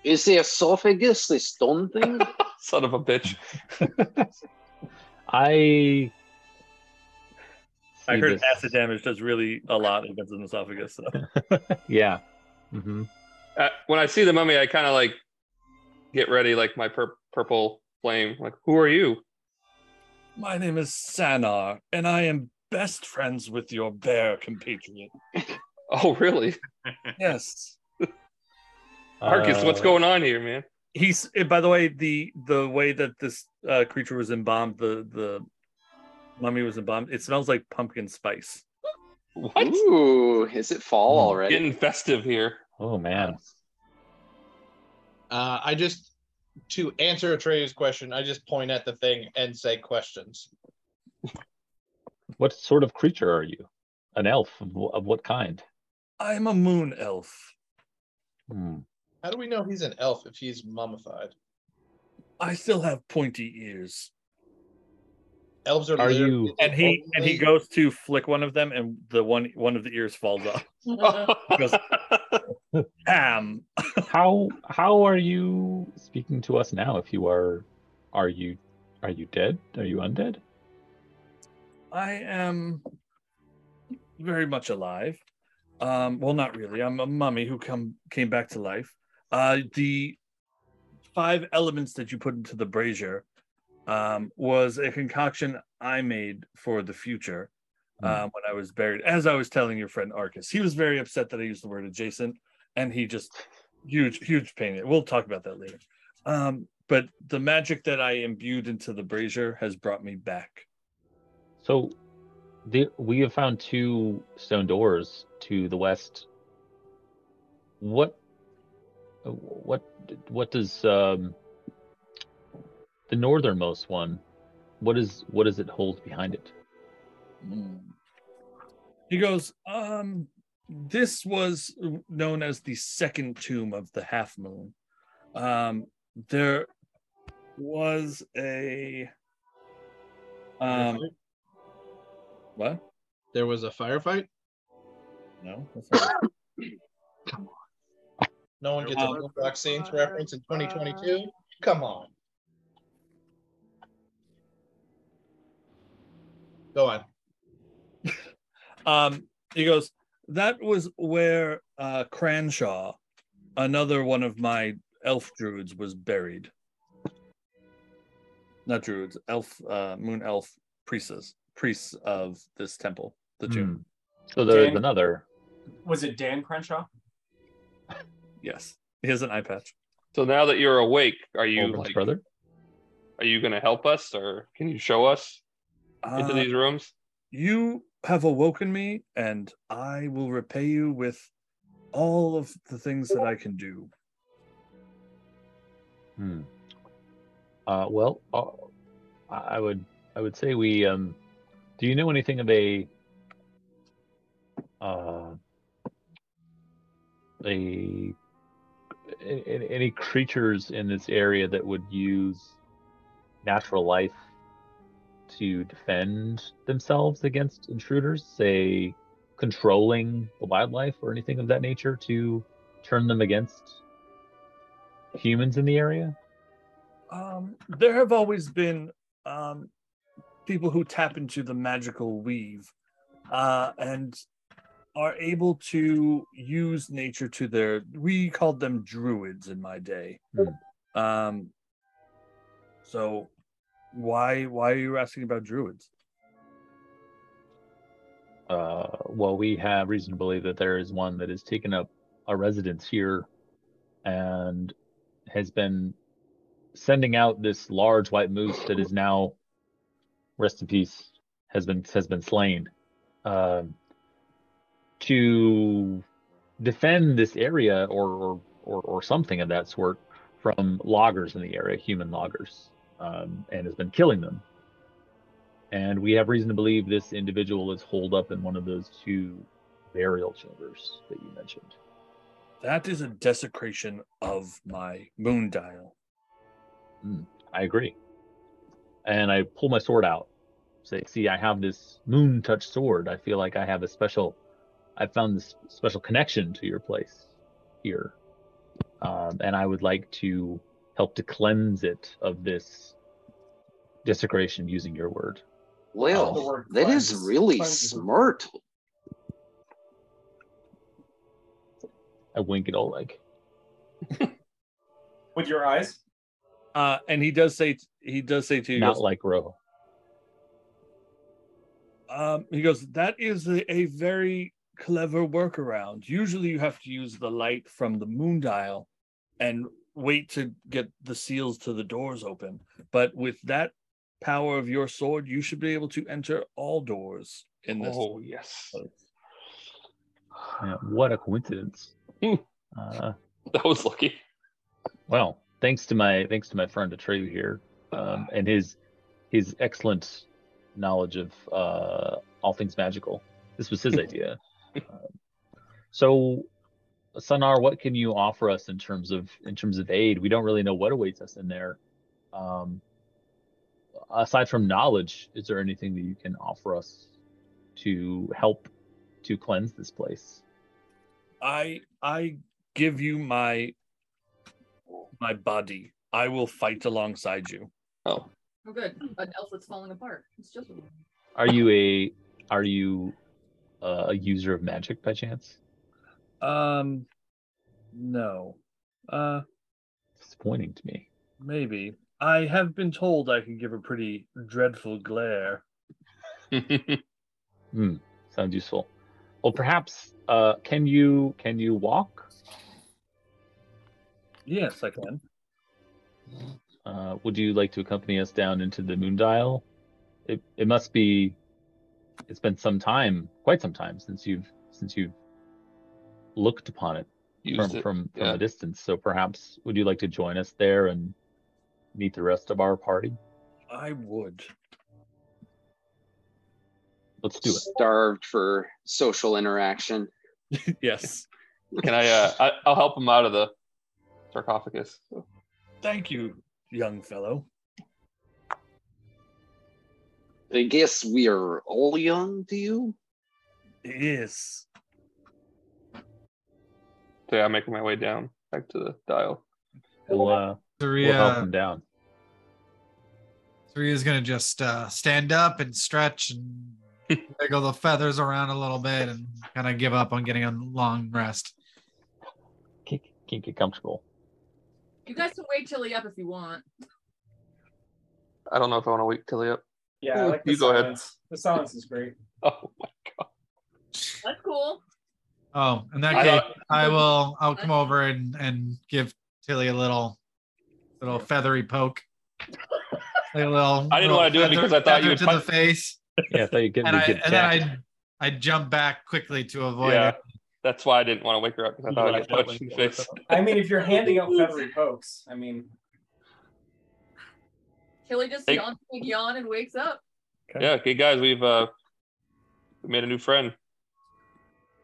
Is the esophagus the stone thing? Son of a bitch. I I see heard this- acid damage does really a lot against an esophagus. So. Yeah. hmm Uh, when I see the mummy, I kind of like get ready, like my pur- purple flame. Like, who are you? My name is Sanar, and I am best friends with your bear compatriot. Oh, really? Yes. Arcus, what's Uh, going on here, man? He's eh, by the way, the the way that this uh, creature was embalmed, the the mummy was embalmed, it smells like pumpkin spice. What? Ooh, is it fall Hmm. already? Getting festive here. Oh man. Uh, I just to answer Atreus' question, I just point at the thing and say questions. What sort of creature are you? An elf of, wh- of what kind? I'm a moon elf. Hmm. How do we know he's an elf if he's mummified? I still have pointy ears. Elves are. Are literally you- the And he and he only- goes to flick one of them, and the one one of the ears falls off. He goes, "Damn." How how are you speaking to us now? If you are, are you are you dead? Are you undead? I am very much alive. Um, well, not really. I'm a mummy who come came back to life. Uh, the five elements that you put into the brazier um, was a concoction I made for the future um, when I was buried. As I was telling your friend Arcus, he was very upset that I used the word adjacent, and he just huge, huge pain. We'll talk about that later. Um, but the magic that I imbued into the brazier has brought me back. So, the, we have found two stone doors to the west. What, what, what does um, the northernmost one? What is what does it hold behind it? Mm. He goes, um, this was known as the second tomb of the half moon. Um, there was a um what? there was a firefight. No, that's not it. No one gets a Um, Boondock Saints reference in 2022. Come on. Go on. um he goes, that was where uh Cranshaw, another one of my elf druids, was buried. Not druids, elf uh moon elf priestess, priests of this temple, the tomb. Hmm. So there is Dan- another. Was it Dan Crenshaw? Yes. He has an eye patch. So now that you're awake, are you Olbert's like, brother? Are you going to help us, or can you show us into Uh, these rooms? You have awoken me, and I will repay you with all of the things that I can do. Hmm. Uh, well, uh, I I would I would say we. Um, do you know anything of a uh, a a- a- any creatures in this area that would use natural life to defend themselves against intruders? Say, controlling the wildlife or anything of that nature to turn them against humans in the area? Um, there have always been um, people who tap into the magical weave uh, and are able to use nature to their. We called them druids in my day. Hmm. Um, so, why why are you asking about druids? uh, well, we have reason to believe that there is one that has taken up a residence here and has been sending out this large white moose that is now, rest in peace, has been has been slain, um, to defend this area or, or or or something of that sort from loggers in the area, human loggers, um, and has been killing them and we have reason to believe this individual is holed up in one of those two burial chambers that you mentioned. That is a desecration of my moon dial. Hmm, I agree. And I pull my sword out. Say, see, I have this moon touch sword. I feel like I have a special, I found this special connection to your place here. Um, and I would like to help to cleanse it of this desecration using your word. Well, The word that is cleanse. really Cleanse is a- smart. I wink at Oleg. With your eyes? Uh, and he does say he does say to you, he Not goes, like Rojo. um, he goes, that is a, a very clever workaround. Usually you have to use the light from the moon dial and wait to get the seals to the doors open. But with that power of your sword, you should be able to enter all doors in this. Oh yes, Yeah, Uh, what a coincidence. Hmm. uh, that was lucky. Well, thanks to my thanks to my friend Atreyu here, um, and his his excellent knowledge of uh, all things magical. This was his idea. Um, so, Sanar, what can you offer us in terms of in terms of aid? We don't really know what awaits us in there. Um, aside from knowledge, is there anything that you can offer us to help to cleanse this place? I I give you my my body. I will fight alongside you. Oh, Oh, good. An elf that's falling apart. It's just Are you a are you uh, a user of magic by chance? Um, no. Uh, It's pointing to me. maybe. I have been told I can give a pretty dreadful glare. Hmm, sounds useful. Well, perhaps uh, can you can you walk? Yes, I can. Uh, would you like to accompany us down into the moon dial? It it must be. It's been some time, quite some time since you've since you've looked upon it Used from it. from from yeah. a distance. So perhaps would you like to join us there and meet the rest of our party? I would. Let's do it. Starved for social interaction. yes. Can I? Uh, I I'll help him out of the sarcophagus. Thank you, young fellow. I guess we are all young to you. Yes. So yeah, I'm making my way down back to the dial. We'll uh, we'll help Saria them down. Saria's gonna just uh, stand up and stretch and wiggle the feathers around a little bit and kind of give up on getting a long rest. Can't, can't get comfortable. You guys can wait till he up if you want. I don't know if I want to wait till he up. Oh, Yeah, I like the You go ahead. Oh silence. The silence is great. Oh my god. That's cool. Oh, in that I case, thought- I will. I'll come over and and give Tilly a little, little feathery poke. A little. I didn't little wanna do it feather- because I thought you feather would to punch- the face, Yeah, I thought you get and me I good and then I I jump back quickly to avoid yeah, it. that's why I didn't want to wake her up because I thought I'd get punched in the face. I mean, if you're handing out feathery pokes, I mean, Tilly just Hey. yawns, big yawn, and wakes up. Yeah, okay, guys, we've uh, we made a new friend.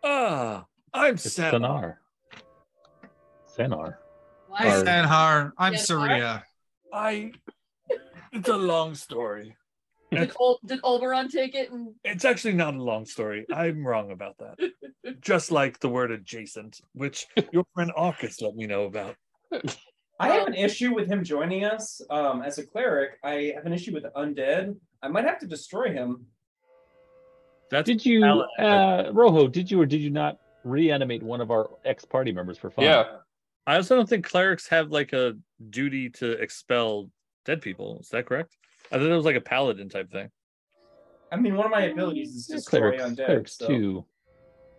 Ah, I'm It's sad. Sanar. Sanar. Why? Or- Sanhar, I'm Yeah, Saria. I. It's a long story. Did, Ol- did Oberon take it? And It's actually not a long story. I'm wrong about that. Just like the word adjacent, which your friend Arcus let me know about. I have an Oh. issue with him joining us um, as a cleric. I have an issue with undead. I might have to destroy him. That's Did you, Alan. uh, Rojo? Did you or did you not reanimate one of our ex-party members for fun? Yeah, I also don't think clerics have like a duty to expel dead people. Is that correct? I thought it was like a paladin type thing. I mean, one of my abilities is Yeah, destroy clerics, undead. clerics So. too.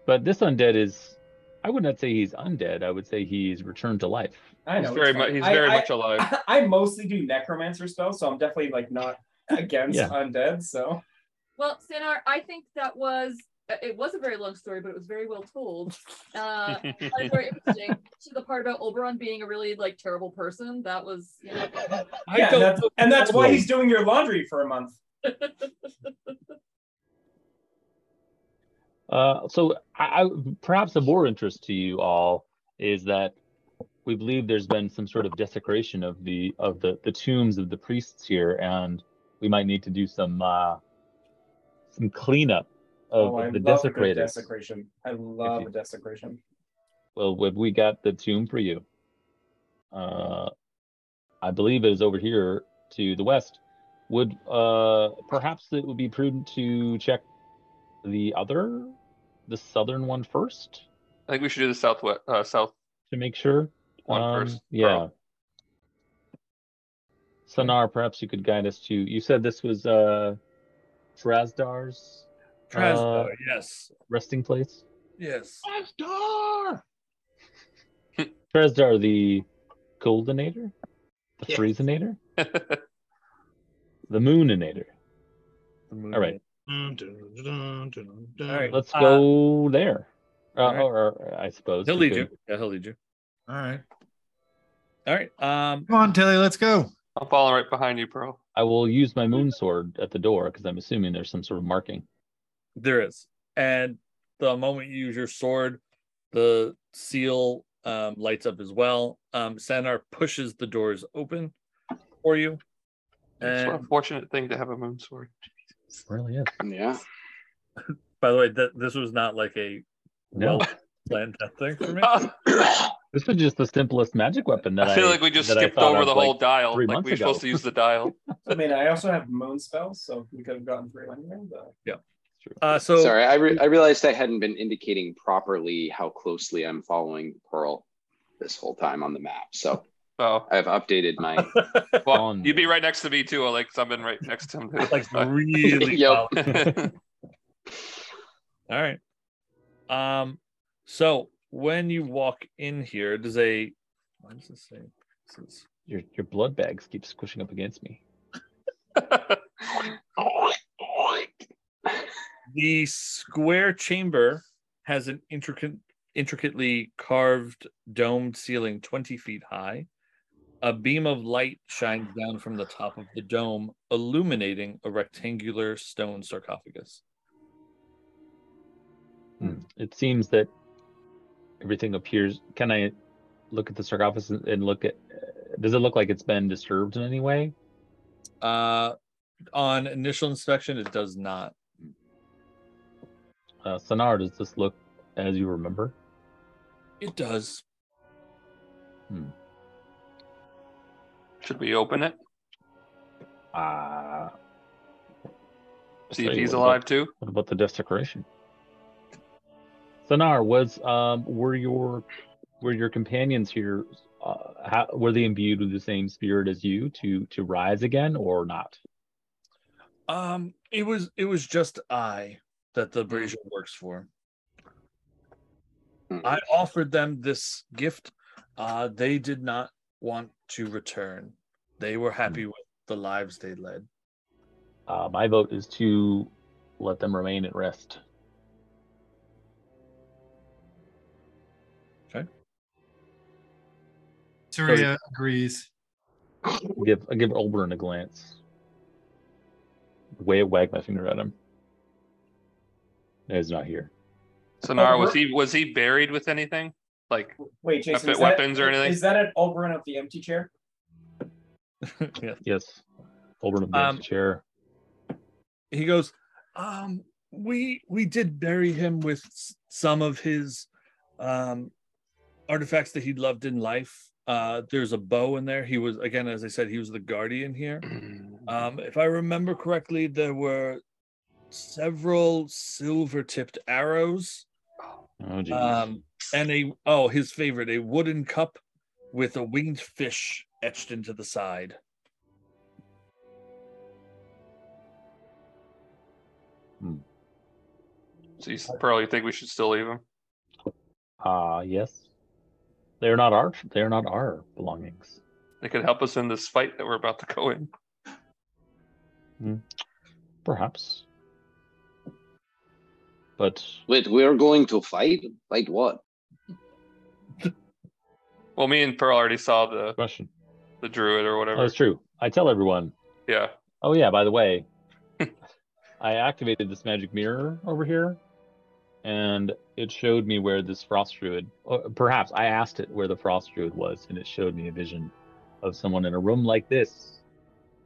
But this undead is, I would not say he's undead. I would say he's returned to life. I know he's very it's much fine. he's I- very I- much alive. I mostly do necromancer spells, so I'm definitely like not against Yeah. undead. So well, Sanar, I think that was it was a very long story, but it was very well told. Uh, that is very interesting. to the part about Oberon being a really like terrible person, that was you know, I yeah, and don't that's, and that's why Totally. he's doing your laundry for a month. Uh, so I, I, perhaps of more interest to you all is that we believe there's been some sort of desecration of the of the the tombs of the priests here, and we might need to do some uh, some cleanup of, oh, I of the love a good desecrators. desecration. I love you- a desecration. Well, we- we got the tomb for you. Uh, I believe it is over here to the west. Would uh, perhaps it would be prudent to check the other, the southern one first I think we should do the southwest uh, south to make sure? one Um, first. Yeah. Sonar, perhaps you could guide us to. You said this was uh, Trasdar's uh, Trasdar, yes. resting place. Yes. Astar! Trasdar, the Goldenator, the Yes. Freezenator, the Mooninator. The moon All right. is- Dun, dun, dun, dun, dun. All right. Let's Uh, go there. Uh, all right. or, or, I suppose. He'll we lead you. could- Yeah, he'll lead you. All right, All right. Um, come on, Tilly, let's go. I'm following right behind you, Pearl. I will use my moon sword at the door because I'm assuming there's some sort of marking. there is, and the moment you use your sword, the seal um, lights up as well. Um, Sanar pushes the doors open for you, It's what a and fortunate thing to have a moon sword. Really is. Yeah. By the way, th- this was not like a No. well planned death thing for me. I This was just the simplest magic weapon that I feel like we just that I skipped thought over of, the like, whole dial. three Like months we were supposed ago. to use the dial. I mean, I also have moon spells, so we could have gotten three anyway. But Uh, so Sorry, I, re- I realized I hadn't been indicating properly how closely I'm following Pearl this whole time on the map. So Oh, I've updated my. well, On you'd be there. right next to me too, Alex. I've been right next to him. Too. like really Yep. well. All right. Um, so when you walk in here, does a why does this say this is Your your blood bags keep squishing up against me. the square chamber has an intricate intricately carved domed ceiling 20 feet high a beam of light shines down from the top of the dome illuminating a rectangular stone sarcophagus Hmm. It seems that everything appears. Can I look at the sarcophagus and- and look at? uh, Does it look like it's been disturbed in any way? uh on initial inspection it does not Uh, Sonar, does this look as you remember? it does Should we open it? Uh, See if say, he's what about- alive too. What about the desecration? Sonar, was um were your were your companions here uh, how, were they imbued with the same spirit as you to to rise again or not? um it was it was just i that the brazier works for I offered them this gift. Uh, they did not want to return. They were happy with the lives they led. Uh, my vote is to let them remain at rest. Surya agrees. I give I give Olberin a glance. Way wag my finger at him. No, he's not here. Sonar, was he was he buried with anything? Like Wait, Jason, weapon- is that- weapons or anything? Is that an Oberon of the empty chair? yes. Yes. Olberin of the Um, chair. he goes um we we did bury him with s- some of his um artifacts that he loved in life uh there's a bow in there he was again as i said he was the guardian here um if i remember correctly there were several silver tipped arrows Oh geez. um and a oh his favorite a wooden cup with a winged fish etched into the side So you probably think we should still leave him. Ah, yes. They're not our they're not our belongings. They could help us in this fight that we're about to go in. Perhaps. But Wait, we are going to fight? Fight what? Well, me and Pearl already saw the question. The druid or whatever. Oh, that's true. I tell everyone, Yeah. oh yeah, by the way, I activated this magic mirror over here, and it showed me where this frost druid, or perhaps I asked it where the frost druid was, and it showed me a vision of someone in a room like this,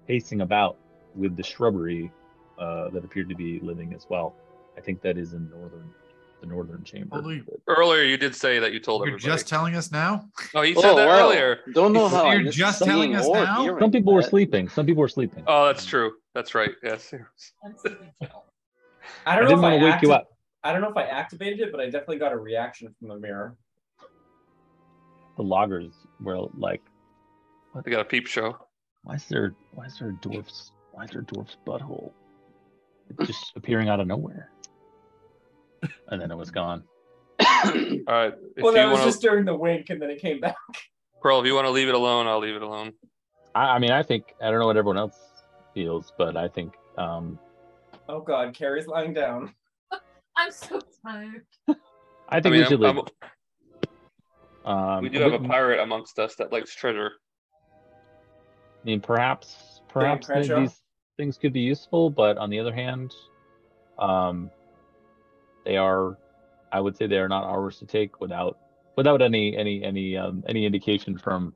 pacing about with the shrubbery uh, that appeared to be living as well. I think that is in northern, the northern chamber. Holy- Earlier, you did say that you told You're everybody. just telling us now? Oh, he said that earlier. Don't know He- how. I You're missed just seeing telling us or now? hearing Some people were that. sleeping. Some people were sleeping. Oh, that's true. That's right. Yes. I I, don't know didn't if I want to wake you acti- up. I don't know if I activated it, but I definitely got a reaction from the mirror. The loggers were like, They got a peep show. Why is there why is there a dwarf's why is there a dwarf's butthole? It's just appearing out of nowhere. And then it was gone. All right. If well, that you was want to, just during the wink, and then it came back. Pearl, if you want to leave it alone, I'll leave it alone. I, I mean I think I don't know what everyone else feels, but I think um Oh God, Carrie's lying down. I'm so tired. I think mean, we should I'm- leave. um, We do have a pirate amongst us that likes treasure. I mean perhaps perhaps th- Crenshaw? these things could be useful, but on the other hand, um they are I would say they are not ours to take without without any any any um, any indication from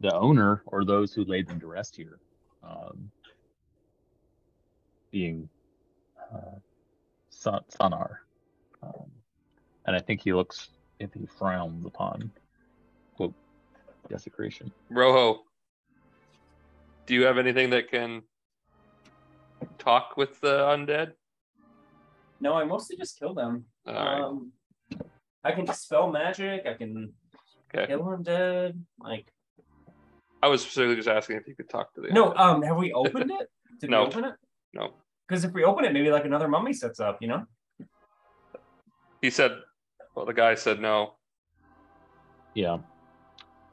the owner or those who laid them to rest here um, being uh, San- Sanar. Um, and I think he looks, if he frowns upon, quote, desecration. Rojo, do you have anything that can talk with the undead? No, I mostly just kill them. All right. Um, I can dispel magic. I can Okay. kill undead. Like, I was specifically just asking if you could talk to the. no. Um, have we opened it? Did No. we open it? No. Because if we open it, maybe like another mummy sets up. You know. He said. Well, the guy said no. Yeah.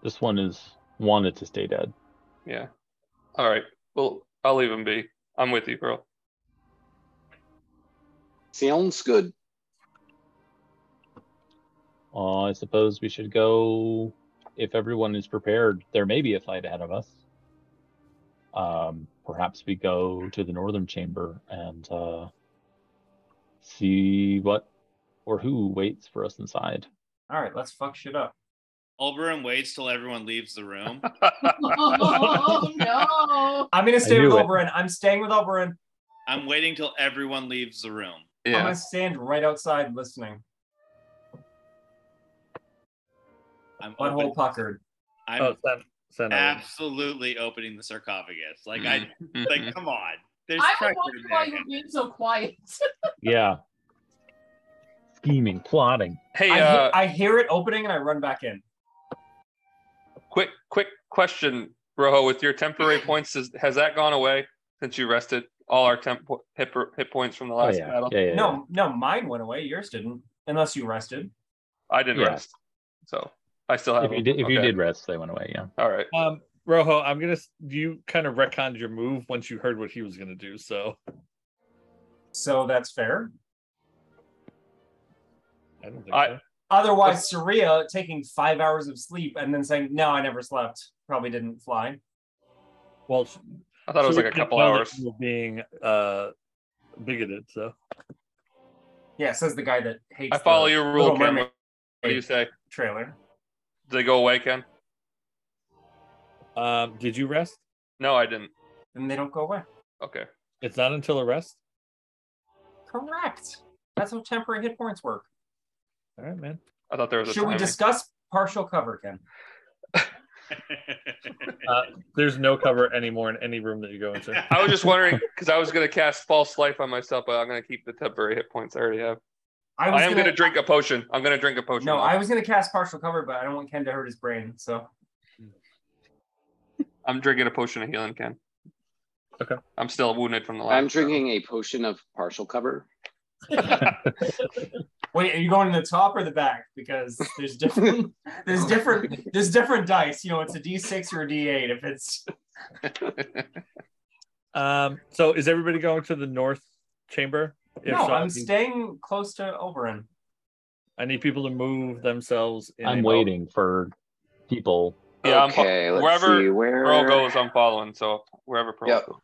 This one is wanted to stay dead. Yeah. All right. Well, I'll leave him be. I'm with you, Pearl. Sounds good. Uh, I suppose we should go. If everyone is prepared, there may be a fight ahead of us. Um, perhaps we go to the northern chamber and uh, see what or who waits for us inside. All right, let's fuck shit up. Oberon waits till everyone leaves the room. Oh no. I'm gonna stay I with knew it. Oberon. I'm staying with Oberon. I'm waiting till everyone leaves the room. I'm gonna stand right outside listening. I'm Butthole open, puckered. I'm oh San- San- absolutely opening the sarcophagus. Like I Mm-hmm. like come on. There's I was treasure wondering in why there. you were being so quiet. Yeah. Scheming, plotting. Hey, I, he- uh, I hear it opening and I run back in. quick, quick question, Rojo. With your temporary points, is, has that gone away since you rested all our temp hit, hit points from the Oh last yeah. battle? Yeah, yeah, yeah. No, no, mine went away. Yours didn't, unless you rested. I didn't Yeah. rest, so I still have. If you them. did, if you Okay. did rest, they went away. Yeah. all right. Um, Rojo, I'm gonna s- you kind of retconned your move once you heard what he was gonna do. So So that's fair. I don't think I Otherwise, Saria taking five hours of sleep and then saying, "No, I never slept. Probably didn't fly." well, I thought it was so like a we can couple tell that hours. you were being uh bigoted. So Yeah, says the guy that hates. I follow the your Little rule, Ken. Mermaid What do you say? trailer. Did they go away, Ken? um did you rest? No, I didn't. Then they don't go away. Okay. It's not until a rest. Correct. That's how temporary hit points work. All right, man. I thought there was a Should we timing. discuss partial cover, Ken? Uh, there's no cover anymore in any room that you go into. I was just wondering because I was gonna cast false life on myself, but I'm gonna keep the temporary hit points I already have. I, was am gonna... drink a potion. I'm gonna drink a potion. No, now. I was gonna cast partial cover, but I don't want Ken to hurt his brain. So I'm drinking a potion of healing, Ken. Okay. I'm still wounded from the last. I'm drinking a potion of partial cover. wait, are you going to the top or the back? Because there's different, there's different, there's different dice. You know, it's a D6 or a D8. If it's Um, so is everybody going to the north chamber? If no, so, I I'm need- staying close to Oberon. I need people to move themselves. In I'm a- waiting for people. Yeah, I'm fo- okay, let's wherever see where. Pearl goes, I'm following. So wherever Pearl Yep. goes.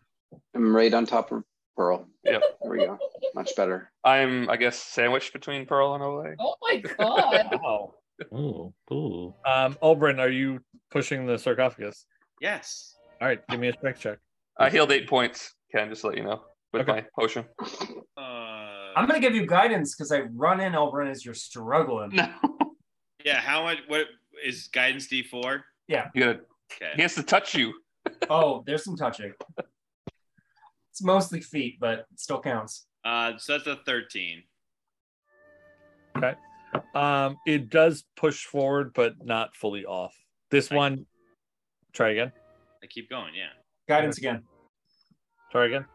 I'm right on top of Pearl. Yep. There we go. Much better. I'm, I guess, sandwiched between Pearl and Ole. Oh my god. Wow. Ooh, ooh. Um, Oberon, are you pushing the sarcophagus? yes. All right, give me a strength check. I healed eight points, Ken, just to let you know, with Okay. my potion. Uh, I'm gonna give you guidance because I run in Oberon as you're struggling. No. yeah. How much? What is guidance D four? You gotta, he Okay. has to touch you. Oh, there's some touching. It's mostly feet, but it still counts. Uh, so that's a thirteen. Um, it does push forward, but not fully off. This one, try again. I keep going. Yeah. Guidance again. Try again.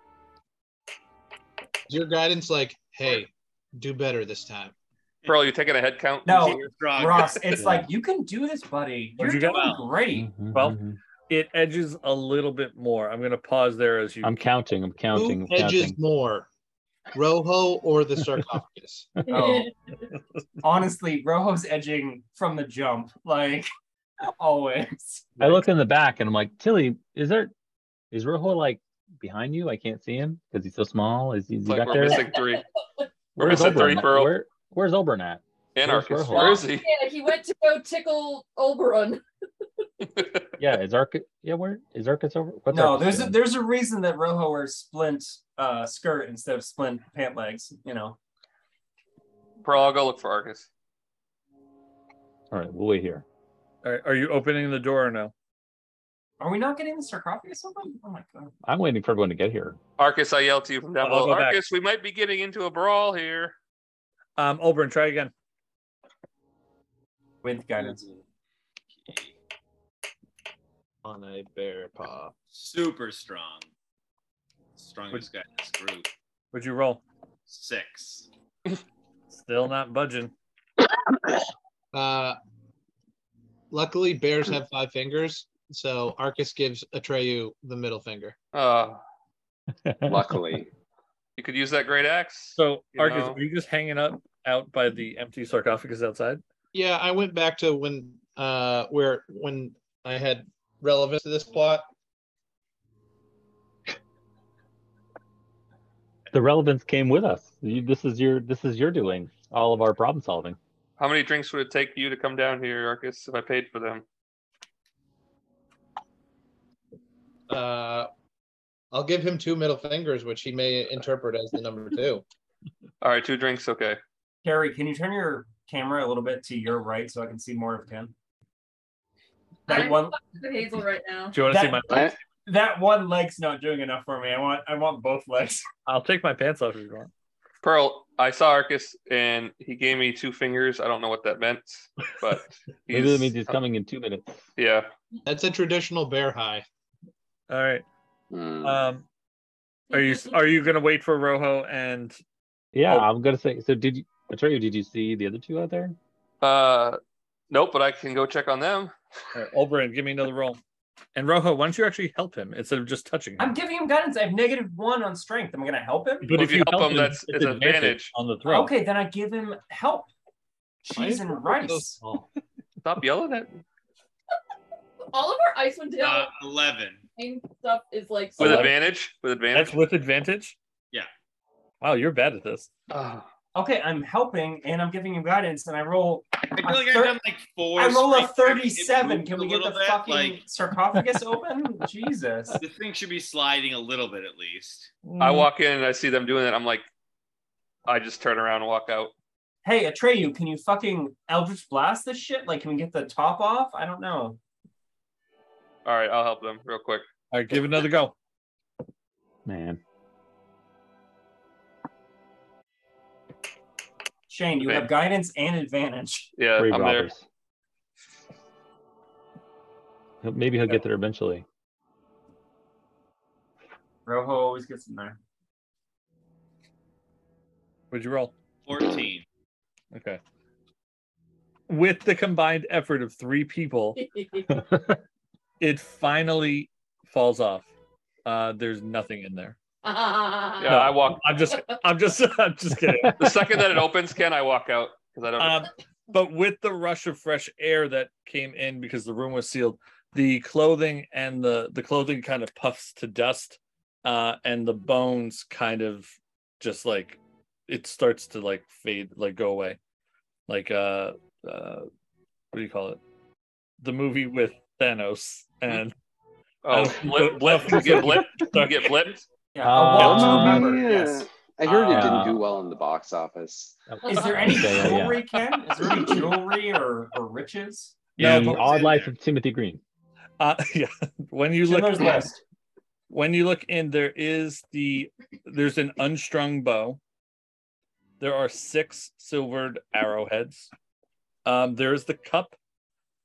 Is your guidance like, hey, do better this time? Pearl, you taking a head count? No. You're strong. Ross, it's like you can do this, buddy. You're What'd you doing get? great. Mm-hmm, Well, It edges a little bit more. I'm going to pause there as you. I'm counting. I'm counting. Who I'm edges counting. more, Rojo or the sarcophagus? Oh. Honestly, Rojo's edging from the jump, like always. I look in the back and I'm like, Tilly, is there? Is Rojo like behind you? I can't see him because he's so small. Is he, is It's he like back we're there? missing three. We're Where's missing Oberon? three, Pearl. Where, where's Oberon at? Anarchist. Rojo? Where is he? Yeah, he went to go tickle Oberon. Yeah, is Arc? Yeah, where is Arcus over? What's No, Arcus there's a, doing? there's a reason that Rojo wears splint uh, skirt instead of splint pant legs. You know, Pearl, I'll go look for Arcus. All right, we'll wait here. All right, are you opening the door or no? are we not getting the sarcophagus open? Oh my god. I'm waiting for everyone to get here. Arcus, I yelled to you from down I'll go below. back. Arcus, we might be getting into a brawl here. Um, Oberon, try again. With guidance. On a bear paw. Super strong. Strongest guy in this group. Would you roll? Six. Still not budging. Uh, luckily, bears have five fingers, so Arcus gives Atreyu the middle finger. Oh. Uh, Luckily. you could use that great axe. So, You Arcus, know. are you just hanging up out by the empty sarcophagus outside? Yeah, I went back to when uh where when I had relevance to this plot. the relevance came with us. You, this is your this is your doing. All of our problem solving. How many drinks would it take you to come down here, Arcus, if I paid for them? Uh I'll give him two middle fingers, which he may interpret as the number two. All right, two drinks, okay. Carrie, can you turn your camera a little bit to your right so I can see more of Ken? That I'm one, The Hazel right now. Do you want to see my? That- I, that one leg's not doing enough for me. I want, I want both legs. I'll take my pants off if you want. Pearl, I saw Arcus and he gave me two fingers. I don't know what that meant, but he's, Maybe that means he's coming in two minutes. Yeah. That's a traditional bear high. All right. Hmm. mm, Um, are you are you gonna wait for Rojo and Yeah, Oh. I'm gonna say. So did you, Atreyu? Did you see the other two out there? Uh, nope, but I can go check on them. All right, Oberyn, Uh, give me another roll. And Rojo, why don't you actually help him instead of just touching him? I'm giving him guidance. I have negative one on strength. Am I going to help him? But if you help him, that's- it's advantage. on the throw. Okay, then I give him help. Why Cheese is and everyone so rice. Stop yelling at me. All of our ice went down. Uh, Eleven. Same stuff is like With Eleven. advantage? With advantage? That's with advantage? Yeah. Wow, you're bad at this. Ah. Okay, I'm helping and I'm giving him guidance, and I roll. I feel like thir- I've done like four. I roll a strength checks. It 37. moved a Can we get the little bit, fucking like- sarcophagus open? Jesus. This thing should be sliding a little bit at least. I Mm. walk in and I see them doing that. I'm like, I just turn around and walk out. Hey, Atreyu, can you fucking Eldritch Blast this shit? Like, can we get the top off? I don't know. All right, I'll help them real quick. All right, give it another go. Man. Shane, you Okay. have guidance and advantage. Yeah, Brave I'm there. robbers. He'll- Maybe he'll get there eventually. Rojo always gets in there. What'd you roll? Fourteen. Okay. With the combined effort of three people, it finally falls off. Uh, there's nothing in there. Yeah, No, I walk. I'm just, I'm just, I'm just kidding. The second that it opens, Ken, I walk out because I don't. Um, but with the rush of fresh air that came in because the room was sealed, the clothing and the the clothing kind of puffs to dust, uh, and the bones kind of just like it starts to like fade, like go away, like uh, uh what do you call it? The movie with Thanos and oh, I don't- blip, blip, you get blipped. You get blipped. Yeah, a Uh, walk to remember. Yes. I heard it Uh, didn't do well in the box office. Is there any Okay, yeah, yeah. jewelry, Ken? Is there any jewelry or, or riches? No, the but- odd life of Timothy Green. Uh, yeah. When you look Schindler's List. when you look in, there is the there's an unstrung bow. There are six silvered arrowheads. Um, there is the cup,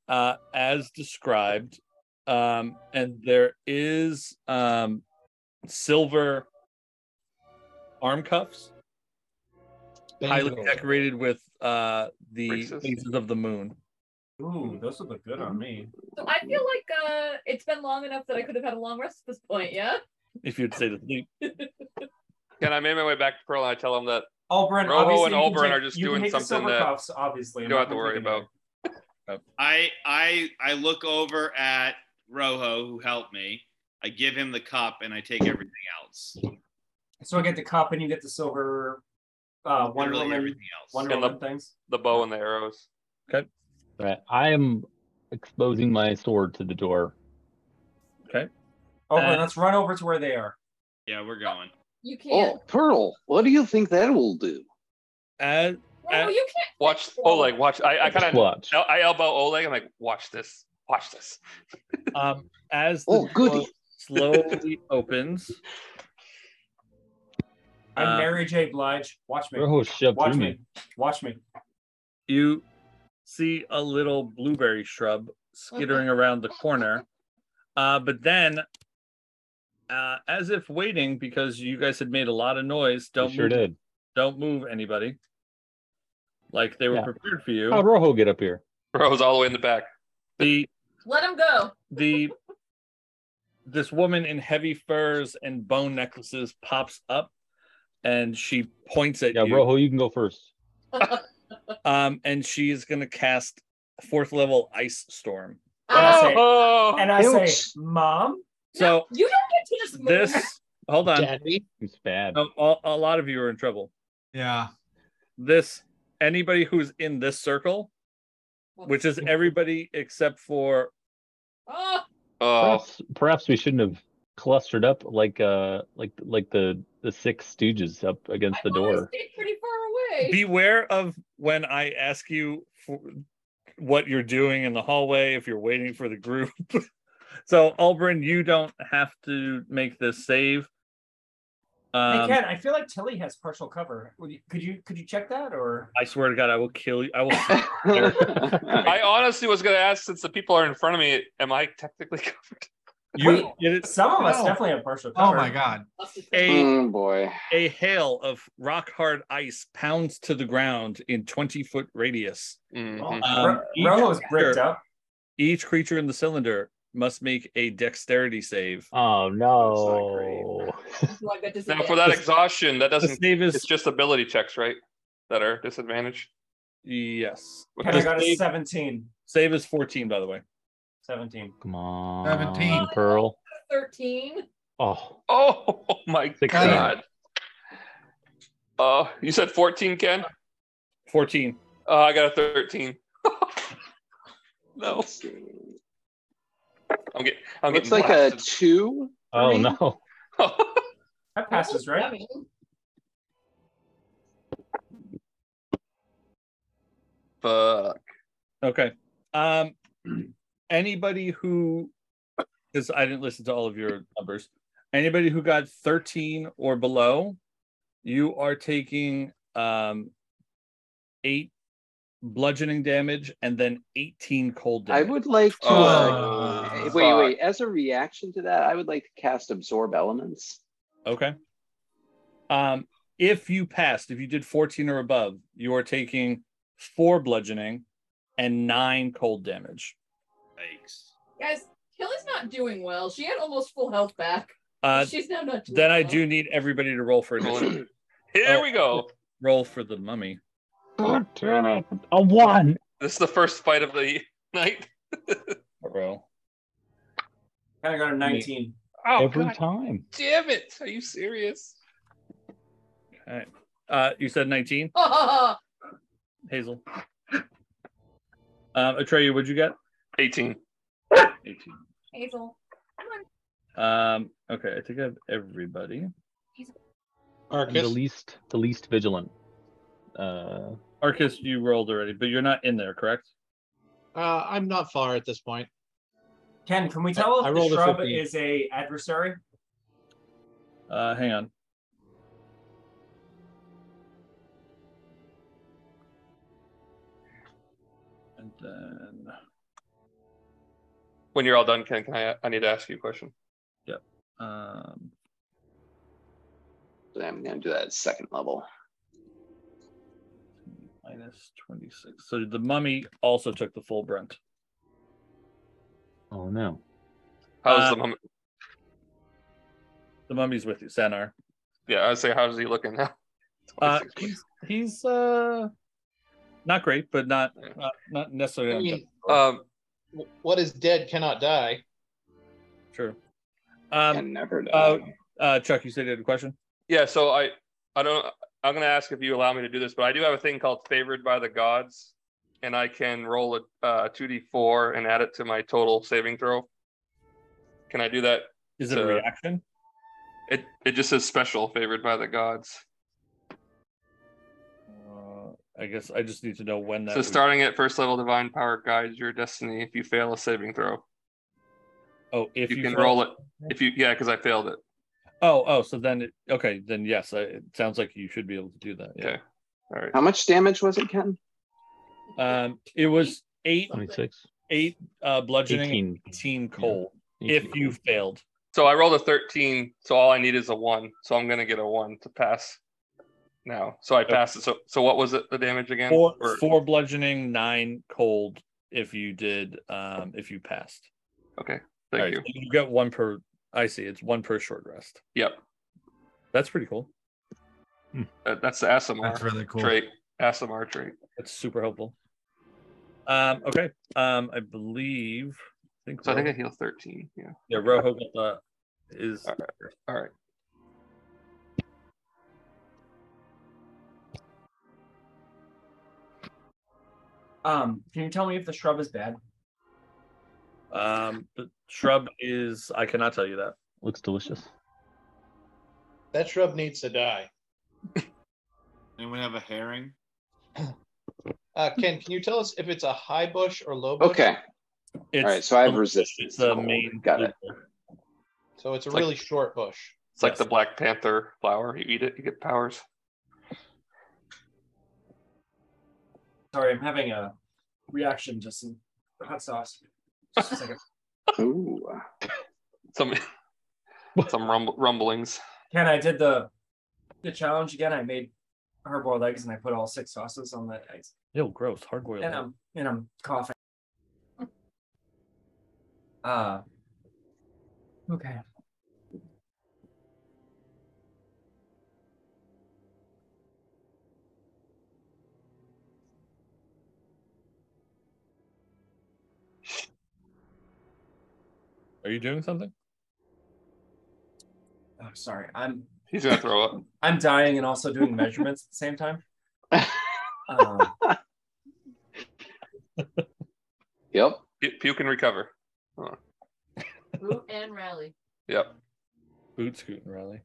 uh, as described, um, and there is um, silver arm cuffs, highly Bangles. decorated with uh, the Braces. faces of the moon. Ooh, those would look good on me. So I feel like uh, it's been long enough that I could have had a long rest at this point. Yeah. If you'd say to sleep, Ken, I made my way back to Pearl and I tell them that Alberin, Rojo obviously and you can Alberin take- are just you can doing take the something silver that cuffs, obviously. you I'm don't have not to gonna worry take them about. Oh. I I I look over at Rojo who helped me. I give him the cup and I take everything else. away. So I get the cup and you get the silver uh, Wonder Literally Woman, everything else. Wonder And the- Woman things. the bow and the arrows. All right. I am exposing my sword to the door. Alberin, Uh, let's run over to where they are. Yeah, we're going. You can't. Oh, Pearl, what do you think that will do? as no, you can't. Watch Oleg. Watch. I, I kind of. Clutch. I elbow Oleg. I'm like, watch this. Watch this. um, as the Oh, goody. door slowly opens. I'm Uh, Mary J. Blige. Watch me. Rojo shoved Watch through me. me. Watch me. you see a little blueberry shrub skittering around the corner. Uh, but then, uh, as if waiting, because you guys had made a lot of noise, You don't sure move, did. don't move anybody. Like they were Yeah. prepared for Oh, you. How'd Rojo get up here? Rojo's all the way in the back. The Let him go. the this woman in heavy furs and bone necklaces pops up, and she points at Yeah, you. Rojo, you can go first. Um, and she is going to cast fourth level ice storm. That's it. Oh, And I say, Ouch. Mom, So You don't get to just this, hold on. Daddy. It's bad. No, a, a lot of you are in trouble. Yeah. This anybody who's in this circle, which is everybody except for Oh, oh. Perhaps, perhaps we shouldn't have clustered up like uh like like the the six stooges up against the I thought I door. stayed pretty far away. beware of when I ask you for what you're doing in the hallway if you're waiting for the group. so Albrin, you don't have to make this save. hey Um, Ken, I feel like Tilly has partial cover. Would you- Could you could you check that or? I swear to God, I will kill you. I will. I honestly was gonna ask since the people are in front of me, am I technically covered? You get it? Some of us No. definitely have partial Oh power. my God. A Oh, boy. A hail of rock hard ice pounds to the ground in 20 foot radius. Mm-hmm. Um, Ro- Rojo's bricked creature- up. Each creature in the cylinder must make a dexterity save. Oh no. Now for that exhaustion, that The doesn't. save is- It's just ability checks, right? That are disadvantage. Yes. And I got a 17. Save is 14, by the way. 17. Come on. 17. Pearl. 13. Oh. Oh my Got it. god. Uh, you said 14, Ken? 14. Uh, I got a 13. no. I'm getting. I'm getting Looks like a blasted. two. Oh for me. no. That passes, right? Fuck. Okay. Um, anybody who, because I didn't listen to all of your numbers, anybody who got 13 or below, you are taking um, eight bludgeoning damage and then 18 cold I damage. would like to. Oh, Uh, wait, wait. As a reaction to that, I would like to cast Absorb Elements. Okay. Um, if you passed, if you did 14 or above, you are taking four bludgeoning and nine cold damage. Guys, Kelly's not doing well. She had almost full health back. Uh, She's now not doing then I well. do need everybody to roll for initiative. Here we go. Roll for the mummy. God damn it. A one. This is the first fight of the night. Bro. Kind of got a 19. Oh, Every God time. damn it. Are you serious? Okay. Uh, you said 19, Hazel. Um, Atreyu, what'd you get? 18. 18. Hazel. Come on. Um, okay, I think I have everybody. I'm the least the least vigilant. Uh Arcus, you rolled already, but you're not in there, correct? Uh, I'm not far at this point. Ken, can we tell I if the rolled a shrub 15. is a adversary? Uh, hang on. And then, When you're all done, Ken, can I? I need to ask you a question. yep. Um, I'm going to do that at second level. minus 26. So the mummy also took the full brunt. oh no. How's Uh, the mummy? The mummy's with you, Sanar. Yeah, I would say, how's he looking now? Uh, he's, he's uh, not great, but not uh, not necessarily. I mean, Um, w- what is dead cannot die. True. Um, Can never die. uh, uh, Chuck, you said you had a question. Yeah, so I I don't I'm gonna ask if you allow me to do this, but I do have a thing called favored by the gods, and I can roll a uh, 2d4 and add it to my total saving throw. Can I do that? Is it a So- reaction? It it just says special favored by the gods. Uh, I guess I just need to know when that. So would- starting at first level, divine power guides your destiny. If you fail a saving throw, oh, if you, you, can fail- roll it. If you yeah, because I failed it. Oh, oh, so then it, okay, then yes, I, it sounds like you should be able to do that. Yeah. Okay. All right. How much damage was it, Ken? Um, it was eight, Twenty six. eight uh, bludgeoning, and 18. 18 cold. 18. If you failed, So I rolled a 13, so all I need is a one. So I'm gonna get a one to pass. Now, so I passed it. So so what was it? The damage again? four, Or- four bludgeoning, nine cold. If you did, um, if you passed, Okay. All Thank right, you. so you get one per. I see. It's one per short rest. Yep. That's pretty cool. That, that's the Asimar That's really cool. trait. Asimar trait. That's super helpful. Um, okay. Um, I believe. I think. So I think I Rojo- heal 13. Yeah. yeah, Rojo got the is All right. All right. Um, can you tell me if the shrub is bad? um, but shrub is. I cannot tell you that. Looks delicious. That shrub needs to die. Anyone have a herring? Uh, Ken, can you tell us if it's a high bush or low bush? Okay. It's, All right. So I have the- resistance. It's the cold. main. Got it. So it's a It's like- really short bush. It's like Yes. the Black Panther flower. You eat it, you get powers. Sorry, I'm having a reaction to some hot sauce. Just a second. Ooh. some some rumble, rumblings. Ken, I did the the challenge again. I made hard boiled eggs and I put all six sauces on the eggs. Ew, gross. Hard boiled. And I'm and I'm coughing. Uh okay. Are you doing something? I'm Oh, sorry. I'm He's gonna throw up. I'm dying and also doing measurements at the same time. Um, Yep. Pu- Puke and recover. Root and rally. Yep. Boot scooting rally.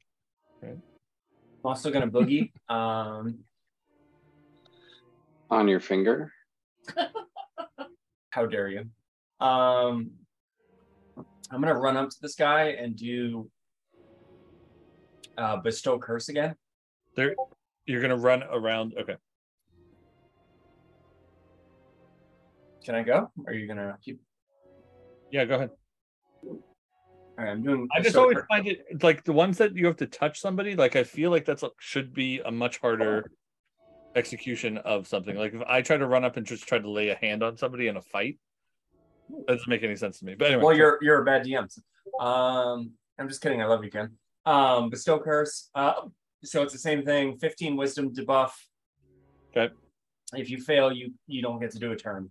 I'm also gonna boogie. Um, On your finger. how dare you? Um, I'm gonna run up to this guy and do uh, bestow curse again. There, you're gonna run around. Okay. Can I go? Or are you gonna keep? Yeah, go ahead. All right, I'm doing. I just bestow always cur- find it it's like the ones that you have to touch somebody. Like I feel like that's a, should be a much harder Oh. execution of something. Like if I try to run up and just try to lay a hand on somebody in a fight, that doesn't make any sense to me. But anyway, Well, you're you're a bad DM. Um, I'm just kidding. I love you, Ken. Um, bestow curse. Uh, so it's the same thing. 15 wisdom debuff. Okay. If you fail, you you don't get to do a turn.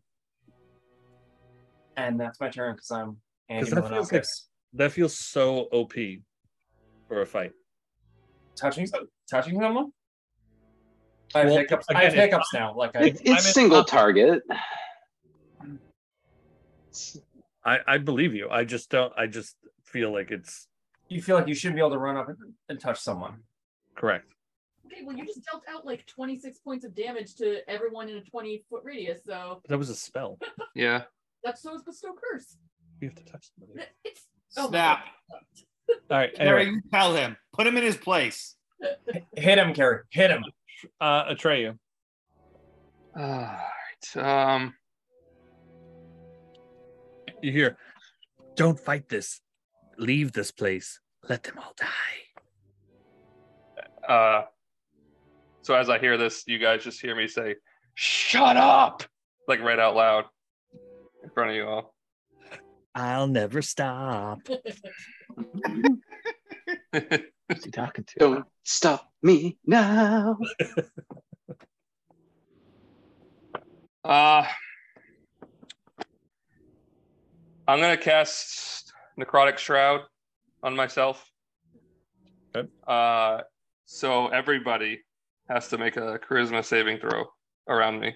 And that's my turn because I'm Andy 'Cause that feels like- Milanakis. that feels so OP for a fight. Touching some, touching someone. I have Well, hiccups. I again, have if hiccups now. Like I, It's, it's single target. I, I believe you. I just don't. I just feel like it's you feel like you should be able to run up and, and touch someone. correct. Okay, well, you just dealt out like 26 points of damage to everyone in a 20 foot radius, so That was a spell. Yeah. that's so is bestow curse. You have to touch somebody. That- It's oh my Snap. All right. Carrie, Anyway, you tell him. Put him in his place. Hit him, Carrie. Hit him. uh, Atreyu. All right. Um. You hear? Don't fight this. Leave this place. Let them all die. Uh. So as I hear this, you guys just hear me say, "Shut up!" Like right out loud in front of you all. I'll never stop. God. Who's he talking to? Don't stop me now. Uh, I'm gonna cast Necrotic Shroud on myself. Okay. Uh, so everybody has to make a Charisma saving throw around me.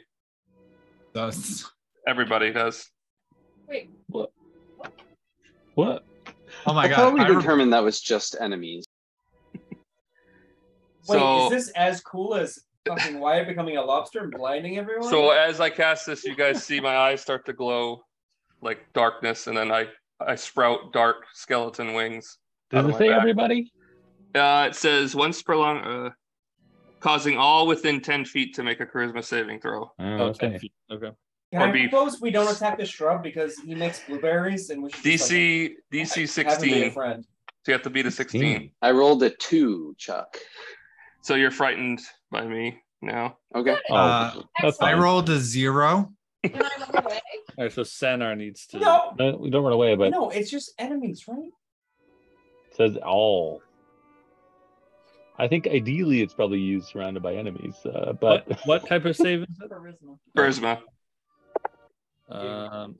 Thus, Everybody does. Wait, What? oh my I thought god, we I re- determined that was just enemies. Wait, so, is this as cool as fucking Wyatt becoming a lobster and blinding everyone? so as I cast this, you guys see my eyes start to glow like darkness, and then I I sprout dark skeleton wings. Does Out of it my say back. everybody? Uh, it says once per long, uh, causing all within ten feet to make a Charisma saving throw. Oh, Okay. okay. Okay. Can Or I be- propose we don't attack the shrub because he makes blueberries and we should just, like, DC DC have him be a 16. So friend. you have to beat a 16. I rolled a two, Chuck. So you're frightened by me now. Okay. Oh, Uh, that's I fine. rolled a zero. can I run away? All right. So Sanar needs to. No, No, we don't run away, but no, it's just enemies, right? it says all. I think ideally it's probably used surrounded by enemies, uh, but What, what type of save is it? Charisma. Charisma. Um,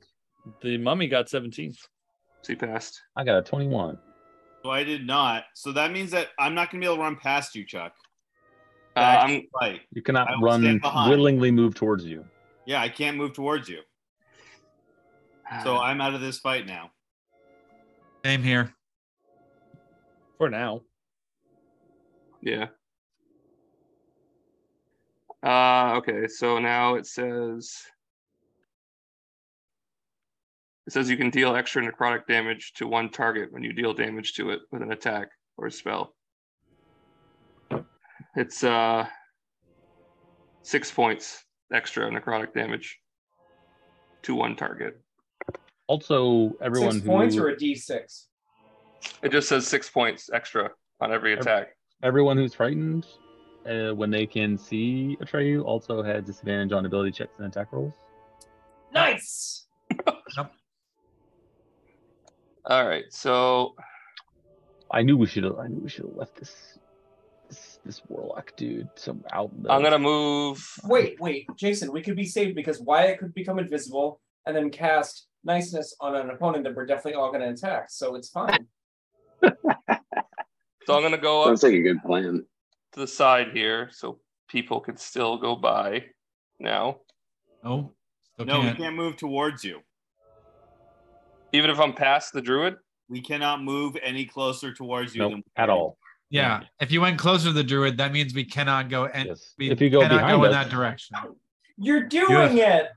the mummy got 17. She passed. I got a 21. So I did not. So that means that I'm not gonna be able to run past you, Chuck. Uh, I'm Right. You I cannot will stand run behind. willingly move towards you. Yeah, I can't move towards you. So Ah. I'm out of this fight now. Same here. For now. yeah. Uh okay, so now it says it says you can deal extra necrotic damage to one target when you deal damage to it with an attack or spell. It's uh six points extra necrotic damage to one target. Also, everyone Six who points or a D six? It just says six points extra on every attack. Everyone who's frightened, uh, when they can see Atreyu, also has disadvantage on ability checks and attack rolls. Nice. All right, so I knew we should have. I knew we should have left this, this this warlock dude some out. in the- I'm gonna move. Wait, wait, Jason, we could be saved because Wyatt could become invisible and then cast niceness on an opponent that we're definitely all going to attack. So it's fine. So I'm gonna go up Sounds like a good plan. to the side here, so people can still go by. Now, No. Still No, we can't. can't move towards you. even if I'm past the druid, We cannot move any closer towards you Nope, than at all. Yeah. If you went closer to the druid, that means we cannot go and Yes. we If you go cannot behind go in us- that direction. You're doing it.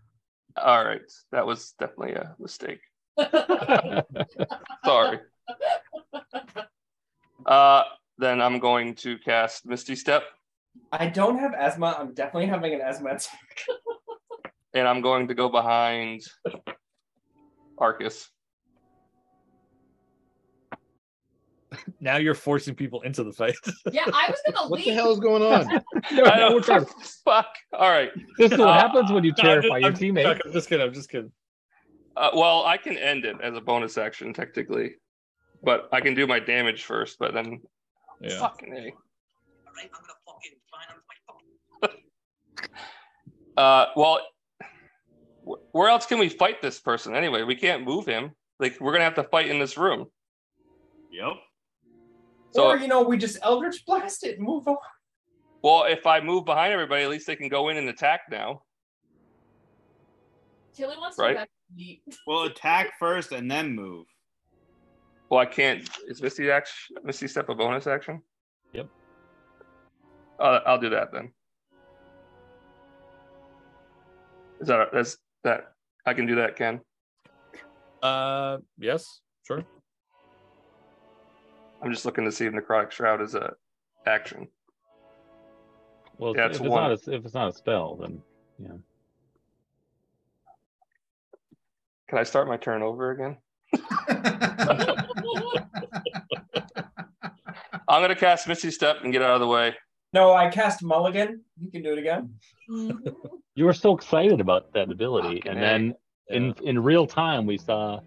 all right, that was definitely a mistake. Sorry. Uh, then I'm going to cast Misty Step, I don't have asthma. I'm definitely having an asthma attack. and I'm going to go behind Arcus. Now you're forcing people into the fight. Yeah, I was gonna What leave. the hell is going on? I know, fuck. All right. This is Uh, what happens when you No, I'm just- terrify I'm your just- teammate. I'm just kidding. I'm just kidding. Uh, well, I can end it as a bonus action technically, but I can do my damage first. But then, Yeah. fucking a. Uh, well, wh- where else can we fight this person anyway? We can't move him. Like we're gonna have to fight in this room. Yep. So- or, you know, we just Eldritch Blast it and move on. Well, if I move behind everybody, at least they can go in and attack now. Tilly wants Right. to back meet. Well, attack first and then move. Well, I can't. Is Misty action? Misty step a bonus action? Yep. Uh, I'll do that then. Is that that's that? I can do that, Ken. Uh, yes, sure. I'm just looking to see if necrotic shroud is a action. Well, if- Yeah, if it's it's, one. not a, if it's not a spell, then Can I start my turn over again? I'm gonna cast Misty Step and get out of the way. No, I cast Mulligan. You can do it again. Mhm. you were so excited about that ability, Fucking and A. then in in real time we saw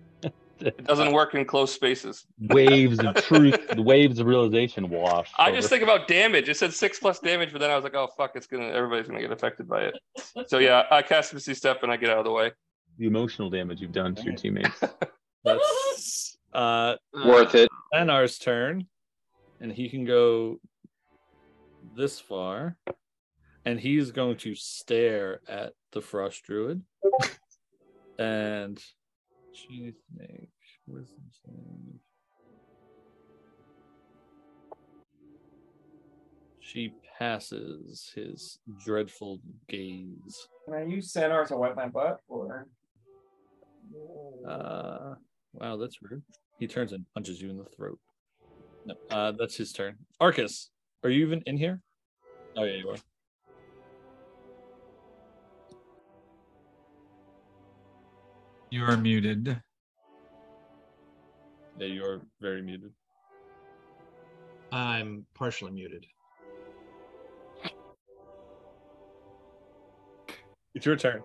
It doesn't work in close spaces. waves of truth, the waves of realization wash. I over. just think about damage. It said six plus damage, but then I was like, oh fuck, it's gonna everybody's gonna get affected by it. So yeah, I cast Misty Step and I get out of the way. the emotional damage you've done to your teammates. That's uh Worth it. Lanar's turn, and he can go this far, and he's going to stare at the frost druid, and she snake, wisdom save. She passes his dreadful gaze. Can I use Sanar to wipe my butt? Or Uh, wow, that's rude. He turns and punches you in the throat. No, uh, that's his turn. Arcus, are you even in here? Oh yeah, you are. You are muted. Yeah, you are very muted. I'm partially muted. It's your turn.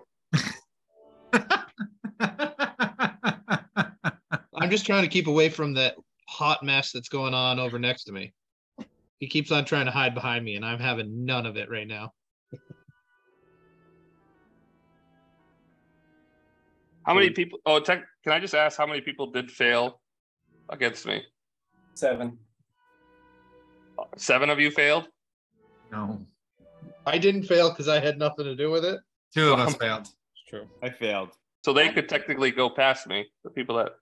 I'm just trying to keep away from that hot mess that's going on over next to me. He keeps on trying to hide behind me, and I'm having none of it right now. How many people? Oh, tech, can I just ask how many people did fail against me? seven. Seven of you failed. no. I didn't fail because I had nothing to do with it. Two of us failed. It's true. I failed. Um, So they could technically go past me, the people that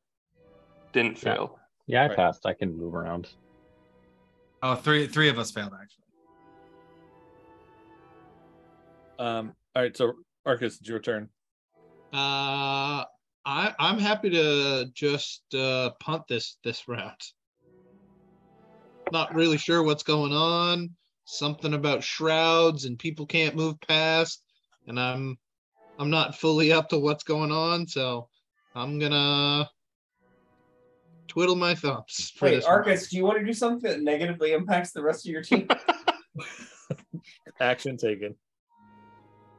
didn't Yeah. fail. Yeah, I Right. passed. I can move around. Oh, three three of us failed actually. Um. All right. So Arcus, it's your turn. Uh, I I'm happy to just uh, punt this this round. Not really sure what's going on. Something about shrouds and people can't move past, and I'm I'm not fully up to what's going on. So I'm gonna Twiddle my thumbs. for Wait, this one. Arcus, do you want to do something that negatively impacts the rest of your team? Action taken.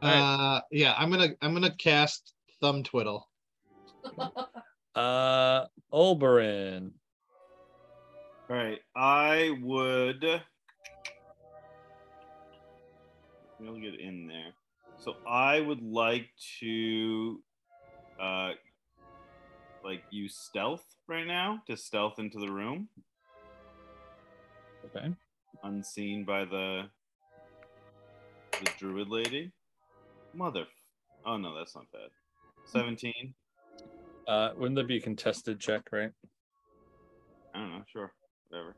Uh, yeah, I'm gonna I'm gonna cast thumb twiddle. Uh, Oberon. All right, I would. We'll get in there. So I would like to, uh, like use stealth right now to stealth into the room, Okay. unseen by the the druid lady. Mother. Oh no, that's not bad. Seventeen. Uh, wouldn't that be a contested check, right? I don't know. Sure. Whatever.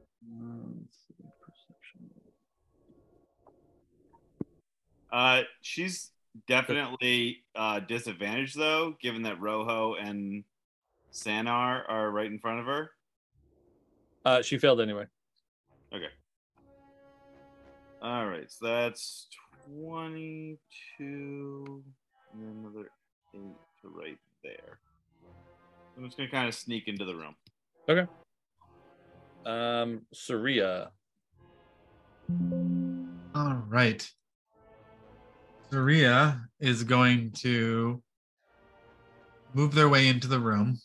Uh, she's definitely uh, disadvantaged though, given that Rojo and Sanar are right in front of her. Uh, she failed anyway. Okay. All right, so that's twenty-two, and then another eight to right there. I'm just gonna kind of sneak into the room. Okay. Um, Saria. All right. Saria is going to move their way into the room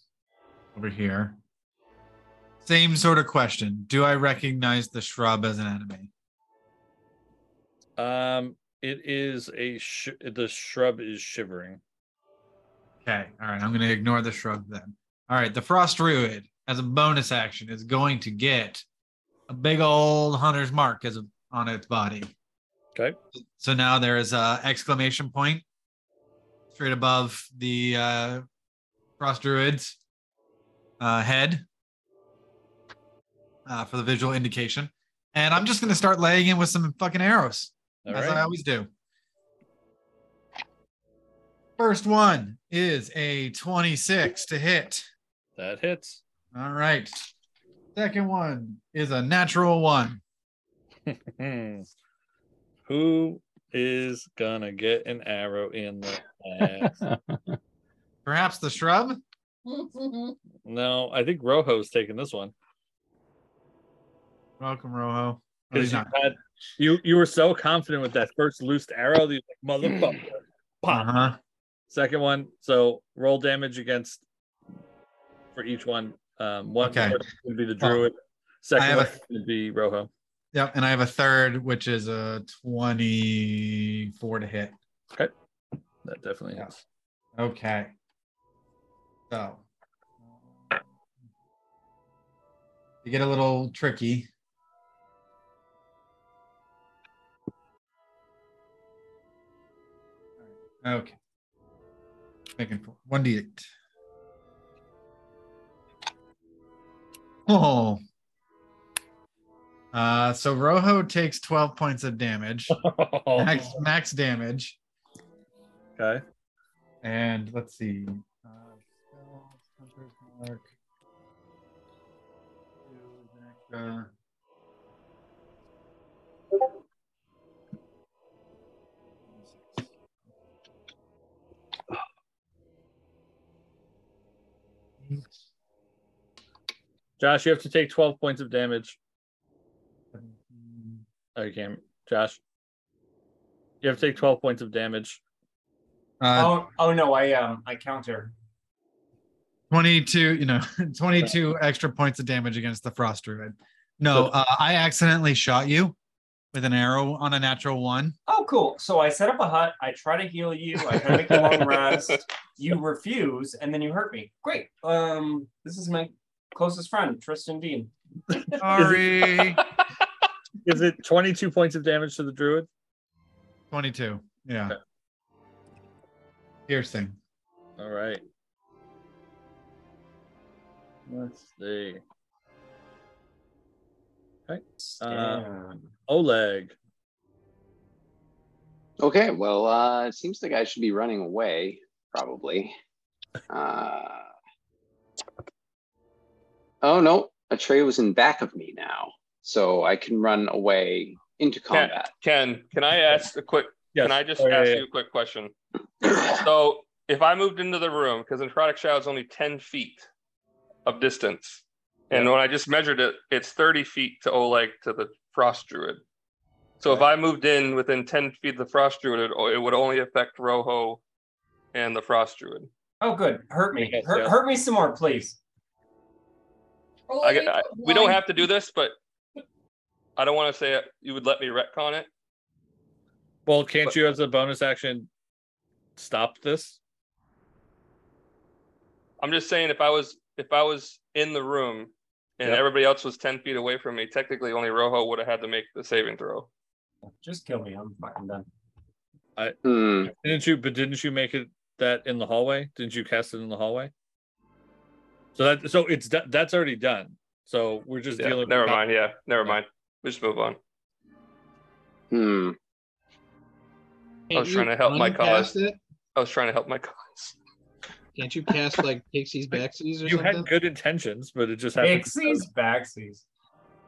over here. Same sort of question. Do I recognize the shrub as an enemy? Um, it is a sh- the shrub is shivering. Okay. All right. I'm going to ignore the shrub then. All right. The frost druid, as a bonus action, is going to get a big old hunter's mark as a, on its body. Okay. So now there is a exclamation point straight above the uh, frost druid's uh, head uh, for the visual indication, and I'm just going to start laying in with some fucking arrows All as right. I always do. First one is a 26 to hit. That hits. All right. Second one is a natural one. Who is gonna get an arrow in the ass? Perhaps the shrub? no, I think Rojo's taking this one Welcome, Rojo. No, because he's you not. had you you were so confident with that first loosed arrow. that you're like motherfucker, pop. Uh-huh. Second one. So roll damage against for each one. Um, one Okay. would be the druid. Second I have one a- would be Rojo. Yep. And I have a third, which is a 24 to hit. Okay. That definitely hits. Okay. So you get a little tricky. Okay. Making four. 1d8. Oh. Uh, so Rojo takes 12 points of damage. Max, max damage. Okay. And let's see. Uh, Mark. Uh, Josh, you have to take 12 points of damage. Oh, you can't. Josh, you have to take 12 points of damage. oh, oh no, I um, I counter. 22, you know, 22 extra points of damage against the frost druid. No, uh, I accidentally shot you with an arrow on a natural one. Oh, cool. So I set up a hut. I try to heal you. I try to make a long rest. You refuse, and then you hurt me. Great. Um, this is my closest friend, Tristan Dean. Oh, Sorry. Is it 22 points of damage to the druid? 22. Yeah. Piercing. All right. Let's see. Okay. Uh, Damn. Oleg. Okay, well, uh, it seems the guy should be running away, probably. Uh, oh no, Atreyu was in back of me now, so I can run away into Ken, combat. Ken, can I ask a quick? Can I just Oh, yeah, ask yeah, you a quick question? so, if I moved into the room, because Necrotic Shadow is only ten feet of distance, And when I just measured it, it's 30 feet to Oleg to the frost druid. So if I moved in within 10 feet of the frost druid, it, it would only affect Rojo and the frost druid. Oh, good. Hurt me. Yes, Hurt, yeah. hurt me some more, please. I get- I- we don't have to do this, but I don't want to say it. You would let me retcon it. Well, can't you, as a bonus action, stop this? I'm just saying if I was if I was in the room and Yep. everybody else was 10 feet away from me, technically only Rojo would have had to make the saving throw. Just kill me. I'm fucking done. I Hmm. didn't you, but didn't you make it that in the hallway? Didn't you cast it in the hallway? So that so it's do- that's already done. So we're just Yeah, dealing. never mind. Yeah, never mind. We just move on. Hmm. I was trying to help my cause. uncast it? I was trying to help my cause. Can't you cast like pixies backsies or You something? had good intentions, but it just happened. Pixies, backsies.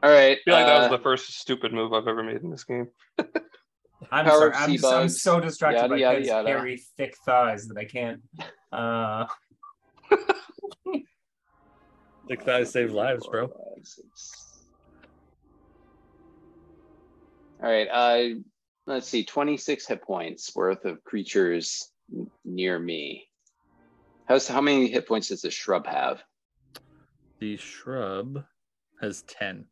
All right. I feel like that uh, was the first stupid move I've ever made in this game. I'm Power sorry. of I'm, sea so- I'm bugs, so distracted yada, by yada, Ted's yada. hairy, thick thighs that I can't. Uh, Thick thighs save lives, bro. All right. Uh, let's see. 26 hit points worth of creatures n- near me. How's, how many hit points does the shrub have? The shrub has ten.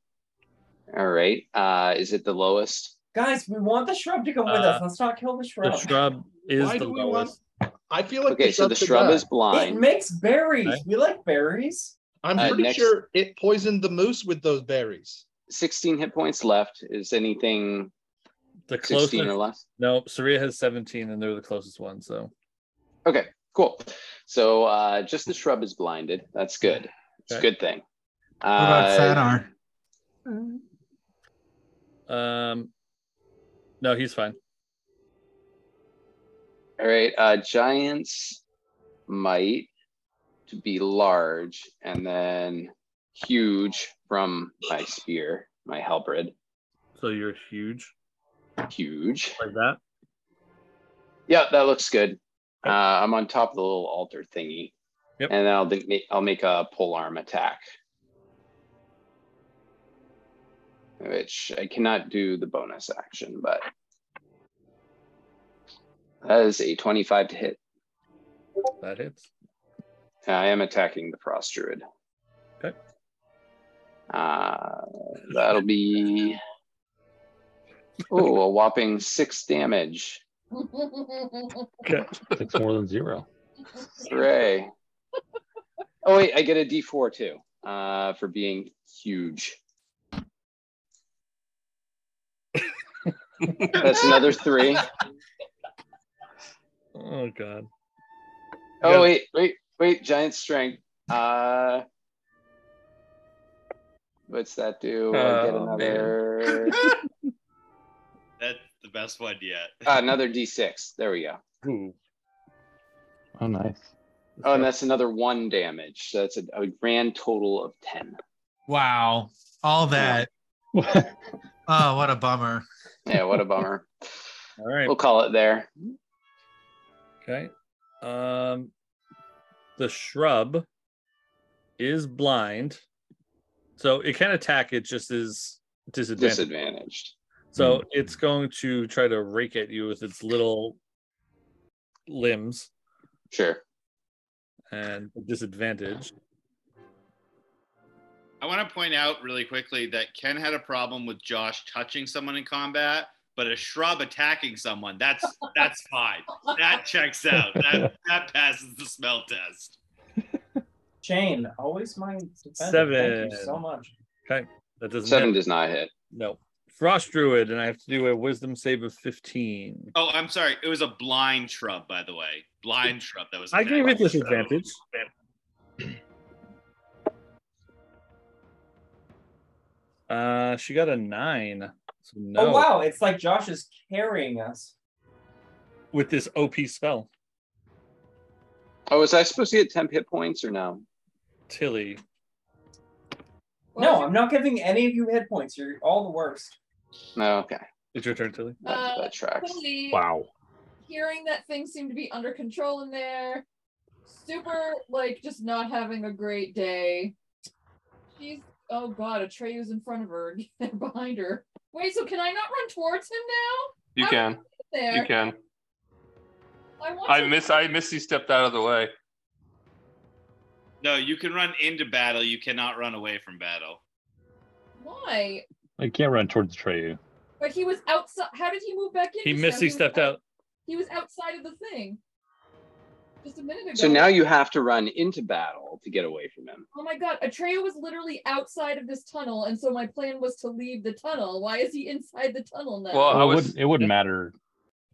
All right. Uh, is it the lowest? guys, we want the shrub to come with Uh, us. Let's not kill the shrub. shrub Um, is Why the do we want- lowest. I feel like Okay, so the shrub die. is It blind. makes berries. Okay. We like berries. I'm uh, pretty next- sure it poisoned the moose with those berries. 16 hit points left. Is anything The 16 or closest. less? No, Saria has seventeen, and they're the closest one. So Okay, cool. So uh, just the shrub is blinded. That's good. It's a Okay. good thing. What about Uh, Sadar? Um, no, he's fine. all right, uh, giants might to be large and then huge from my spear, my halberd. So you're huge Huge. like that. Yeah, that looks good. Uh, I'm on top of the little altar thingy. Yep. And then I'll, think I'll make a pole arm attack. Which I cannot do the bonus action, but that is a 25 to hit. That hits. Uh, I am attacking the frost druid. Okay. Uh, that'll be oh a whopping six damage. It's more than zero. Hooray. Oh wait, I get a D4 too uh, for being huge. That's another three. Oh god. Oh wait, wait, wait! Giant strength. Uh, what's that do? I get Oh, man. another That's the best one yet. uh, another D6. There we go. Ooh. Oh, nice. Oh, and that's another one damage. So that's a, a grand total of 10. Wow. All that. Oh, what a bummer. Yeah, what a bummer. All right. We'll call it there. Okay. Um, the shrub is blind, so it can attack. It just is disadvantaged. Disadvantaged. So it's going to try to rake at you with its little limbs Sure. and disadvantage. I want to point out really quickly that Ken had a problem with Josh touching someone in combat, but a shrub attacking someone, that's that's fine. That checks out. That that passes the smell test. Shane, always my defender. Thank you Seven. so much. That doesn't Seven hit. does not hit. no frost druid, and I have to do a wisdom save of fifteen. Oh, I'm sorry. It was a blind shrub, by the way. Blind shrub that was I gave it attacking. disadvantage. Uh, she got a nine. So no, Oh wow, it's like Josh is carrying us. with this OP spell, Oh, was I supposed to get 10 hit points or no? Tilly. No, I'm not giving any of you hit points. You're all the worst. No, Oh, okay. It's your turn, Tilly. That, Uh, that tracks. Totally Wow. hearing that things seem to be under control in there. Super, like, just not having a great day. She's oh god, Atreyu's in front of her, behind her. Wait, so can I not run towards him now? You I can. wanna get You there. can. I want I to- miss. I miss. You stepped out of the way. No, you can run into battle. You cannot run away from battle. Why? I can't run towards Treyu. But he was outside. How did he move back in? He just missed- now? he was stepped out- out. He was outside of the thing. Just a minute ago. So now you have to run into battle to get away from him. Oh my god, Atreyu was literally outside of this tunnel, and so my plan was to leave the tunnel. Why is he inside the tunnel now? Well, it, wouldn't, it wouldn't matter.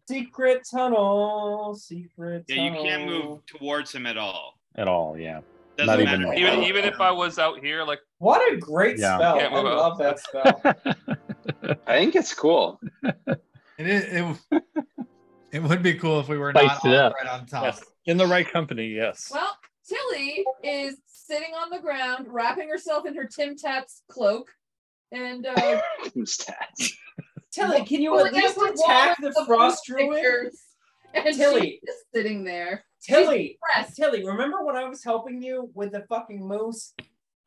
Secret tunnel. Secret. Yeah, you can't tunnel. move towards him at all. At all, yeah. Doesn't Not matter. even. Even even if I was out here, like What a great Yeah. spell! Can't I move out. love that spell. I think it's cool. It is. It, it would be cool if we were not Spiced all it up. right on top. Yes. In the right company, yes. Well, Tilly is sitting on the ground, wrapping herself in her Tim Taps cloak. And uh, Stats. Tilly, can you pulling at least out her attack wallet the of frost pictures. druid? And Tilly. Tilly is sitting there. Tilly, Press. Tilly, remember when I was helping you with the fucking moose?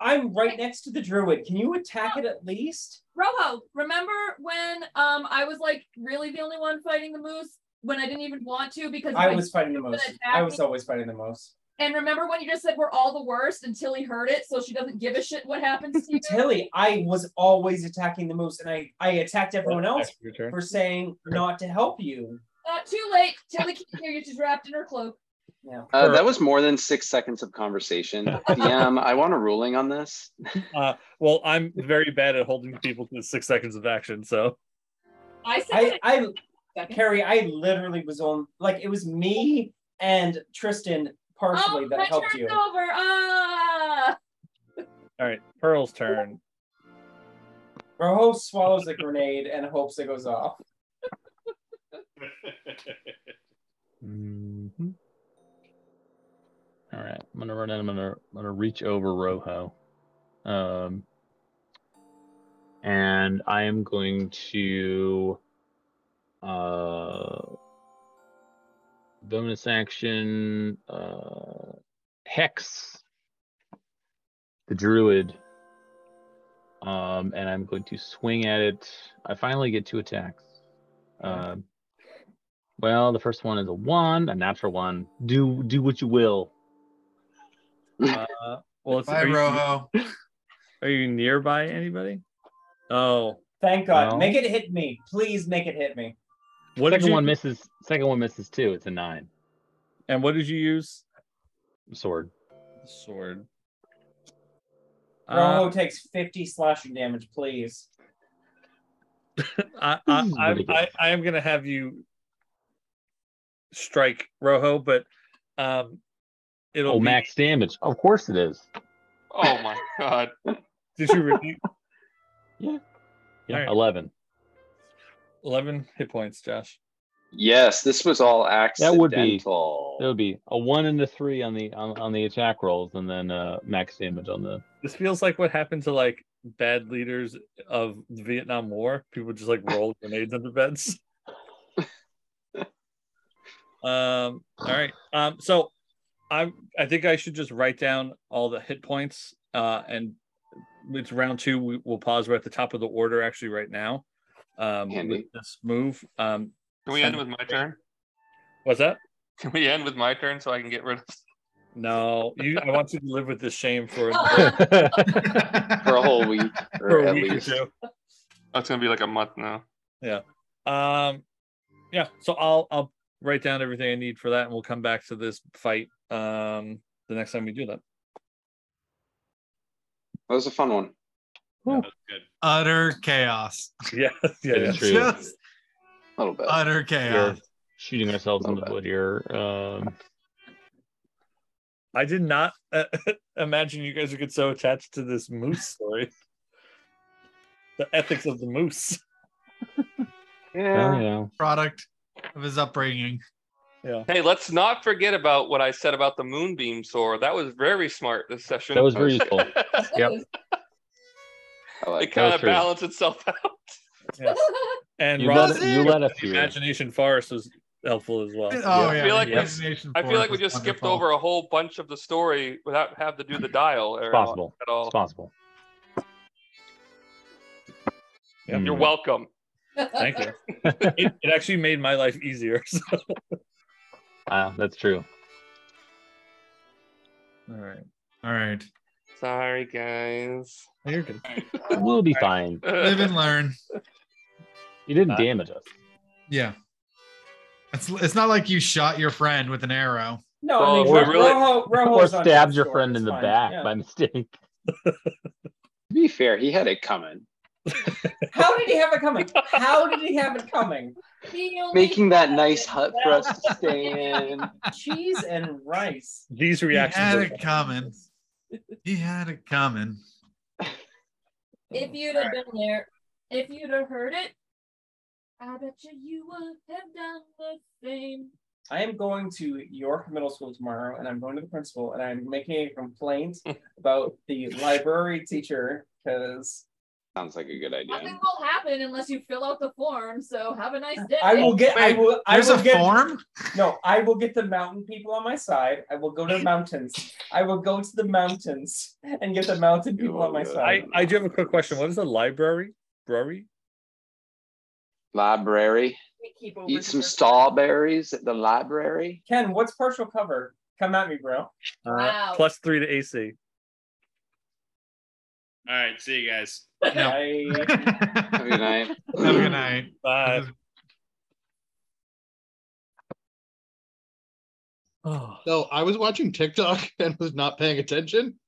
I'm right next to the druid. Can you attack it at least? Rojo, remember when um I was like really the only one fighting the moose when I didn't even want to because I was fighting the gonna most. attack I was me. always fighting the most. And remember when you just said we're all the worst and Tilly heard it, so she doesn't give a shit what happens to you. Tilly, I was always attacking the moose, and I I attacked everyone else Your turn. for saying not to help you. Not Uh, too late. Tilly can't hear you. She's wrapped in her cloak. Yeah. Uh, that was more than six seconds of conversation. DM, I want a ruling on this. Uh, well, I'm very bad at holding people to the six seconds of action, so I said I it I in a second. Carrie, I literally was on like it was me and Tristan partially Oh, that my helped turn's you. over. Ah. all right. Pearl's turn. Rojo swallows the grenade and hopes it goes off. Mhm. All right, I'm gonna run in. I'm gonna I'm gonna reach over Rojo, um, and I am going to uh, bonus action uh, hex the druid, um, and I'm going to swing at it. I finally get two attacks. Um, well, the first one is a one, a natural one. Do do what you will. Uh, well, it's, Bye, are, you, Rojo. are you nearby anybody? Oh, Thank God. Well. Make it hit me. Please make it hit me. what did second you, one misses. Second one misses too. It's a nine And what did you use? sword. Sword. Rojo Uh, takes 50 slashing damage, please. I, This I, is I, ridiculous. I, I am going to have you strike Rojo, but um, it'll Oh, be- max damage. Of course it is. oh my god, Did you review Yeah, Alright. eleven. eleven hit points, Josh? Yes, this was all That accidental. would be- That would be a one and a three on the on, on the attack rolls, and then uh, max damage on the. This feels like what happened to like bad leaders of the Vietnam War. People just like roll grenades under beds. um. All right. Um. So, I I think I should just write down all the hit points. Uh. And it's round two. We, we'll pause. We're at the top of the order actually right now. Um. With Handy. this move. Um. can we end with my turn? What's that? Can we end with my turn so I can get rid of? No. You. I want you to live with this shame for. for a whole week, or for a at week least. or two. That's gonna be like a month now. Um, yeah. So I'll I'll write down everything I need for that, and we'll come back to this fight um the next time we do that. That was a fun one. That was good. Utter chaos. Yeah, yeah, It yeah. is true. Just A little bit. utter We're chaos. shooting ourselves in the Okay. foot here. Um, I did not uh, imagine you guys would get so attached to this moose story. the ethics of the moose. well, Yeah. you know, Product of his upbringing. Yeah. Hey, let's not forget about what I said about the moonbeam sword. That was very smart this session. that was very useful. Yep. I it like kind was of true. Oh, balanced itself out. And You Rob's let, you let us do it. imagination forest was helpful as well. Oh, yeah. I feel like the we- imagination I feel force like we was just skipped wonderful. over a whole bunch of the story without have to do the dial or It's possible. at all. It's possible. Hmm. Yeah. Mm. You're welcome. Thank you. it, it actually made my life easier. so. Wow, ah, that's true. All right. All right. Sorry, guys. You're good. We'll be fine. Oh, Live and learn. You didn't Uh, damage us. Yeah. It's, it's not like you shot your friend with an arrow. No, Oh, Well, I mean, we're Ro- really- Rojo, Or Rojo's not stabbed your short, friend it's in the fine, back yeah. by mistake. To be fair, he had it coming. How did he have it coming? How did he have it coming? The only Making that nice hut for us to stay in. Cheese and rice. These He reactions. had are- it coming. He had it coming. If you'd have been there, if you'd have heard it, I bet you you would have done the same. I am going to York Middle School tomorrow, and I'm going to the principal, and I'm making a complaint about the library teacher because Sounds like a good Nothing idea. will happen unless you fill out the form. So have a nice day. I will get. I Wait, will. I There's will a get. form? No, I will get the mountain people on my side. I will go to the mountains. I will go to the mountains and get the mountain people on my I, side. I do have a quick question. What is the library? Brewery? Library. We keep over Eat some here. strawberries at the library. Ken, what's partial cover? Come at me, bro. Uh, Wow. Plus three to AC. All right, see you guys. No. I, Have a good night. Have a good night. Bye. Oh. So I was watching TikTok and was not paying attention.